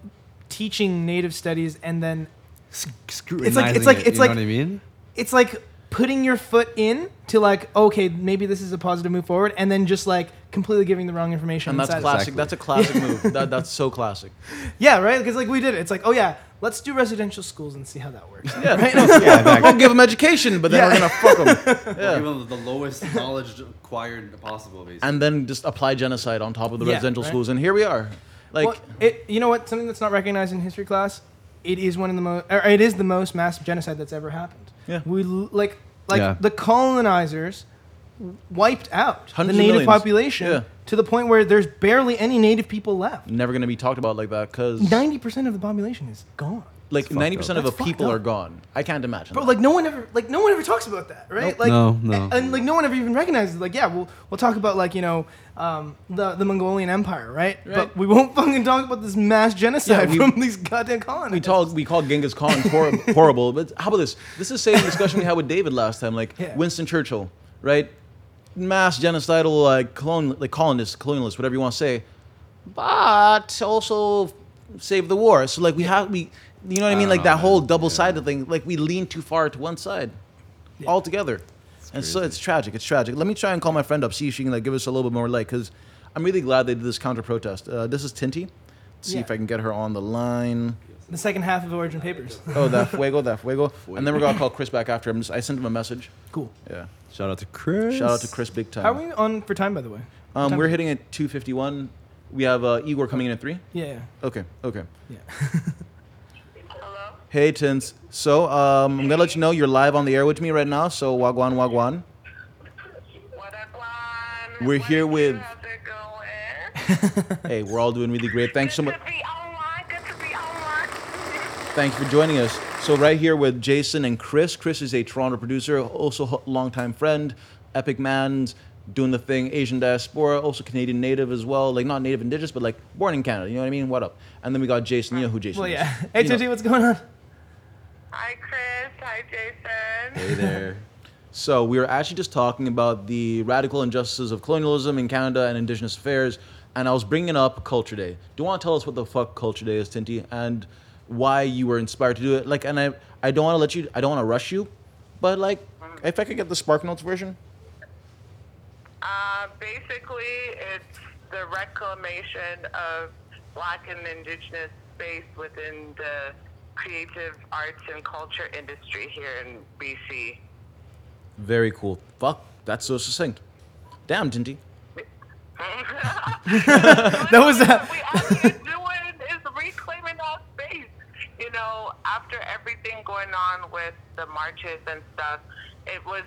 Speaker 5: teaching Native Studies and then
Speaker 1: It's
Speaker 5: it's like- it's
Speaker 1: you know
Speaker 5: like-
Speaker 1: what I mean.
Speaker 5: it's like putting your foot in to like okay maybe this is a positive move forward and then just like completely giving the wrong information
Speaker 2: And that's
Speaker 5: inside.
Speaker 2: classic.
Speaker 1: Exactly.
Speaker 2: That's a classic move. That, that's so classic.
Speaker 5: yeah right because like we did it it's like oh yeah let's do residential schools and see how that works
Speaker 2: Yeah, yeah we'll give them education, but then we're gonna fuck them. Yeah.
Speaker 1: Give them the lowest knowledge acquired possible, basically.
Speaker 2: And then just apply genocide on top of the
Speaker 5: Yeah,
Speaker 2: residential
Speaker 5: right.
Speaker 2: schools, and here we are. Like,
Speaker 5: well, it, you know what something that's not recognized in history class it is one of the most or it is the most massive genocide that's ever happened
Speaker 2: Yeah.
Speaker 5: we l- like like
Speaker 1: Yeah.
Speaker 5: the colonizers w- wiped out
Speaker 2: Hundreds of
Speaker 5: the native
Speaker 2: millions.
Speaker 5: population
Speaker 2: Yeah.
Speaker 5: to the point where there's barely any native people left
Speaker 2: never gonna be talked about like that because
Speaker 5: 90% of the population is gone
Speaker 2: like ninety percent of the
Speaker 5: That's fucked
Speaker 2: people
Speaker 5: up.
Speaker 2: are gone. I can't imagine.
Speaker 5: But
Speaker 2: that.
Speaker 5: like no one ever like no one ever talks about that, right? Like
Speaker 1: No, no.
Speaker 5: And, like no one ever even recognizes like yeah, we'll we'll talk about like, you know, um, the the Mongolian Empire, right? But
Speaker 2: Right.
Speaker 5: we won't fucking talk about this mass genocide
Speaker 2: Yeah, we-
Speaker 5: from these goddamn colonies.
Speaker 2: we call we call Genghis Khan hor- horrible, but how about this? This is the same discussion we had with David last time. Like
Speaker 5: Yeah.
Speaker 2: Winston Churchill, right? Mass genocidal, like colon, like colonists, colonialists, whatever you want to say, but also save the war. So like we have we, you know what I mean?
Speaker 1: don't
Speaker 2: Like
Speaker 1: know,
Speaker 2: that whole
Speaker 1: man.
Speaker 2: double sided thing. Like we lean too far to one side, altogether. And so
Speaker 1: crazy.
Speaker 2: it's tragic. It's tragic. Let me try and call my friend up, see if she can like give us a little bit more light, because I'm really glad they did this counter protest. Uh, this is Tinty. See
Speaker 5: Yeah.
Speaker 2: if I can get her on the line.
Speaker 5: the second half of Origin Papers.
Speaker 2: Oh, that fuego, that fuego. And then we're gonna call Chris back after. I'm just, I sent him a message.
Speaker 5: cool.
Speaker 2: Yeah.
Speaker 1: Shout out to Chris.
Speaker 2: Shout out to Chris big time.
Speaker 5: How are we on for time by the way?
Speaker 2: um,
Speaker 5: Time-
Speaker 2: we're hitting at 251. We have uh, Igor coming in at three.
Speaker 5: Yeah.
Speaker 2: Okay. Okay.
Speaker 5: Yeah.
Speaker 7: Hello?
Speaker 2: Hey, Tins. So um, I'm gonna let you know you're live on the air with me right now. So wagwan, wagwan.
Speaker 7: What up, Juan?
Speaker 2: We're
Speaker 7: Um, What
Speaker 2: here
Speaker 7: it do?
Speaker 2: with-
Speaker 7: How's it going?
Speaker 2: Hey, we're all doing really great. Thanks so much.
Speaker 7: Good to be online. Good to be online.
Speaker 2: Thanks for joining us. So right here with Jason and Chris. Chris is a Toronto producer, also a longtime friend, epic man, doing the thing, Asian diaspora, also Canadian native as well. Like not native indigenous, but like born in Canada. You know what I mean? What up? And then we got Jason. You know who Jason
Speaker 5: Well
Speaker 2: is?
Speaker 5: yeah. Hey
Speaker 2: You know-
Speaker 5: Titi, what's going on?
Speaker 7: Hi, Chris. Hi, Jason.
Speaker 2: Hey there. so we were actually just talking about the radical injustices of colonialism in Canada and Indigenous affairs, and I was bringing up Culture Day. Do you want to tell us what the fuck Culture Day is, Tinty, and why you were inspired to do it? Like, and I, I don't want to let you, I don't want to rush you, but like, if I could get the Spark Notes version.
Speaker 7: Uh, basically, it's the reclamation of black and indigenous space within the creative arts and culture industry here in BC.
Speaker 2: Very cool. Fuck, that's so succinct. Damn, Tinty.
Speaker 5: That was uh,
Speaker 7: what we out here doing is reclaiming our space. You know, after everything going on with the marches and stuff, it was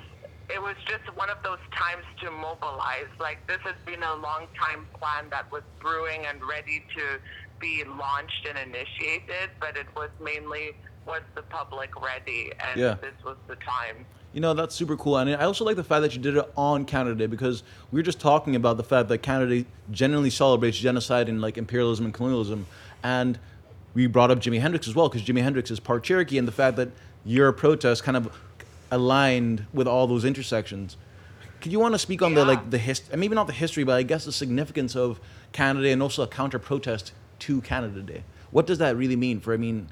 Speaker 7: it was just one of those times to mobilize. Like this has been a long time plan that was brewing and ready to be launched and initiated, but it was mainly was the public ready, and
Speaker 2: Yeah.
Speaker 7: this was the time.
Speaker 2: You know, that's super cool. And I also like the fact that you did it on Canada Day because we were just talking about the fact that Canada Day generally celebrates genocide and like imperialism and colonialism. And we brought up Jimi Hendrix as well because Jimi Hendrix is part Cherokee and the fact that your protest kind of aligned with all those intersections. Could you want to speak on the
Speaker 7: Yeah.
Speaker 2: like the history, maybe not the history, but I guess the significance of Canada Day and also a counter protest to Canada Day? What does that really mean for, I mean,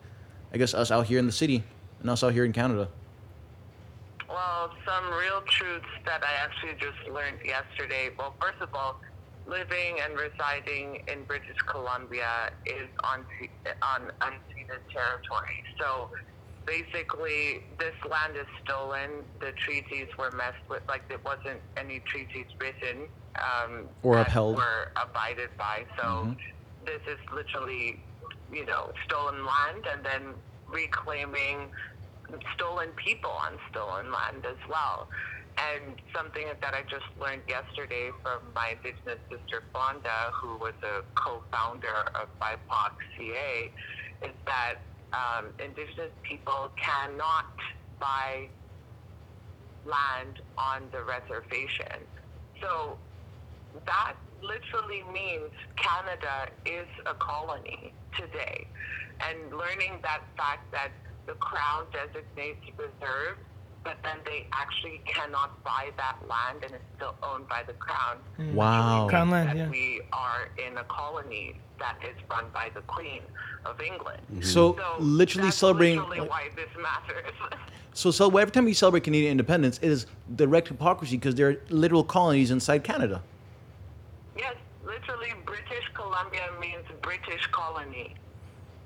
Speaker 2: I guess us out here in the city and us out here in Canada?
Speaker 7: Well, some real truths that I actually just learned yesterday. Well, first of all, living and residing in British Columbia is on on unceded territory. So basically, this land is stolen. The treaties were messed with. Like there wasn't any treaties written um,
Speaker 2: Or
Speaker 7: that
Speaker 2: upheld.
Speaker 7: were abided by. So this is literally, you know, stolen land and then reclaiming stolen people on stolen land as well. And something that I just learned yesterday from my Indigenous sister Fonda, who was a co-founder of BIPOC CA, is that um, Indigenous people cannot buy land on the reservation. So that literally means Canada is a colony today. And learning that fact that the Crown designates reserves, but then they actually cannot buy that land and it's still owned by the Crown.
Speaker 2: Wow.
Speaker 5: Crown
Speaker 7: that
Speaker 5: Mm, land, yeah.
Speaker 7: We are in a colony that is run by the Queen of England.
Speaker 2: So,
Speaker 7: Mm-hmm. So
Speaker 2: Mm-hmm. literally
Speaker 7: that's
Speaker 2: celebrating.
Speaker 7: literally why this matters.
Speaker 2: so, so every time we celebrate Canadian independence, it is direct hypocrisy because there are literal colonies inside Canada.
Speaker 7: yes, literally British Columbia means British colony.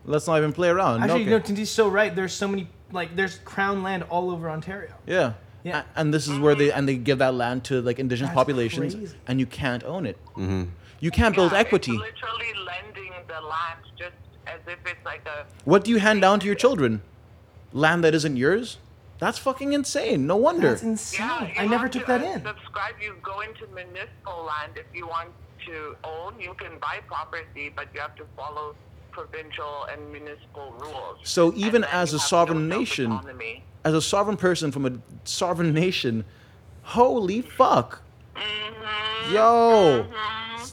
Speaker 2: Let's not even play around.
Speaker 5: Actually,
Speaker 2: Okay.
Speaker 5: no, Tinty's so right. There's so many like there's crown land all over Ontario.
Speaker 2: yeah.
Speaker 5: Yeah.
Speaker 2: A- And this is where they and they give that land to like indigenous
Speaker 5: That's
Speaker 2: populations,
Speaker 5: crazy.
Speaker 2: and you can't own it. Mm-hmm. You can't build
Speaker 7: Yeah,
Speaker 2: equity.
Speaker 7: It's literally lending the land just as if it's like a.
Speaker 2: What do you hand down to your children? Land that isn't yours? That's fucking insane. No wonder.
Speaker 5: That's insane.
Speaker 7: Yeah,
Speaker 5: I
Speaker 7: you
Speaker 5: never
Speaker 7: have
Speaker 5: took
Speaker 7: to
Speaker 5: that in.
Speaker 7: Subscribe. You go into municipal land if you want to own. You can buy property, but you have to follow provincial and municipal rules.
Speaker 2: So even
Speaker 7: then
Speaker 2: as
Speaker 7: you
Speaker 2: a
Speaker 7: have
Speaker 2: sovereign
Speaker 7: no
Speaker 2: nation-
Speaker 7: self-autonomy.
Speaker 2: As a sovereign person from a sovereign nation, holy fuck. Yo.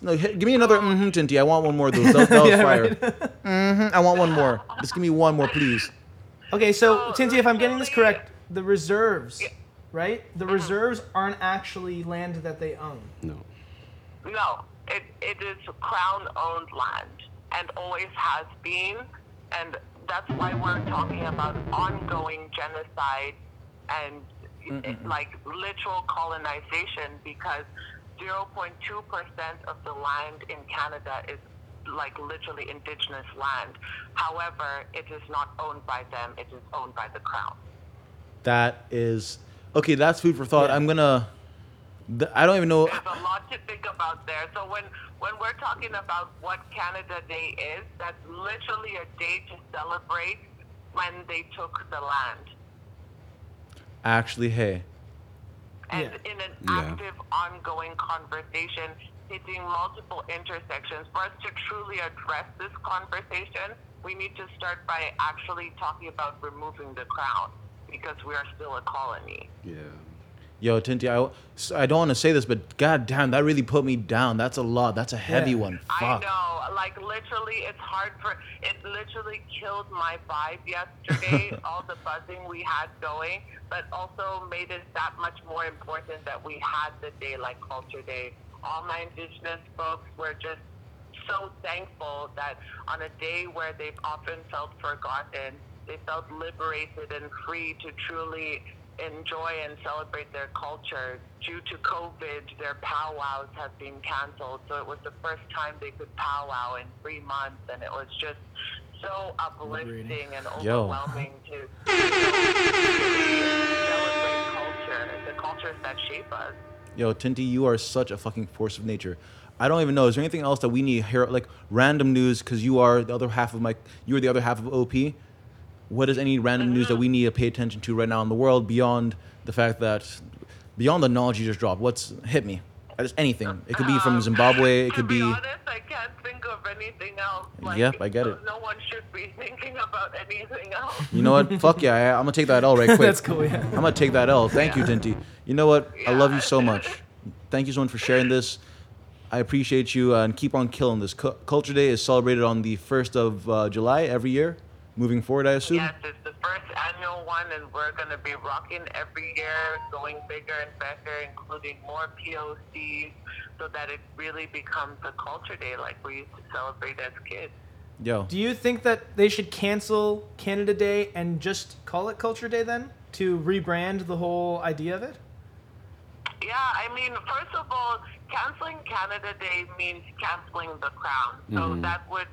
Speaker 2: No, hit- give me another mm-hmm, Tinty. I want one more of those. That, that was
Speaker 5: Yeah,
Speaker 2: fire.
Speaker 5: right.
Speaker 2: Mhm, I want one more. Just give me one more, please.
Speaker 5: Okay, so
Speaker 7: Oh,
Speaker 5: Tinti, if I'm getting this
Speaker 7: really? Uh-huh.
Speaker 5: correct, the reserves, right? The reserves aren't actually land that they own.
Speaker 1: No.
Speaker 7: No, it, it is crown owned land and always has been. And that's why we're talking about ongoing genocide and like literal colonization because 0.2% of the land in Canada is like literally indigenous land. However, it is not owned by them, it is owned by the crown.
Speaker 2: That is okay. That's food for thought.
Speaker 5: Yeah.
Speaker 2: I'm gonna. th- I don't even know.
Speaker 7: there's a lot to think about there. So when when we're talking about what Canada Day is, that's literally a day to celebrate when they took the land.
Speaker 2: Actually, hey,
Speaker 7: And
Speaker 5: Yeah.
Speaker 7: in an
Speaker 1: Yeah.
Speaker 7: active, ongoing conversation, hitting multiple intersections, for us to truly address this conversation, we need to start by actually talking about removing the crown because we are still a colony.
Speaker 1: Yeah.
Speaker 2: yo, Tinty. I, s- I don't want to say this, but goddamn, that really put me down. That's a lot. That's a heavy
Speaker 5: Yeah.
Speaker 2: one.
Speaker 7: I
Speaker 2: Fuck.
Speaker 7: know, like literally, it's hard for. It literally killed my vibe yesterday. all the buzzing we had going, but also made it that much more important that we had the day like Culture Day. All my Indigenous folks were just so thankful that on a day where they've often felt forgotten, they felt liberated and free to truly enjoy and celebrate their culture. Due to COVID, their powwows have been canceled, so it was the first time they could powwow in three months, and it was just so uplifting and
Speaker 2: Yo.
Speaker 7: overwhelming to celebrate culture, the cultures that shape us.
Speaker 2: Yo, Tinty, you are such a fucking force of nature. I don't even know. Is there anything else that we need here? Like random news, because you are the other half of my. You are the other half of OP. What is any random news that we need to pay attention to right now in the world beyond the fact that, beyond the knowledge you just dropped? What's hit me? Uh, Just anything. It could be from
Speaker 7: Um,
Speaker 2: Zimbabwe. It
Speaker 7: to
Speaker 2: could
Speaker 7: be,
Speaker 2: be.
Speaker 7: honest, I can't think of anything else. Like,
Speaker 2: Yep, I get it.
Speaker 7: No one should be thinking about anything else.
Speaker 2: You know what? Fuck yeah! I, I'm gonna take that L right quick.
Speaker 5: That's cool, yeah.
Speaker 2: I'm gonna take that L. Thank you, Tinty. You know what? I love you so much. Thank you so much for sharing this. I appreciate you uh, and keep on killing this. Cu- Culture Day is celebrated on the first of uh, July every year. Moving forward, I assume.
Speaker 7: Yes, it's the first annual one, and we're going to be rocking every year, going bigger and better, including more POCs, so that it really becomes a culture day like we used to celebrate as kids.
Speaker 2: Yo,
Speaker 5: Do you think that they should cancel Canada Day and just call it Culture Day then to rebrand the whole idea of it?
Speaker 7: Yeah, I mean, first of all, canceling Canada Day means canceling the crown. So that would,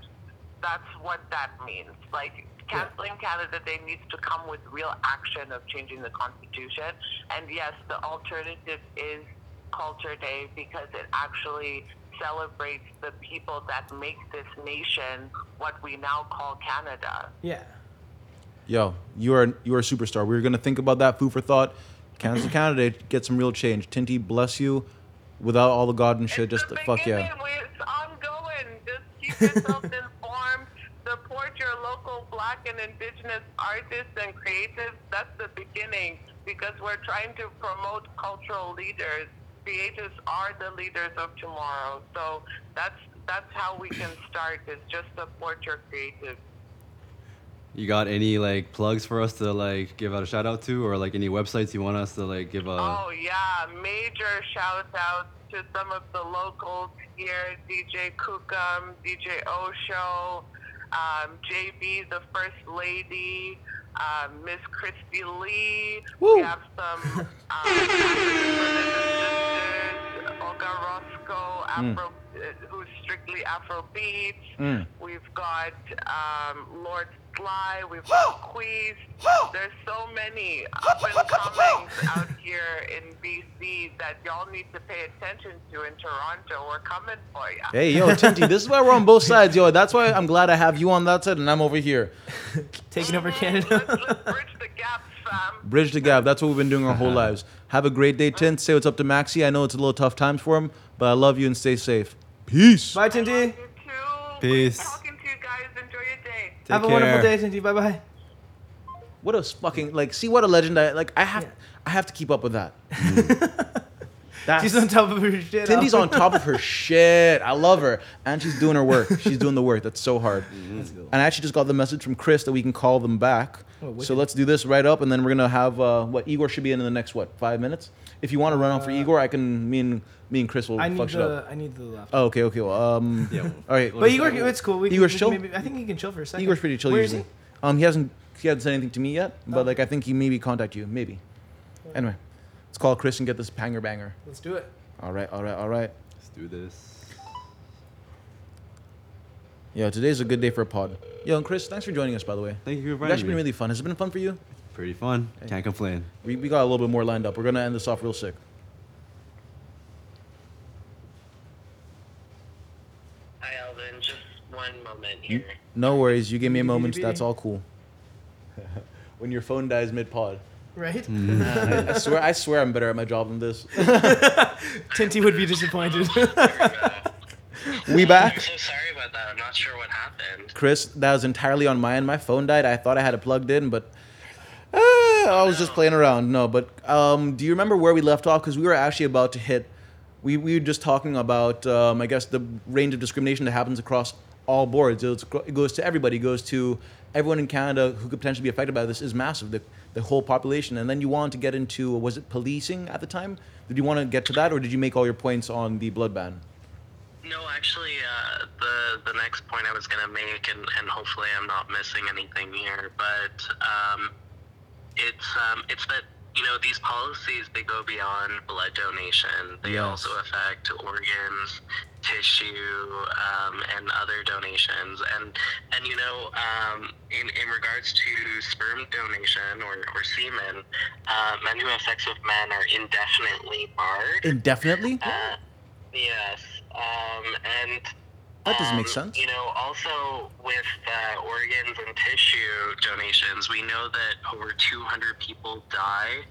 Speaker 7: that's what that means. Like, canceling Canada Day needs to come with real action of changing the constitution. And yes, the alternative is Culture Day because it actually celebrates the people that make this nation what we now call Canada.
Speaker 5: Yeah.
Speaker 2: yo, you are you are a superstar. We were gonna think about that. Food for thought. Cancel Canada Day. Get some real change. Tinty, bless you. Without all the God and shit,
Speaker 7: It's
Speaker 2: just
Speaker 7: the
Speaker 2: fuck yeah.
Speaker 7: beginning. We- It's ongoing. Just keep yourself informed. Support your local Black and Indigenous artists and creatives. That's the beginning because we're trying to promote cultural leaders. Creatives are the leaders of tomorrow. So that's that's how we can start. Is just support your creatives.
Speaker 1: You got any like plugs for us to like give out a shout out to, or like any websites you want us to like give a?
Speaker 5: Uh,
Speaker 7: Oh yeah, major shout outs to some of the locals here, DJ Kukum, DJ Osho, um, JB the First Lady, um, Miss Christy Lee. We have some um, sisters, Olga Roscoe, Afro, uh, who's strictly Afrobeat. We've got um, Lord Sly. We've got Queez. There's so many up and comings out here in BC that y'all need to pay attention to in Toronto. We're coming for ya.
Speaker 2: Hey, yo, Tinty, this is why we're on both sides, yo. That's why I'm glad I have you on that side and I'm over here.
Speaker 5: Taking over
Speaker 7: Let's,
Speaker 5: Canada.
Speaker 7: let's bridge the gap, fam.
Speaker 2: Bridge the gap. That's what we've been doing our
Speaker 5: Uh-huh.
Speaker 2: whole lives. Have a great day, Tint. Say what's up to Maxi. I know it's a little tough times for him, but I love you and stay safe. Peace.
Speaker 5: Bye, Tinti.
Speaker 7: You too.
Speaker 1: Peace.
Speaker 7: Talking to you guys. Enjoy your
Speaker 5: Have a wonderful day, Cindy. Bye bye.
Speaker 2: What a fucking like. See what a legend I like. I have
Speaker 5: Yeah.
Speaker 2: I have to keep up with that.
Speaker 5: She's on top of her shit.
Speaker 2: Cindy's
Speaker 5: Al.
Speaker 2: on top of her shit. I love her. And she's doing her work. She's doing the work. That's so hard.
Speaker 5: Mm-hmm.
Speaker 2: And I actually just got the message from Chris that we can call them back. so
Speaker 5: Oh, wicked.
Speaker 2: let's do this right up. And then we're going to have uh, what Igor should be in in the next, what, five minutes? If you want to run on for Igor, I can, me and, me and Chris will
Speaker 5: Uh, I
Speaker 2: fuck
Speaker 5: need
Speaker 2: shit up.
Speaker 5: the. I need the laptop.
Speaker 2: Oh, okay, okay. Well, um,
Speaker 1: Yeah.
Speaker 2: All right.
Speaker 5: But Igor, it's cool. We
Speaker 2: Igor's
Speaker 5: can,
Speaker 2: chill?
Speaker 5: Maybe, I think he can chill for a second.
Speaker 2: Igor's pretty chill
Speaker 5: Where is Oh.
Speaker 2: usually. Um, he hasn't he hasn't said anything to me yet, but like I think he maybe contact you, maybe. Anyway, let's call Chris and get this panger banger.
Speaker 5: he? Let's do it.
Speaker 2: All right, all right, all right.
Speaker 1: Let's do this.
Speaker 2: Yeah, today's a good day for a pod. Yo, and Chris, thanks for joining us by the way.
Speaker 1: Thank you for
Speaker 2: It's
Speaker 1: inviting
Speaker 2: actually
Speaker 1: me.
Speaker 2: been really fun. Has it been fun for you?
Speaker 1: Pretty fun. Can't complain.
Speaker 2: We, we got a little bit more lined up. We're gonna end this off real sick.
Speaker 7: Hi, Alvin. Just one moment here.
Speaker 2: No worries. You gave me a moment. That's all cool. when your phone dies mid pod,
Speaker 5: Right?
Speaker 2: I swear, I swear I'm better at my job than this.
Speaker 5: Tinty would be disappointed.
Speaker 2: we
Speaker 7: I'm
Speaker 2: back.
Speaker 7: so sorry about that. I'm not sure what happened.
Speaker 2: Chris, that was entirely on my end. My phone died. I thought I had it plugged in, but uh, I was just playing around. No, but um, do you remember where we left off? Because we were actually about to hit. We, we were just talking about, um, I guess, the range of discrimination that happens across all boards. It's, it goes to everybody. It goes to everyone in Canada who could potentially be affected by this is massive. The, the whole population. And then you wanted to get into was it policing at the time? Did you want to get to that, or did you make all your points on the blood ban?
Speaker 7: No, actually, uh, the the next point I was gonna make, and, and hopefully I'm not missing anything here, but um, it's um, it's that you know these policies they go beyond blood donation. They
Speaker 2: Yes.
Speaker 7: also affect organs, tissue, um, and other donations. And and you know um, in in regards to sperm donation or or semen, uh, men who have sex with men are indefinitely barred.
Speaker 2: Indefinitely?
Speaker 7: Uh, yes, um, and
Speaker 2: That doesn't make
Speaker 7: um,
Speaker 2: sense.
Speaker 7: You know, also with uh, organs and tissue donations, we know that over 200 people die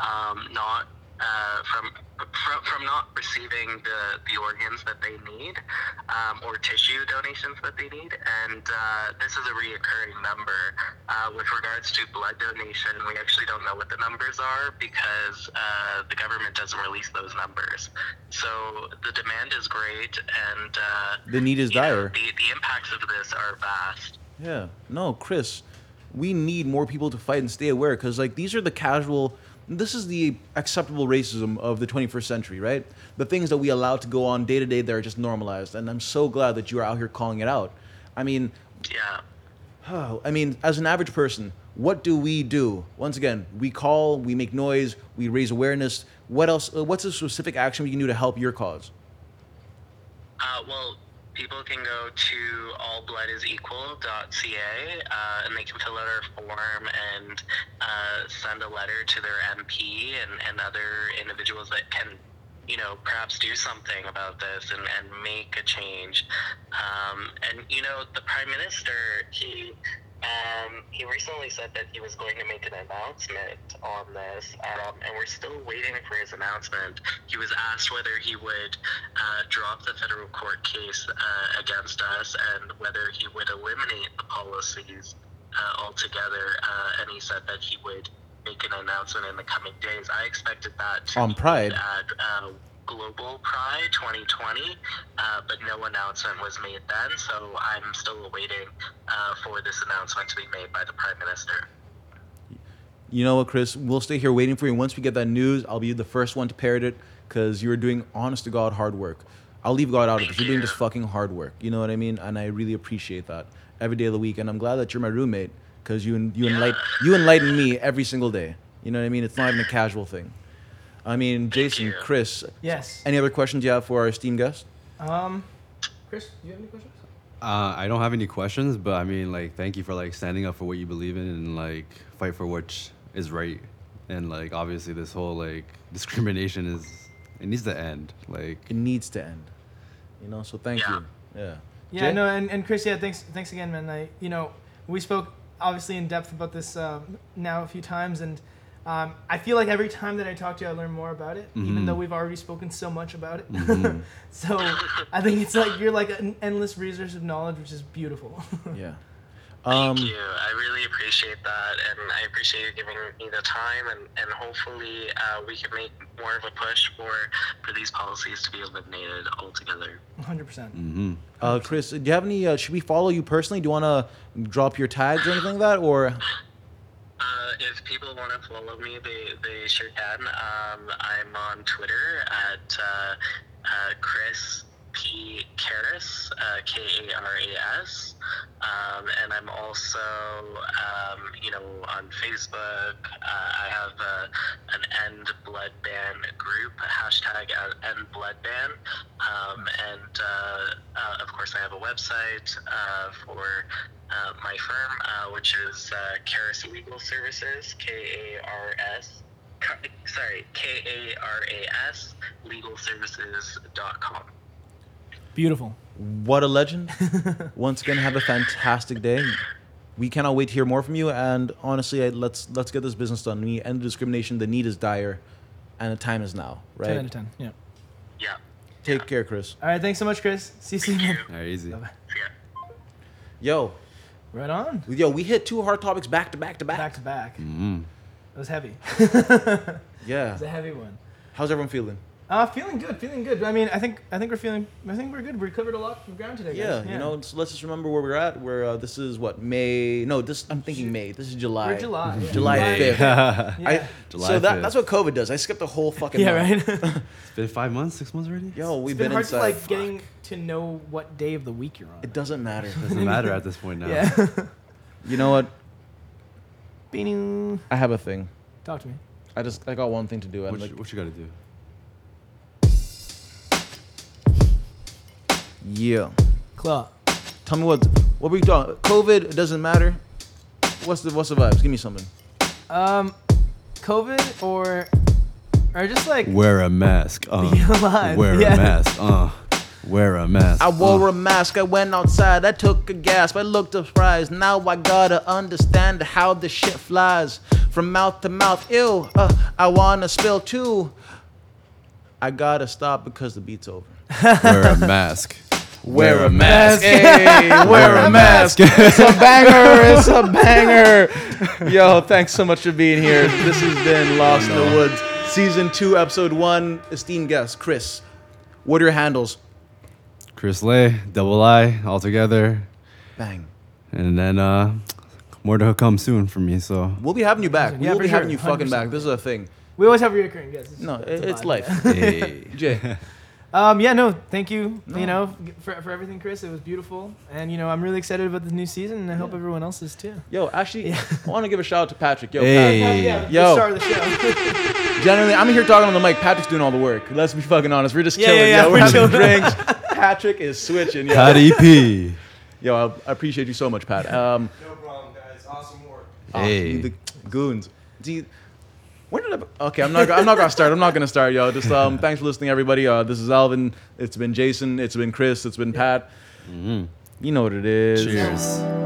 Speaker 7: um, not uh, from, from from not receiving the, the organs that they need um, or tissue donations that they need, and uh, this is a reoccurring number. Uh, with regards to blood donation, we actually don't know what the numbers are because uh, the government doesn't release those numbers. So the demand is great, and uh,
Speaker 2: The need is
Speaker 7: you know,
Speaker 2: dire.
Speaker 7: the, the impacts of this are vast.
Speaker 2: Yeah. No, Chris, we need more people to fight and stay aware because, like, these are the casual. This is the acceptable racism of the 21st century, right? The things that we allow to go on day to day that are just normalized. And I'm so glad that you are out here calling it out. I mean,
Speaker 7: Yeah.
Speaker 2: Oh, I mean, as an average person, what do we do? Once again, we call, we make noise, we raise awareness. What else? Uh, what's a specific action we can do to help your cause?
Speaker 7: Uh, well, people can go to allbloodisequal.ca uh, and they can fill out our form and uh, send a letter to their MP and, and other individuals that can, you know, perhaps do something about this and, and make a change. Um, and, you know, the Prime Minister, he. Um, he recently said that he was going to make an announcement on this, um, and we're still waiting for his announcement. He was asked whether he would uh, drop the federal court case uh, against us and whether he would eliminate the policies uh, altogether, uh, and he said that he would make an announcement in the coming days. I expected that to
Speaker 2: On Pride.
Speaker 7: be at uh, Global Pride 2020, uh, but no announcement was made then, so I'm still awaiting uh, for this announcement to be made by the Prime Minister.
Speaker 2: You know what, Chris? We'll stay here waiting for you. Once we get that news, I'll be the first one to parrot it because you're doing honest to God hard work. I'll leave God out of it because you're doing just fucking hard work. You know what I mean? And I really appreciate that every day of the week. And I'm glad that you're my roommate because you en- you enlighten you enlighten me every single day. You know what I mean? It's not even a casual thing. I mean, Jason,
Speaker 7: you.
Speaker 2: Chris,
Speaker 5: yes.
Speaker 2: any other questions you have for our esteemed guest?
Speaker 5: Um, Chris, do you have any questions?
Speaker 1: Uh, I don't have any questions, but I mean, like, thank you for like standing up for what you believe in and like fight for what is right. And like, obviously, this whole like discrimination is it needs to end. Like,
Speaker 2: It needs to end. You know, so thank
Speaker 7: Yeah.
Speaker 2: you. Yeah.
Speaker 5: Yeah,
Speaker 2: Jay?
Speaker 5: no, and, and Chris, yeah, thanks, thanks again, man. I, you know, we spoke obviously in depth about this um, now a few times, and um, I feel like every time that I talk to you, I learn more about it,
Speaker 2: Mm-hmm.
Speaker 5: even though we've already spoken so much about it. so I think it's like you're like an endless resource of knowledge, which is beautiful.
Speaker 2: Yeah. Um,
Speaker 6: Thank you. I really appreciate that, and I appreciate you giving me the time, and, and hopefully uh, we can make more of a push for, for these policies to be eliminated altogether.
Speaker 5: 100. percent
Speaker 2: uh, Chris, do you have any? Uh, should we follow you personally? Do you want to drop your tags or anything like that? Or
Speaker 6: Uh, if people want to follow me, they, they sure can. Um, I'm on Twitter at uh, uh, Chris P. Karas, uh, K A R A S. Um, and I'm also, um, you know, on Facebook. Uh, I have a, an End Blood Ban group, hashtag End Blood Ban. Um, and uh, uh, of course, I have a website uh, for uh, my firm, uh, which is uh, Karis Legal Services, K A R S. Sorry, K A R A S legalservices.com.
Speaker 5: Beautiful.
Speaker 2: what a legend! Once again, have a fantastic day. We cannot wait to hear more from you. And honestly, I, let's let's get this business done. We end the discrimination. The need is dire, and the time is now. Right.
Speaker 5: 10 out of 10. Yeah.
Speaker 6: Yeah.
Speaker 2: Take care, Chris.
Speaker 5: All right. Thanks so much, Chris. See you soon. man.
Speaker 1: All right, easy.
Speaker 6: Yeah.
Speaker 2: Yo,
Speaker 5: Right on.
Speaker 2: yo, we hit two hard topics back to back to back. Mm-hmm.
Speaker 5: Back to back.
Speaker 1: Mm.
Speaker 5: That was heavy. it
Speaker 2: Yeah.
Speaker 5: was a heavy one.
Speaker 2: How's everyone feeling?
Speaker 5: Uh, feeling good, feeling good. I mean, I think I think we're feeling. I think we're good. We covered a lot of ground today. guys.
Speaker 2: Yeah, you know, so let's just remember where we're at. Where uh, this is what May? No, this I'm thinking May. This is July.
Speaker 5: We're July, yeah.
Speaker 2: July
Speaker 5: July.
Speaker 2: fifth.
Speaker 5: Yeah.
Speaker 2: I,
Speaker 1: July
Speaker 2: so that,
Speaker 1: 5th.
Speaker 2: that's what COVID does. I skipped the whole fucking.
Speaker 5: yeah,
Speaker 2: month.
Speaker 5: right. it's
Speaker 1: It's been five months, six months already.
Speaker 2: Yo, we've
Speaker 5: been,
Speaker 2: been,
Speaker 5: hard
Speaker 2: inside.
Speaker 5: to like getting to know what day of the week you're on.
Speaker 2: It doesn't matter.
Speaker 1: doesn't matter at this point now.
Speaker 5: yeah.
Speaker 2: you know what?
Speaker 5: Beanie.
Speaker 2: I have a thing.
Speaker 5: Talk to me.
Speaker 2: I just I got one thing to do. And
Speaker 1: What,
Speaker 2: like,
Speaker 1: you, what you gotta do?
Speaker 2: yeah.
Speaker 5: Claw.
Speaker 2: Tell me what what were you talking? COVID it doesn't matter. What's the what's the vibes? Give me something.
Speaker 5: Um, COVID or or just like
Speaker 1: Wear a mask. Uh.
Speaker 5: Be alive,
Speaker 1: Wear
Speaker 5: yeah.
Speaker 1: a mask. Uh. Wear a mask.
Speaker 2: I wore
Speaker 1: uh.
Speaker 2: a mask, I went outside, I took a gasp, I looked surprised. Now I gotta understand how this shit flies. From mouth to mouth, ew, uh, I wanna spill too. I gotta stop because the beat's over.
Speaker 1: wear a mask. Wear a mask.
Speaker 2: Hey, wear a mask. It's a banger, it's a banger. Yo, thanks so much for being here. This has been Lost in the Woods, Season 2, Episode 1. Esteemed guest, Chris, what are your handles?
Speaker 1: Chris Lay, double I, all together.
Speaker 2: Bang.
Speaker 1: And then uh, more to come soon for me. So
Speaker 2: We'll be having you back.
Speaker 5: Yeah,
Speaker 2: We'll
Speaker 5: for
Speaker 2: be having
Speaker 5: sure,
Speaker 2: you fucking
Speaker 5: 100%.
Speaker 2: back. This is a thing.
Speaker 5: we always have recurring guests.
Speaker 2: No,
Speaker 5: just- a
Speaker 2: it- it's
Speaker 5: vibe,
Speaker 2: life.
Speaker 5: yeah.
Speaker 1: hey.
Speaker 2: Jay.
Speaker 5: Um, yeah, no, thank you. You know, for, for everything, Chris. It was beautiful, and you know, I'm really excited about this new season, and I hope everyone else is too.
Speaker 2: Yo, actually, I want to give a shout out to Patrick. Yo,
Speaker 1: Hey.
Speaker 5: Yeah,
Speaker 1: Yeah, yeah,
Speaker 5: yeah,
Speaker 2: Yo.
Speaker 5: The start of the show.
Speaker 2: Pat- generally, I'm here talking on the mic. Patrick's doing all the work. Let's be fucking honest. We're just
Speaker 5: Yeah,
Speaker 2: killing.
Speaker 5: yeah,
Speaker 2: Yeah,
Speaker 5: yeah,
Speaker 2: We're,
Speaker 5: we're
Speaker 2: having
Speaker 5: chilling.
Speaker 2: drinks. Patrick is switching. Yo,
Speaker 1: Pat EP.
Speaker 2: yo I, I appreciate you so much, Pat. Um,
Speaker 4: No problem, guys. Awesome work.
Speaker 2: oh,
Speaker 1: Hey.
Speaker 2: you the goons. Do you, when did I? Okay, I'm not. I'm not gonna start. I'm not gonna start, yo. Just um, thanks for listening, everybody. Uh, this is Alvin. It's been Jason. It's been Chris. It's been Pat. You know what it is.
Speaker 1: Cheers.